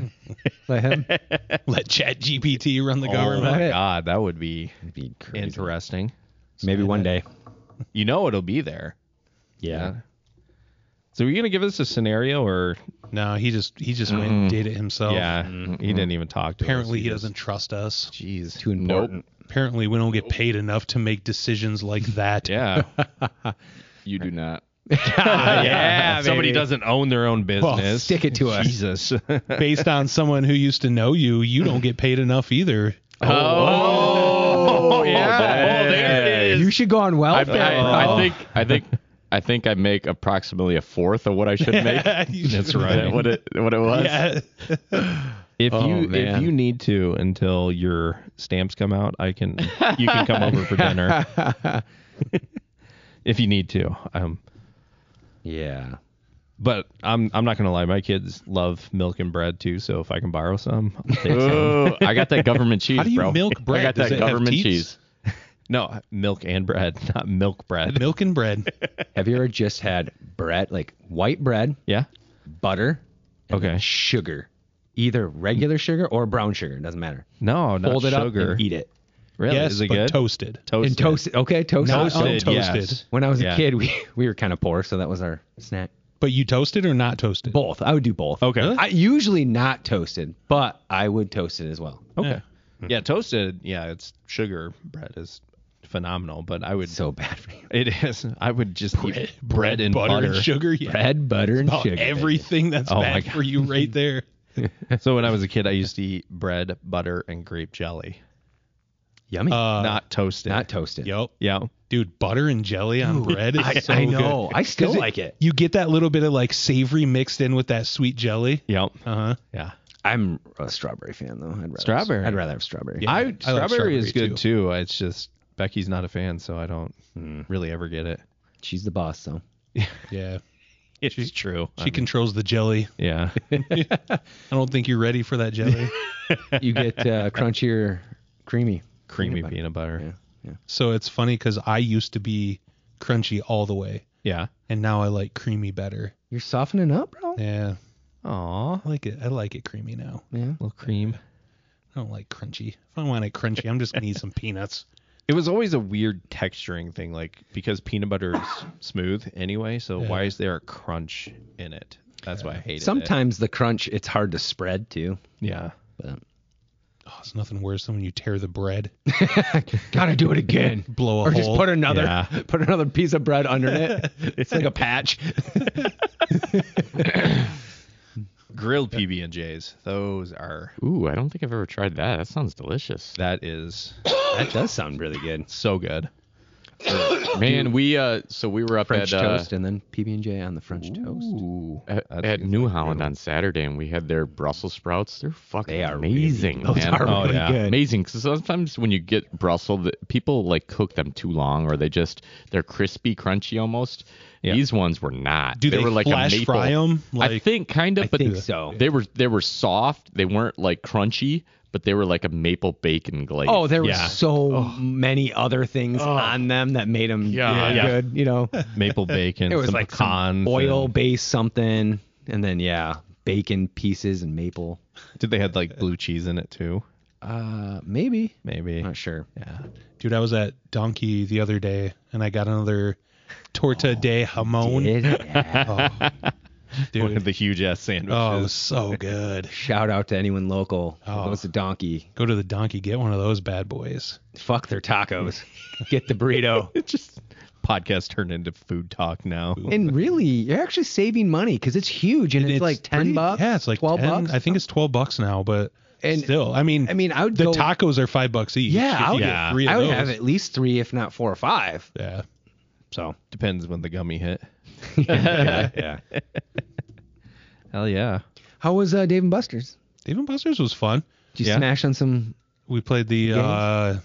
Speaker 1: Let him.
Speaker 2: Let Chat GPT run the
Speaker 5: Oh
Speaker 2: government.
Speaker 5: my
Speaker 1: Right.
Speaker 5: God, that would be
Speaker 1: Be crazy.
Speaker 5: interesting.
Speaker 1: Maybe one day.
Speaker 5: You know it'll be there. Yeah. So are you gonna give us a scenario or?
Speaker 2: No, he just he just went and did it himself.
Speaker 5: yeah, he didn't even talk to
Speaker 2: Apparently
Speaker 5: us.
Speaker 2: he doesn't trust us.
Speaker 5: Mm-hmm. Jeez.
Speaker 1: Too important.
Speaker 2: Apparently we don't get paid enough to make decisions like that.
Speaker 5: Yeah.
Speaker 3: You do not.
Speaker 5: yeah. Somebody
Speaker 1: baby.
Speaker 5: doesn't own their own business.
Speaker 2: Oh,
Speaker 1: stick it to us.
Speaker 5: Jesus.
Speaker 2: Based on someone who used to know you, you don't get paid enough either.
Speaker 5: Oh, yeah.
Speaker 3: Oh,
Speaker 5: there it
Speaker 1: You should go on
Speaker 3: I,
Speaker 1: welfare. bro.
Speaker 3: I,
Speaker 2: Oh.
Speaker 3: I think I think I think I make approximately a fourth of what I should make.
Speaker 2: That's
Speaker 3: Is that What it what it was.
Speaker 2: Yeah.
Speaker 5: If
Speaker 3: Oh,
Speaker 5: you if
Speaker 3: man.
Speaker 5: you need to until your stamps come out, I can you can come over for dinner. if you need to. Um
Speaker 1: yeah.
Speaker 5: but I'm I'm not gonna lie, my kids love milk and bread too, so if I can borrow some, I'll take some.
Speaker 3: Ooh, I got that government cheese,
Speaker 2: How do you
Speaker 3: bro.
Speaker 2: milk bread?
Speaker 3: I got
Speaker 2: Does
Speaker 3: that
Speaker 2: it have
Speaker 3: government
Speaker 2: teats?
Speaker 3: cheese.
Speaker 5: No, milk and bread, not milk bread.
Speaker 2: Milk and bread.
Speaker 1: Have you ever just had bread, like white bread,
Speaker 5: Yeah.
Speaker 1: butter, and
Speaker 5: Okay.
Speaker 1: sugar, either regular sugar or brown sugar, doesn't matter.
Speaker 5: No, not
Speaker 1: Fold it
Speaker 5: sugar.
Speaker 1: up and eat it.
Speaker 5: Really?
Speaker 2: yes,
Speaker 5: Is it
Speaker 2: but
Speaker 5: good?
Speaker 2: toasted.
Speaker 5: Toasted.
Speaker 1: And toast it. Okay, toast it.
Speaker 2: Not
Speaker 5: Toasted,
Speaker 2: untoasted.
Speaker 5: yes.
Speaker 1: When I was
Speaker 5: Yeah.
Speaker 1: a kid, we, we were kind of poor, so that was our snack.
Speaker 2: But you toasted or not toasted?
Speaker 1: Both. I would do both.
Speaker 5: Okay.
Speaker 1: I, usually not toasted, but I would toast it as well.
Speaker 5: Okay. Yeah. toasted. Yeah, it's sugar bread is phenomenal, but I would
Speaker 1: So bad for you.
Speaker 5: it is I would just eat bread, and
Speaker 2: butter,
Speaker 5: butter.
Speaker 2: and sugar. Yeah.
Speaker 1: Bread, butter, and
Speaker 2: About
Speaker 1: sugar.
Speaker 2: everything that's
Speaker 5: Oh my
Speaker 2: bad
Speaker 5: God.
Speaker 2: for you right there.
Speaker 5: So when I was a kid, I used to eat bread, butter, and grape jelly,
Speaker 1: Yummy.
Speaker 2: Uh,
Speaker 5: not toasted.
Speaker 1: not toasted.
Speaker 2: Yep.
Speaker 5: yeah.
Speaker 2: Dude, butter and jelly on bread is
Speaker 1: I,
Speaker 2: so
Speaker 1: I
Speaker 2: good.
Speaker 1: know. I still
Speaker 2: 'Cause
Speaker 1: like it.
Speaker 2: You get that little bit of like savory mixed in with that sweet jelly.
Speaker 5: Yep.
Speaker 2: Uh huh.
Speaker 5: Yeah.
Speaker 1: I'm a strawberry fan though. I'd rather
Speaker 5: Strawberry.
Speaker 1: I'd rather have strawberry.
Speaker 2: Yeah.
Speaker 5: I,
Speaker 2: I like
Speaker 5: strawberry, is
Speaker 2: strawberry,
Speaker 5: good too. It's just Becky's not a fan, so I don't really ever get it.
Speaker 1: She's the boss though.
Speaker 2: Yeah.
Speaker 5: It's true.
Speaker 2: She controls the jelly.
Speaker 5: Yeah.
Speaker 2: I don't think you're ready for that jelly.
Speaker 1: You get uh, crunchy or creamy.
Speaker 5: Creamy peanut butter.
Speaker 2: so it's funny because I used to be crunchy all the way,
Speaker 5: Yeah.
Speaker 2: and now I like creamy better.
Speaker 1: You're softening up, bro.
Speaker 2: Yeah.
Speaker 5: Aw.
Speaker 2: I like it. I like it creamy now.
Speaker 5: Little cream.
Speaker 2: I don't like crunchy. If I want it crunchy, I'm just gonna eat some peanuts.
Speaker 5: It was always a weird texturing thing, like because peanut butter is smooth anyway, so why is there a crunch in it? That's why I hate it.
Speaker 1: Sometimes the crunch it's hard to spread too.
Speaker 5: Yeah.
Speaker 1: But
Speaker 2: Oh, it's nothing worse than when you tear the bread,
Speaker 1: gotta do it again.
Speaker 2: blow a
Speaker 1: Or
Speaker 2: hole.
Speaker 1: just put another
Speaker 5: Yeah.
Speaker 1: put another piece of bread under it. It's like a patch.
Speaker 5: Grilled PB and J's. Those are
Speaker 3: Ooh, I don't think I've ever tried that. That sounds delicious.
Speaker 5: that is
Speaker 1: That does sound really good.
Speaker 5: so good.
Speaker 3: Man, we uh so we were up
Speaker 1: French
Speaker 3: at uh,
Speaker 1: toast and then PB and J on the French toast.
Speaker 5: Ooh.
Speaker 3: at, at New Holland on Saturday and we had their Brussels sprouts. They're fucking
Speaker 1: They are really
Speaker 3: amazing.
Speaker 1: Those
Speaker 3: man.
Speaker 1: are
Speaker 5: Oh,
Speaker 1: really
Speaker 5: yeah.
Speaker 1: good.
Speaker 3: amazing because sometimes when you get Brussels, the- people like cook them too long, or they just they're crispy, crunchy almost,
Speaker 5: Yeah.
Speaker 3: These ones were not.
Speaker 2: Do
Speaker 3: they,
Speaker 2: they
Speaker 3: were like
Speaker 2: flash
Speaker 3: a maple.
Speaker 2: fry 'em?
Speaker 3: I
Speaker 2: Like-
Speaker 3: think kind of, but
Speaker 5: think so.
Speaker 3: They were they were soft. They weren't like crunchy, but they were like a maple bacon glaze.
Speaker 1: Oh, there were
Speaker 5: Yeah.
Speaker 1: so many other things on them that made them
Speaker 5: Yeah.
Speaker 1: good. You know,
Speaker 5: maple bacon,
Speaker 1: it was
Speaker 5: some
Speaker 1: like
Speaker 5: pecans,
Speaker 1: some oil
Speaker 5: and-
Speaker 1: based something, and then yeah, bacon pieces and maple.
Speaker 5: Did they had like blue cheese in it too?
Speaker 1: Uh, maybe.
Speaker 5: Maybe.
Speaker 1: Not sure.
Speaker 5: Yeah.
Speaker 2: Dude, I was at Donkey the other day and I got another torta
Speaker 1: Oh,
Speaker 2: de jamon.
Speaker 1: Yeah.
Speaker 2: Oh,
Speaker 5: One of
Speaker 2: dude.
Speaker 5: the huge ass sandwiches.
Speaker 2: Oh, it was so good.
Speaker 1: Shout out to anyone local.
Speaker 2: Oh.
Speaker 1: Oh. Goes to Donkey.
Speaker 2: Go to the Donkey, get one of those bad boys.
Speaker 1: Fuck their tacos. Get the burrito.
Speaker 5: It just podcast turned into food talk now.
Speaker 1: And really, you're actually saving money because it's huge and, it's, like ten
Speaker 2: pretty-
Speaker 1: bucks.
Speaker 2: Yeah, it's like
Speaker 1: twelve
Speaker 2: 10
Speaker 1: bucks.
Speaker 2: I think it's 12 bucks now, but
Speaker 1: And-
Speaker 2: still. I mean,
Speaker 1: I mean, I would
Speaker 2: the
Speaker 1: go-
Speaker 2: tacos are 5 bucks each.
Speaker 1: Yeah,
Speaker 2: If
Speaker 1: I
Speaker 2: you
Speaker 1: would-
Speaker 2: get
Speaker 5: yeah.
Speaker 2: three of
Speaker 1: I would
Speaker 2: those.
Speaker 1: have at least three, if not four or five.
Speaker 2: Yeah.
Speaker 1: So
Speaker 5: Depends when the gummy hit.
Speaker 1: yeah.
Speaker 5: Hell yeah.
Speaker 1: How was uh, Dave and Buster's?
Speaker 2: Dave and Buster's was fun.
Speaker 1: Did you
Speaker 5: Yeah.
Speaker 1: smash on some?
Speaker 2: We played the uh,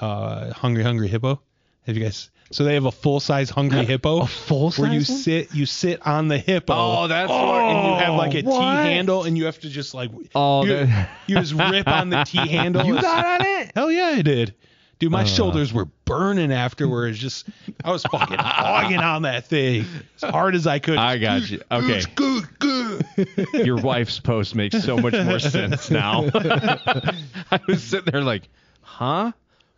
Speaker 2: uh, Hungry Hungry Hippo. Have you guys? So they have a full size Hungry Hippo.
Speaker 1: full-size
Speaker 2: Where you
Speaker 1: one?
Speaker 2: sit, you sit on the hippo.
Speaker 5: that's
Speaker 2: Oh, and you have like a T
Speaker 1: what?
Speaker 2: handle, and you have to just like
Speaker 5: Oh,
Speaker 2: you,
Speaker 5: that-
Speaker 2: you just rip on the T handle.
Speaker 1: You got on it?
Speaker 2: Hell yeah, I did. Dude, my shoulders were burning afterwards. Just I was fucking hogging on that thing as hard as I could.
Speaker 5: I got you. Okay.
Speaker 2: Good, good.
Speaker 5: Your wife's post makes so much more sense now. I was sitting there like, huh?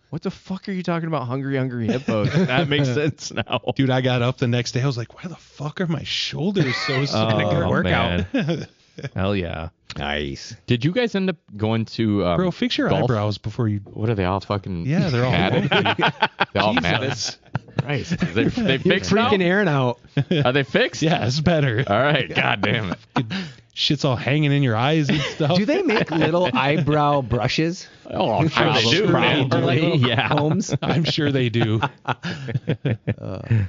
Speaker 5: What the fuck are you talking about? Hungry, hungry hippos. That makes sense now.
Speaker 2: Dude, I got up the next day. I was like, why the fuck are my shoulders so sore?
Speaker 5: Oh, man. Hell yeah.
Speaker 1: Nice.
Speaker 3: Did you guys end up going to um,
Speaker 2: Bro, fix your
Speaker 3: golf?
Speaker 2: eyebrows before you.
Speaker 3: What are they all fucking?
Speaker 2: Yeah, they're all.
Speaker 3: mad at you? They're all mad at
Speaker 2: Jesus.
Speaker 3: Christ. They, they fixed now?
Speaker 1: Freaking Aaron out.
Speaker 3: Are they fixed?
Speaker 2: Yeah, it's better.
Speaker 3: All right. God damn it.
Speaker 2: Shit's all hanging in your eyes and stuff.
Speaker 1: Do they make little eyebrow brushes?
Speaker 3: Oh, I'm sure they
Speaker 1: Probably.
Speaker 3: do, man.
Speaker 1: Probably.
Speaker 3: Or like-
Speaker 5: Yeah.
Speaker 1: Combs?
Speaker 2: I'm sure they do.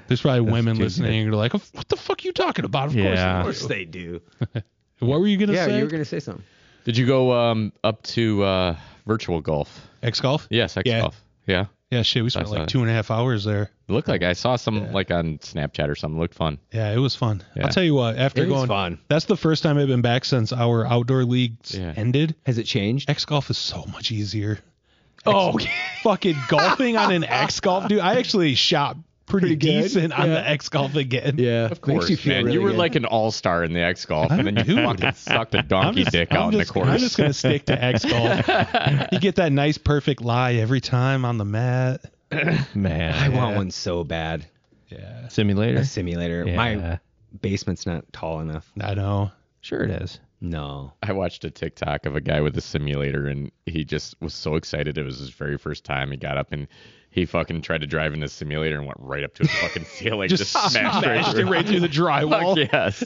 Speaker 2: There's probably women listening who are like, "What the fuck are you talking about?" Of
Speaker 5: Yeah.
Speaker 2: course, they
Speaker 1: they do.
Speaker 2: do. What were you gonna
Speaker 1: Yeah,
Speaker 2: say?
Speaker 1: you were gonna say something.
Speaker 3: Did you go um, up to uh, virtual golf?
Speaker 2: X golf.
Speaker 3: Yes, X
Speaker 2: Yeah.
Speaker 3: golf. Yeah.
Speaker 2: Yeah, shit. We spent
Speaker 3: saw
Speaker 2: like
Speaker 3: it.
Speaker 2: two and a half hours there.
Speaker 3: It looked like I saw some like on Snapchat or something. looked fun.
Speaker 2: Yeah, it was fun.
Speaker 3: Yeah.
Speaker 2: I'll tell you what. After
Speaker 1: It was
Speaker 2: going,
Speaker 1: fun.
Speaker 2: that's the first time I've been back since our outdoor leagues
Speaker 3: Yeah.
Speaker 2: ended.
Speaker 1: Has it changed?
Speaker 2: X golf is so much easier.
Speaker 1: Oh,
Speaker 2: Fucking golfing on an X golf, dude. I actually shot pretty, decent on the X golf again.
Speaker 1: yeah. Of
Speaker 3: Of course,
Speaker 1: Makes you feel
Speaker 3: man.
Speaker 1: really
Speaker 3: you were
Speaker 1: good.
Speaker 3: like an all star in the X golf, and then you
Speaker 2: Dude.
Speaker 3: fucking sucked a donkey dick out in the
Speaker 2: just-
Speaker 3: course.
Speaker 2: I'm just gonna stick to X golf. you get that nice perfect lie every time on the mat.
Speaker 5: Man.
Speaker 1: I want one so bad.
Speaker 2: Yeah,
Speaker 5: Simulator?
Speaker 1: A simulator.
Speaker 5: Yeah.
Speaker 1: My basement's not tall enough.
Speaker 2: I know.
Speaker 5: Sure it is.
Speaker 1: No.
Speaker 3: I watched a TikTok of a guy with a simulator, and he just was so excited. It was his very first time. He got up and he fucking tried to drive in the simulator and went right up to his fucking ceiling, just, smashed right
Speaker 2: smashed
Speaker 3: through.
Speaker 2: it right through the
Speaker 3: Fuck
Speaker 2: drywall.
Speaker 3: yes.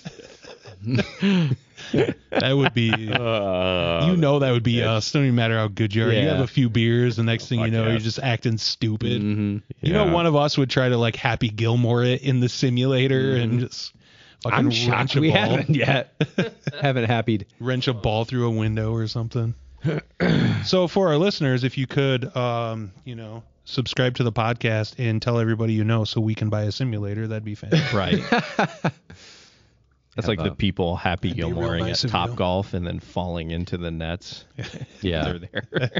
Speaker 2: That would be,
Speaker 3: Uh,
Speaker 2: you know, that would be us. Don't even matter how good you are. You
Speaker 1: Yeah.
Speaker 2: have a few beers, the next thing you
Speaker 3: fuck
Speaker 2: know,
Speaker 3: yeah. Mm-hmm.
Speaker 2: you're just acting stupid. You
Speaker 3: Yeah.
Speaker 2: know, one of us would try to like Happy Gilmore it in the simulator
Speaker 3: Mm-hmm.
Speaker 2: and just fucking
Speaker 1: I'm
Speaker 2: wrench
Speaker 1: shocked
Speaker 2: a
Speaker 1: we
Speaker 2: ball,
Speaker 1: haven't yet. haven't happied.
Speaker 2: wrench a ball through a window or something. so for our listeners, if you could, um, you know, subscribe to the podcast and tell everybody you know, so we can buy a simulator, that'd be fantastic.
Speaker 5: Right. That's like the people happy
Speaker 2: real
Speaker 5: Gilmoreing
Speaker 2: nice
Speaker 5: at
Speaker 2: of
Speaker 5: Top
Speaker 2: you.
Speaker 5: Golf and then falling into the nets.
Speaker 3: yeah.
Speaker 5: They're there.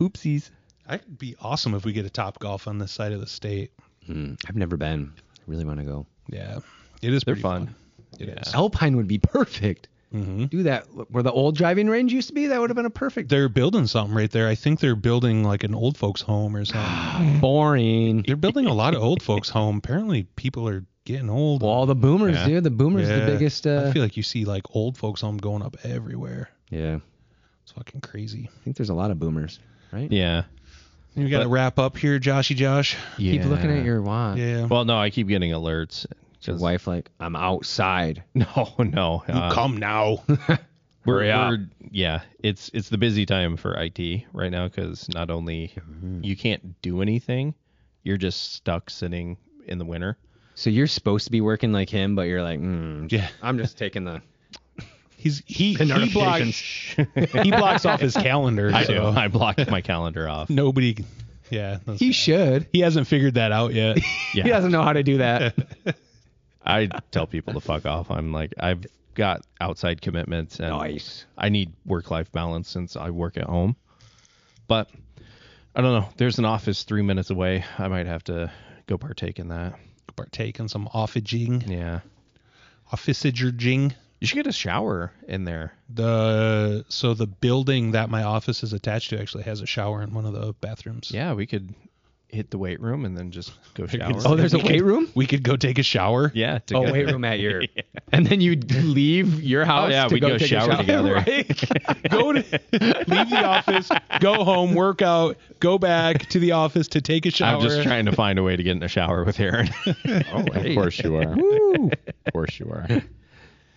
Speaker 5: Oopsies.
Speaker 2: That'd be awesome if we get a top golf on this side of the state.
Speaker 1: I've never been. I really want to go.
Speaker 2: Yeah, it is
Speaker 5: They're
Speaker 2: pretty
Speaker 5: fun.
Speaker 2: It is.
Speaker 1: Alpine would be perfect. Do that where the old driving range used to be. That would have been a perfect.
Speaker 2: They're building something right there. I think they're building like an old folks home or something.
Speaker 1: Boring.
Speaker 2: they're building a lot of old folks home. Apparently, people are getting old.
Speaker 1: Well, all the boomers, dude. The boomers
Speaker 2: Yeah.
Speaker 1: the biggest. Uh,
Speaker 2: I feel like you see like old folks home going up everywhere.
Speaker 1: yeah,
Speaker 2: It's fucking crazy.
Speaker 1: I think there's a lot of boomers, right?
Speaker 5: Yeah.
Speaker 2: We got to wrap up here, Joshy Josh.
Speaker 5: yeah.
Speaker 1: Keep looking at your watch.
Speaker 2: Yeah.
Speaker 5: Well, no, I keep getting alerts.
Speaker 1: Your
Speaker 5: Just-
Speaker 1: wife, like, I'm outside.
Speaker 5: No, no. uh,
Speaker 2: Come now.
Speaker 5: we're, we're- yeah, it's it's the busy time for IT right now because not only you can't do anything, you're just stuck sitting in the winter.
Speaker 1: So you're supposed to be working like him, but you're like, mm,
Speaker 2: Yeah.
Speaker 1: I'm just taking the.
Speaker 2: He's he
Speaker 1: The
Speaker 2: he blocks
Speaker 1: notifications.
Speaker 2: he blocks off his calendar.
Speaker 5: I
Speaker 2: so
Speaker 5: do. I blocked my calendar off.
Speaker 2: Nobody Yeah. that's
Speaker 1: He
Speaker 2: bad.
Speaker 1: should.
Speaker 2: He hasn't figured that out yet.
Speaker 5: Yeah.
Speaker 1: He doesn't know how to do that.
Speaker 5: I tell people to fuck off. I'm like, I've got outside commitments and
Speaker 1: Nice.
Speaker 5: I need work life balance since I work at home. But I don't know. There's an office three minutes away. I might have to go partake in that.
Speaker 2: Partake in some offaging,
Speaker 5: Yeah.
Speaker 2: officaging.
Speaker 5: You should get a shower in there.
Speaker 2: The so the building that my office is attached to actually has a shower in one of the bathrooms.
Speaker 5: Yeah, we could hit the weight room and then just go shower.
Speaker 1: Oh, there's a weight room.
Speaker 2: We could go take a shower.
Speaker 5: yeah.
Speaker 1: Oh,
Speaker 5: together.
Speaker 1: weight room at your. And then you leave your house.
Speaker 5: yeah,
Speaker 1: to
Speaker 5: we
Speaker 1: go,
Speaker 5: go
Speaker 1: take a
Speaker 5: shower together.
Speaker 1: Right?
Speaker 2: Go to leave the office, go home, work out, go back to the office to take a shower.
Speaker 5: I'm just trying to find a way to get in a shower with Aaron.
Speaker 3: Oh, of course you are. Of course you are.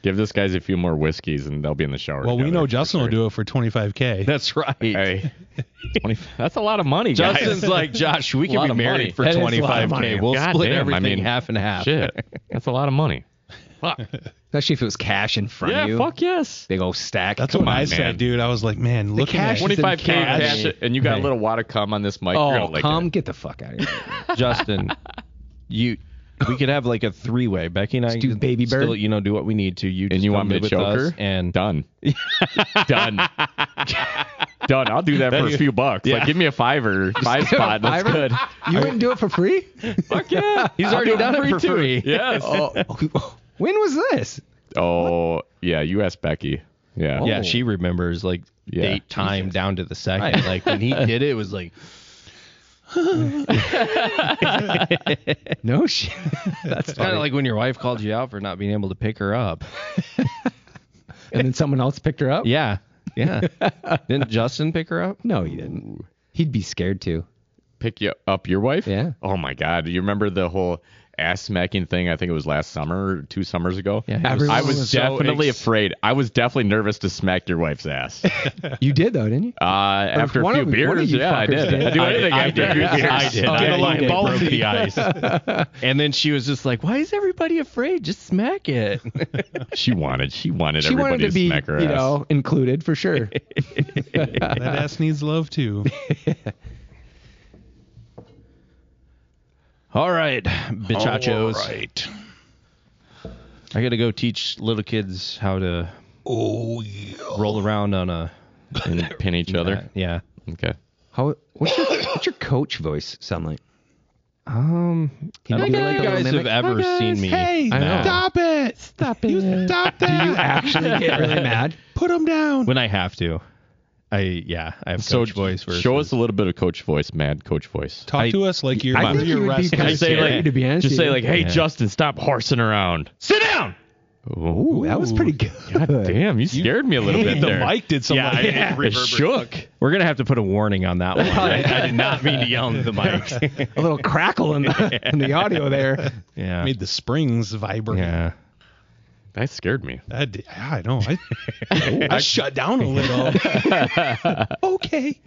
Speaker 3: Give this guys a few more whiskeys and they'll be in the shower.
Speaker 2: Well, we know Justin will do it for 25k.
Speaker 5: That's right.
Speaker 3: Hey, 20 that's a lot of money, guys.
Speaker 5: Justin's like, Josh, we
Speaker 3: Lot
Speaker 5: can be
Speaker 3: of money.
Speaker 5: married for
Speaker 1: That is a lot of
Speaker 5: 25K.
Speaker 1: money.
Speaker 5: We'll
Speaker 3: God
Speaker 5: split
Speaker 3: damn, I
Speaker 5: everything
Speaker 3: mean,
Speaker 5: half and half.
Speaker 3: shit. That's a lot of money.
Speaker 1: Especially if it was cash in front
Speaker 3: Yeah,
Speaker 1: of you.
Speaker 3: fuck yes.
Speaker 1: They go stack.
Speaker 2: That's what
Speaker 3: on,
Speaker 2: I
Speaker 3: man.
Speaker 2: said, dude. I was like, man, look at
Speaker 1: cash
Speaker 2: it.
Speaker 1: is in
Speaker 3: 25k cash,
Speaker 1: cash.
Speaker 3: and you got a little wad of cum on this mic. You're
Speaker 1: Oh,
Speaker 3: gonna like
Speaker 1: come
Speaker 3: it.
Speaker 1: get the fuck out of here.
Speaker 5: Justin, you we could have like a three way. Becky and I
Speaker 1: do
Speaker 5: can
Speaker 1: baby bird.
Speaker 5: still, you know, do what we need to. You
Speaker 3: And
Speaker 5: just
Speaker 3: you
Speaker 5: come
Speaker 3: want me
Speaker 5: live
Speaker 3: to
Speaker 5: with
Speaker 3: choke
Speaker 5: us
Speaker 3: her?
Speaker 5: and
Speaker 3: Done. Done. Done. I'll do that for a few bucks. Like, give me a fiver, five spot. That's
Speaker 1: Fiver?
Speaker 3: good.
Speaker 1: You wouldn't do it for free?
Speaker 3: Fuck yeah.
Speaker 5: He's
Speaker 3: I'll
Speaker 5: already
Speaker 3: do it
Speaker 5: done it for
Speaker 3: too.
Speaker 5: free.
Speaker 3: Yes.
Speaker 1: Oh, when was this?
Speaker 3: Oh, yeah. You asked Becky. Yeah.
Speaker 5: yeah, she remembers like
Speaker 3: Yeah.
Speaker 5: date time down to the second. Like when he did it, it was like
Speaker 1: No shit.
Speaker 5: it's kind of like when your wife called you out for not being able to pick her up.
Speaker 1: and then someone else picked her up?
Speaker 5: Yeah, yeah. Didn't Justin pick her up?
Speaker 1: No, he didn't. He'd be scared too.
Speaker 3: Pick you up your wife?
Speaker 1: Yeah.
Speaker 3: Oh, my God. You remember the whole ass smacking thing? I think it was last summer, two summers ago.
Speaker 5: Yeah, he was-
Speaker 1: Everyone
Speaker 3: I was
Speaker 1: so
Speaker 3: definitely
Speaker 1: ex-
Speaker 3: afraid. I was definitely nervous to smack your wife's ass.
Speaker 1: You did though, didn't you?
Speaker 3: Uh, after a
Speaker 1: one
Speaker 3: few
Speaker 1: of- one of
Speaker 3: beers,
Speaker 1: you
Speaker 3: yeah, I
Speaker 1: fuckers
Speaker 3: did.
Speaker 1: did.
Speaker 3: I'd do anything
Speaker 5: I
Speaker 3: after a
Speaker 5: did.
Speaker 3: few beers.
Speaker 5: I did.
Speaker 1: Okay,
Speaker 5: I
Speaker 1: you
Speaker 5: like
Speaker 1: did.
Speaker 5: broke the ice. and then she was just like, "Why is everybody afraid? Just smack it."
Speaker 3: She wanted, she wanted
Speaker 1: She
Speaker 3: everybody
Speaker 1: wanted to be,
Speaker 3: smack her
Speaker 1: you
Speaker 3: ass.
Speaker 1: know, included for sure.
Speaker 2: that ass needs love too.
Speaker 5: All right, bichachos. I got to go teach little kids how to
Speaker 2: Oh yeah.
Speaker 5: roll around on a
Speaker 3: and pin each other.
Speaker 5: yeah.
Speaker 3: Okay.
Speaker 1: How? What's your, what's your coach voice sound like?
Speaker 5: Um,
Speaker 1: Can
Speaker 5: I
Speaker 1: you
Speaker 5: don't
Speaker 1: do
Speaker 5: think
Speaker 1: like a
Speaker 5: you
Speaker 1: little
Speaker 5: guys have
Speaker 1: mimic?
Speaker 5: ever seen me.
Speaker 2: Hey,
Speaker 1: I know.
Speaker 2: stop it! Stop it! You stop that!
Speaker 1: You actually get really mad.
Speaker 2: Put him down.
Speaker 5: When I have to, I yeah, I have coach voice. Versus,
Speaker 3: Show us a little bit of coach voice, mad coach voice.
Speaker 2: Talk to us like you're
Speaker 1: I
Speaker 2: one of
Speaker 1: think you
Speaker 2: your
Speaker 1: would be
Speaker 2: wrestlers.
Speaker 1: kind of
Speaker 3: Just say,
Speaker 1: scary,
Speaker 3: like-
Speaker 1: to be honest.
Speaker 3: Just
Speaker 1: with
Speaker 3: say
Speaker 1: you.
Speaker 3: like, hey
Speaker 5: Yeah.
Speaker 3: Justin, stop horsing around. Sit down.
Speaker 1: Ooh, that was pretty good.
Speaker 3: Damn, you scared me a little bit
Speaker 2: the
Speaker 3: there.
Speaker 2: mic did something.
Speaker 3: yeah,
Speaker 2: like
Speaker 3: it, it shook.
Speaker 5: We're gonna have to put a warning on that one. I, I did not mean to yell into the mic.
Speaker 1: A little crackle in the, in the audio there.
Speaker 5: yeah.
Speaker 2: Made the springs vibrate.
Speaker 5: yeah.
Speaker 3: That scared me.
Speaker 2: I, did, yeah, I know. I, I shut down a little. okay.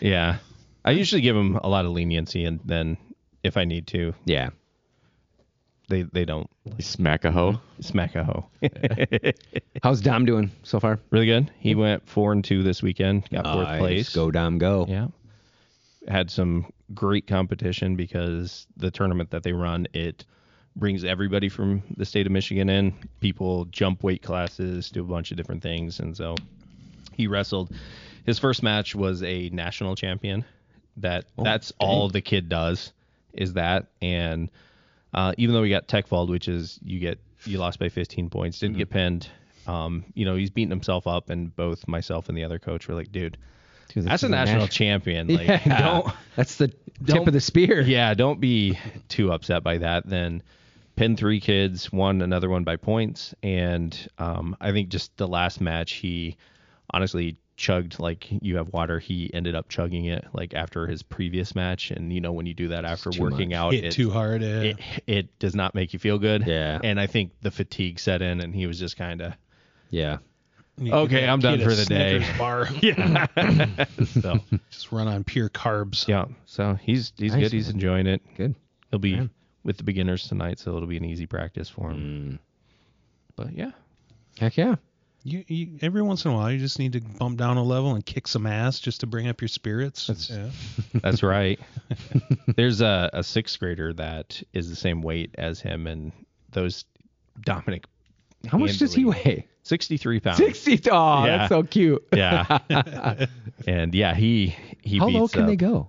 Speaker 5: Yeah. I usually give them a lot of leniency, and then if I need to,
Speaker 1: Yeah.
Speaker 5: they they don't
Speaker 3: You smack a hoe.
Speaker 5: smack a hoe.
Speaker 1: How's Dom doing so far?
Speaker 5: really good. He went four and two this weekend. Got fourth
Speaker 1: Nice.
Speaker 5: place.
Speaker 1: Go Dom, go.
Speaker 5: Yeah. Had some great competition because the tournament that they run, it brings everybody from the state of Michigan in. People jump weight classes, do a bunch of different things. And so he wrestled. His first match was a national champion. That that's all the kid does is that. And uh, even though he got tech fold, which is you get you lost by 15 points, didn't get pinned. Um, you know, he's beating himself up, and both myself and the other coach were like, dude,
Speaker 1: Dude,
Speaker 5: that's a national champion. Like,
Speaker 1: Yeah.
Speaker 5: don't
Speaker 1: That's the tip
Speaker 5: Don't-
Speaker 1: of the spear.
Speaker 5: yeah, don't be too upset by that. Then pin three kids, won another one by points, and um, I think just the last match he honestly chugged like you have water. He ended up chugging it like after his previous match, and you know when you do that after working out,
Speaker 2: Hit
Speaker 5: it-
Speaker 2: too hard. eh?
Speaker 5: It, it does not make you feel good.
Speaker 1: Yeah.
Speaker 5: And I think the fatigue set in, and he was just kind of
Speaker 1: Yeah.
Speaker 2: You give
Speaker 5: okay.
Speaker 2: that
Speaker 5: I'm done
Speaker 2: kid a
Speaker 5: for the day.
Speaker 2: Snickers Bar.
Speaker 5: So
Speaker 2: Just run on pure carbs.
Speaker 5: yeah. So he's he's
Speaker 1: Nice,
Speaker 5: good. He's
Speaker 1: man.
Speaker 5: enjoying it.
Speaker 1: Good.
Speaker 5: He'll be with the
Speaker 1: Mm.
Speaker 5: beginners tonight, so it'll be an easy practice for him. But yeah,
Speaker 1: Heck yeah.
Speaker 2: You, you, every once in a while, you just need to bump down a level and kick some ass just to bring up your spirits. yeah.
Speaker 5: That's right. There's a, a sixth grader that is the same weight as him, and those Dominic.
Speaker 1: How much does he
Speaker 5: handily-
Speaker 1: weigh?
Speaker 5: 63 pounds.
Speaker 1: 60. Oh,
Speaker 5: Yeah.
Speaker 1: that's so cute.
Speaker 5: Yeah. and yeah, he he
Speaker 1: How
Speaker 5: beats
Speaker 1: low can
Speaker 5: up.
Speaker 1: they go?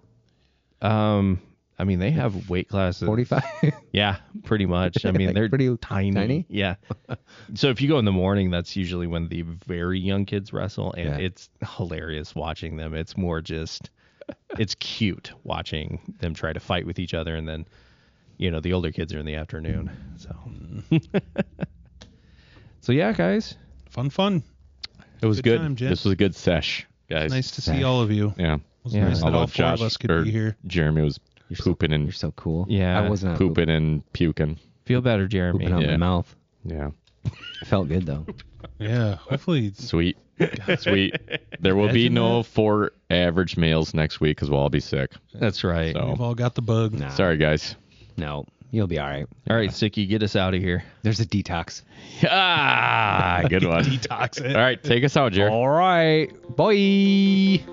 Speaker 5: Um, I mean, they have weight classes.
Speaker 1: 45.
Speaker 5: Yeah, pretty much. I mean,
Speaker 1: Like
Speaker 5: they're
Speaker 1: pretty
Speaker 5: tiny.
Speaker 1: tiny?
Speaker 5: Yeah. so if you go in the morning, that's usually when the very young kids wrestle, and
Speaker 1: Yeah.
Speaker 5: it's hilarious watching them. It's more just, it's cute watching them try to fight with each other, and then, you know, the older kids are in the afternoon. So. so yeah, guys,
Speaker 2: Fun, fun.
Speaker 3: It was
Speaker 2: Good
Speaker 3: good.
Speaker 2: time, gents.
Speaker 3: this was a good sesh, guys.
Speaker 2: Nice to see all of you. It
Speaker 3: Yeah.
Speaker 2: was
Speaker 5: Yeah.
Speaker 2: nice that
Speaker 3: Although
Speaker 2: all four
Speaker 3: Josh
Speaker 2: of us could
Speaker 3: or
Speaker 2: be here.
Speaker 3: Jeremy was pooping
Speaker 1: You're
Speaker 3: and
Speaker 1: so cool.
Speaker 5: Yeah.
Speaker 1: I was not pooping,
Speaker 3: pooping and puking.
Speaker 5: feel better, Jeremy.
Speaker 1: pooping out my
Speaker 3: Yeah.
Speaker 1: mouth.
Speaker 3: Yeah.
Speaker 1: It felt good though.
Speaker 2: Yeah. Hopefully, it's-
Speaker 3: Sweet. Sweet. There will be
Speaker 2: Imagine
Speaker 3: no four average males next week because we'll all be sick.
Speaker 5: That's right.
Speaker 3: So
Speaker 2: we've all got the bug.
Speaker 1: Nah.
Speaker 3: sorry, guys.
Speaker 1: No, you'll be all right.
Speaker 5: All right, Sicky, get us out of here.
Speaker 1: There's a detox.
Speaker 3: Ah, good one.
Speaker 2: Detox it.
Speaker 3: All right, take us out, Jared.
Speaker 1: All right. Bye.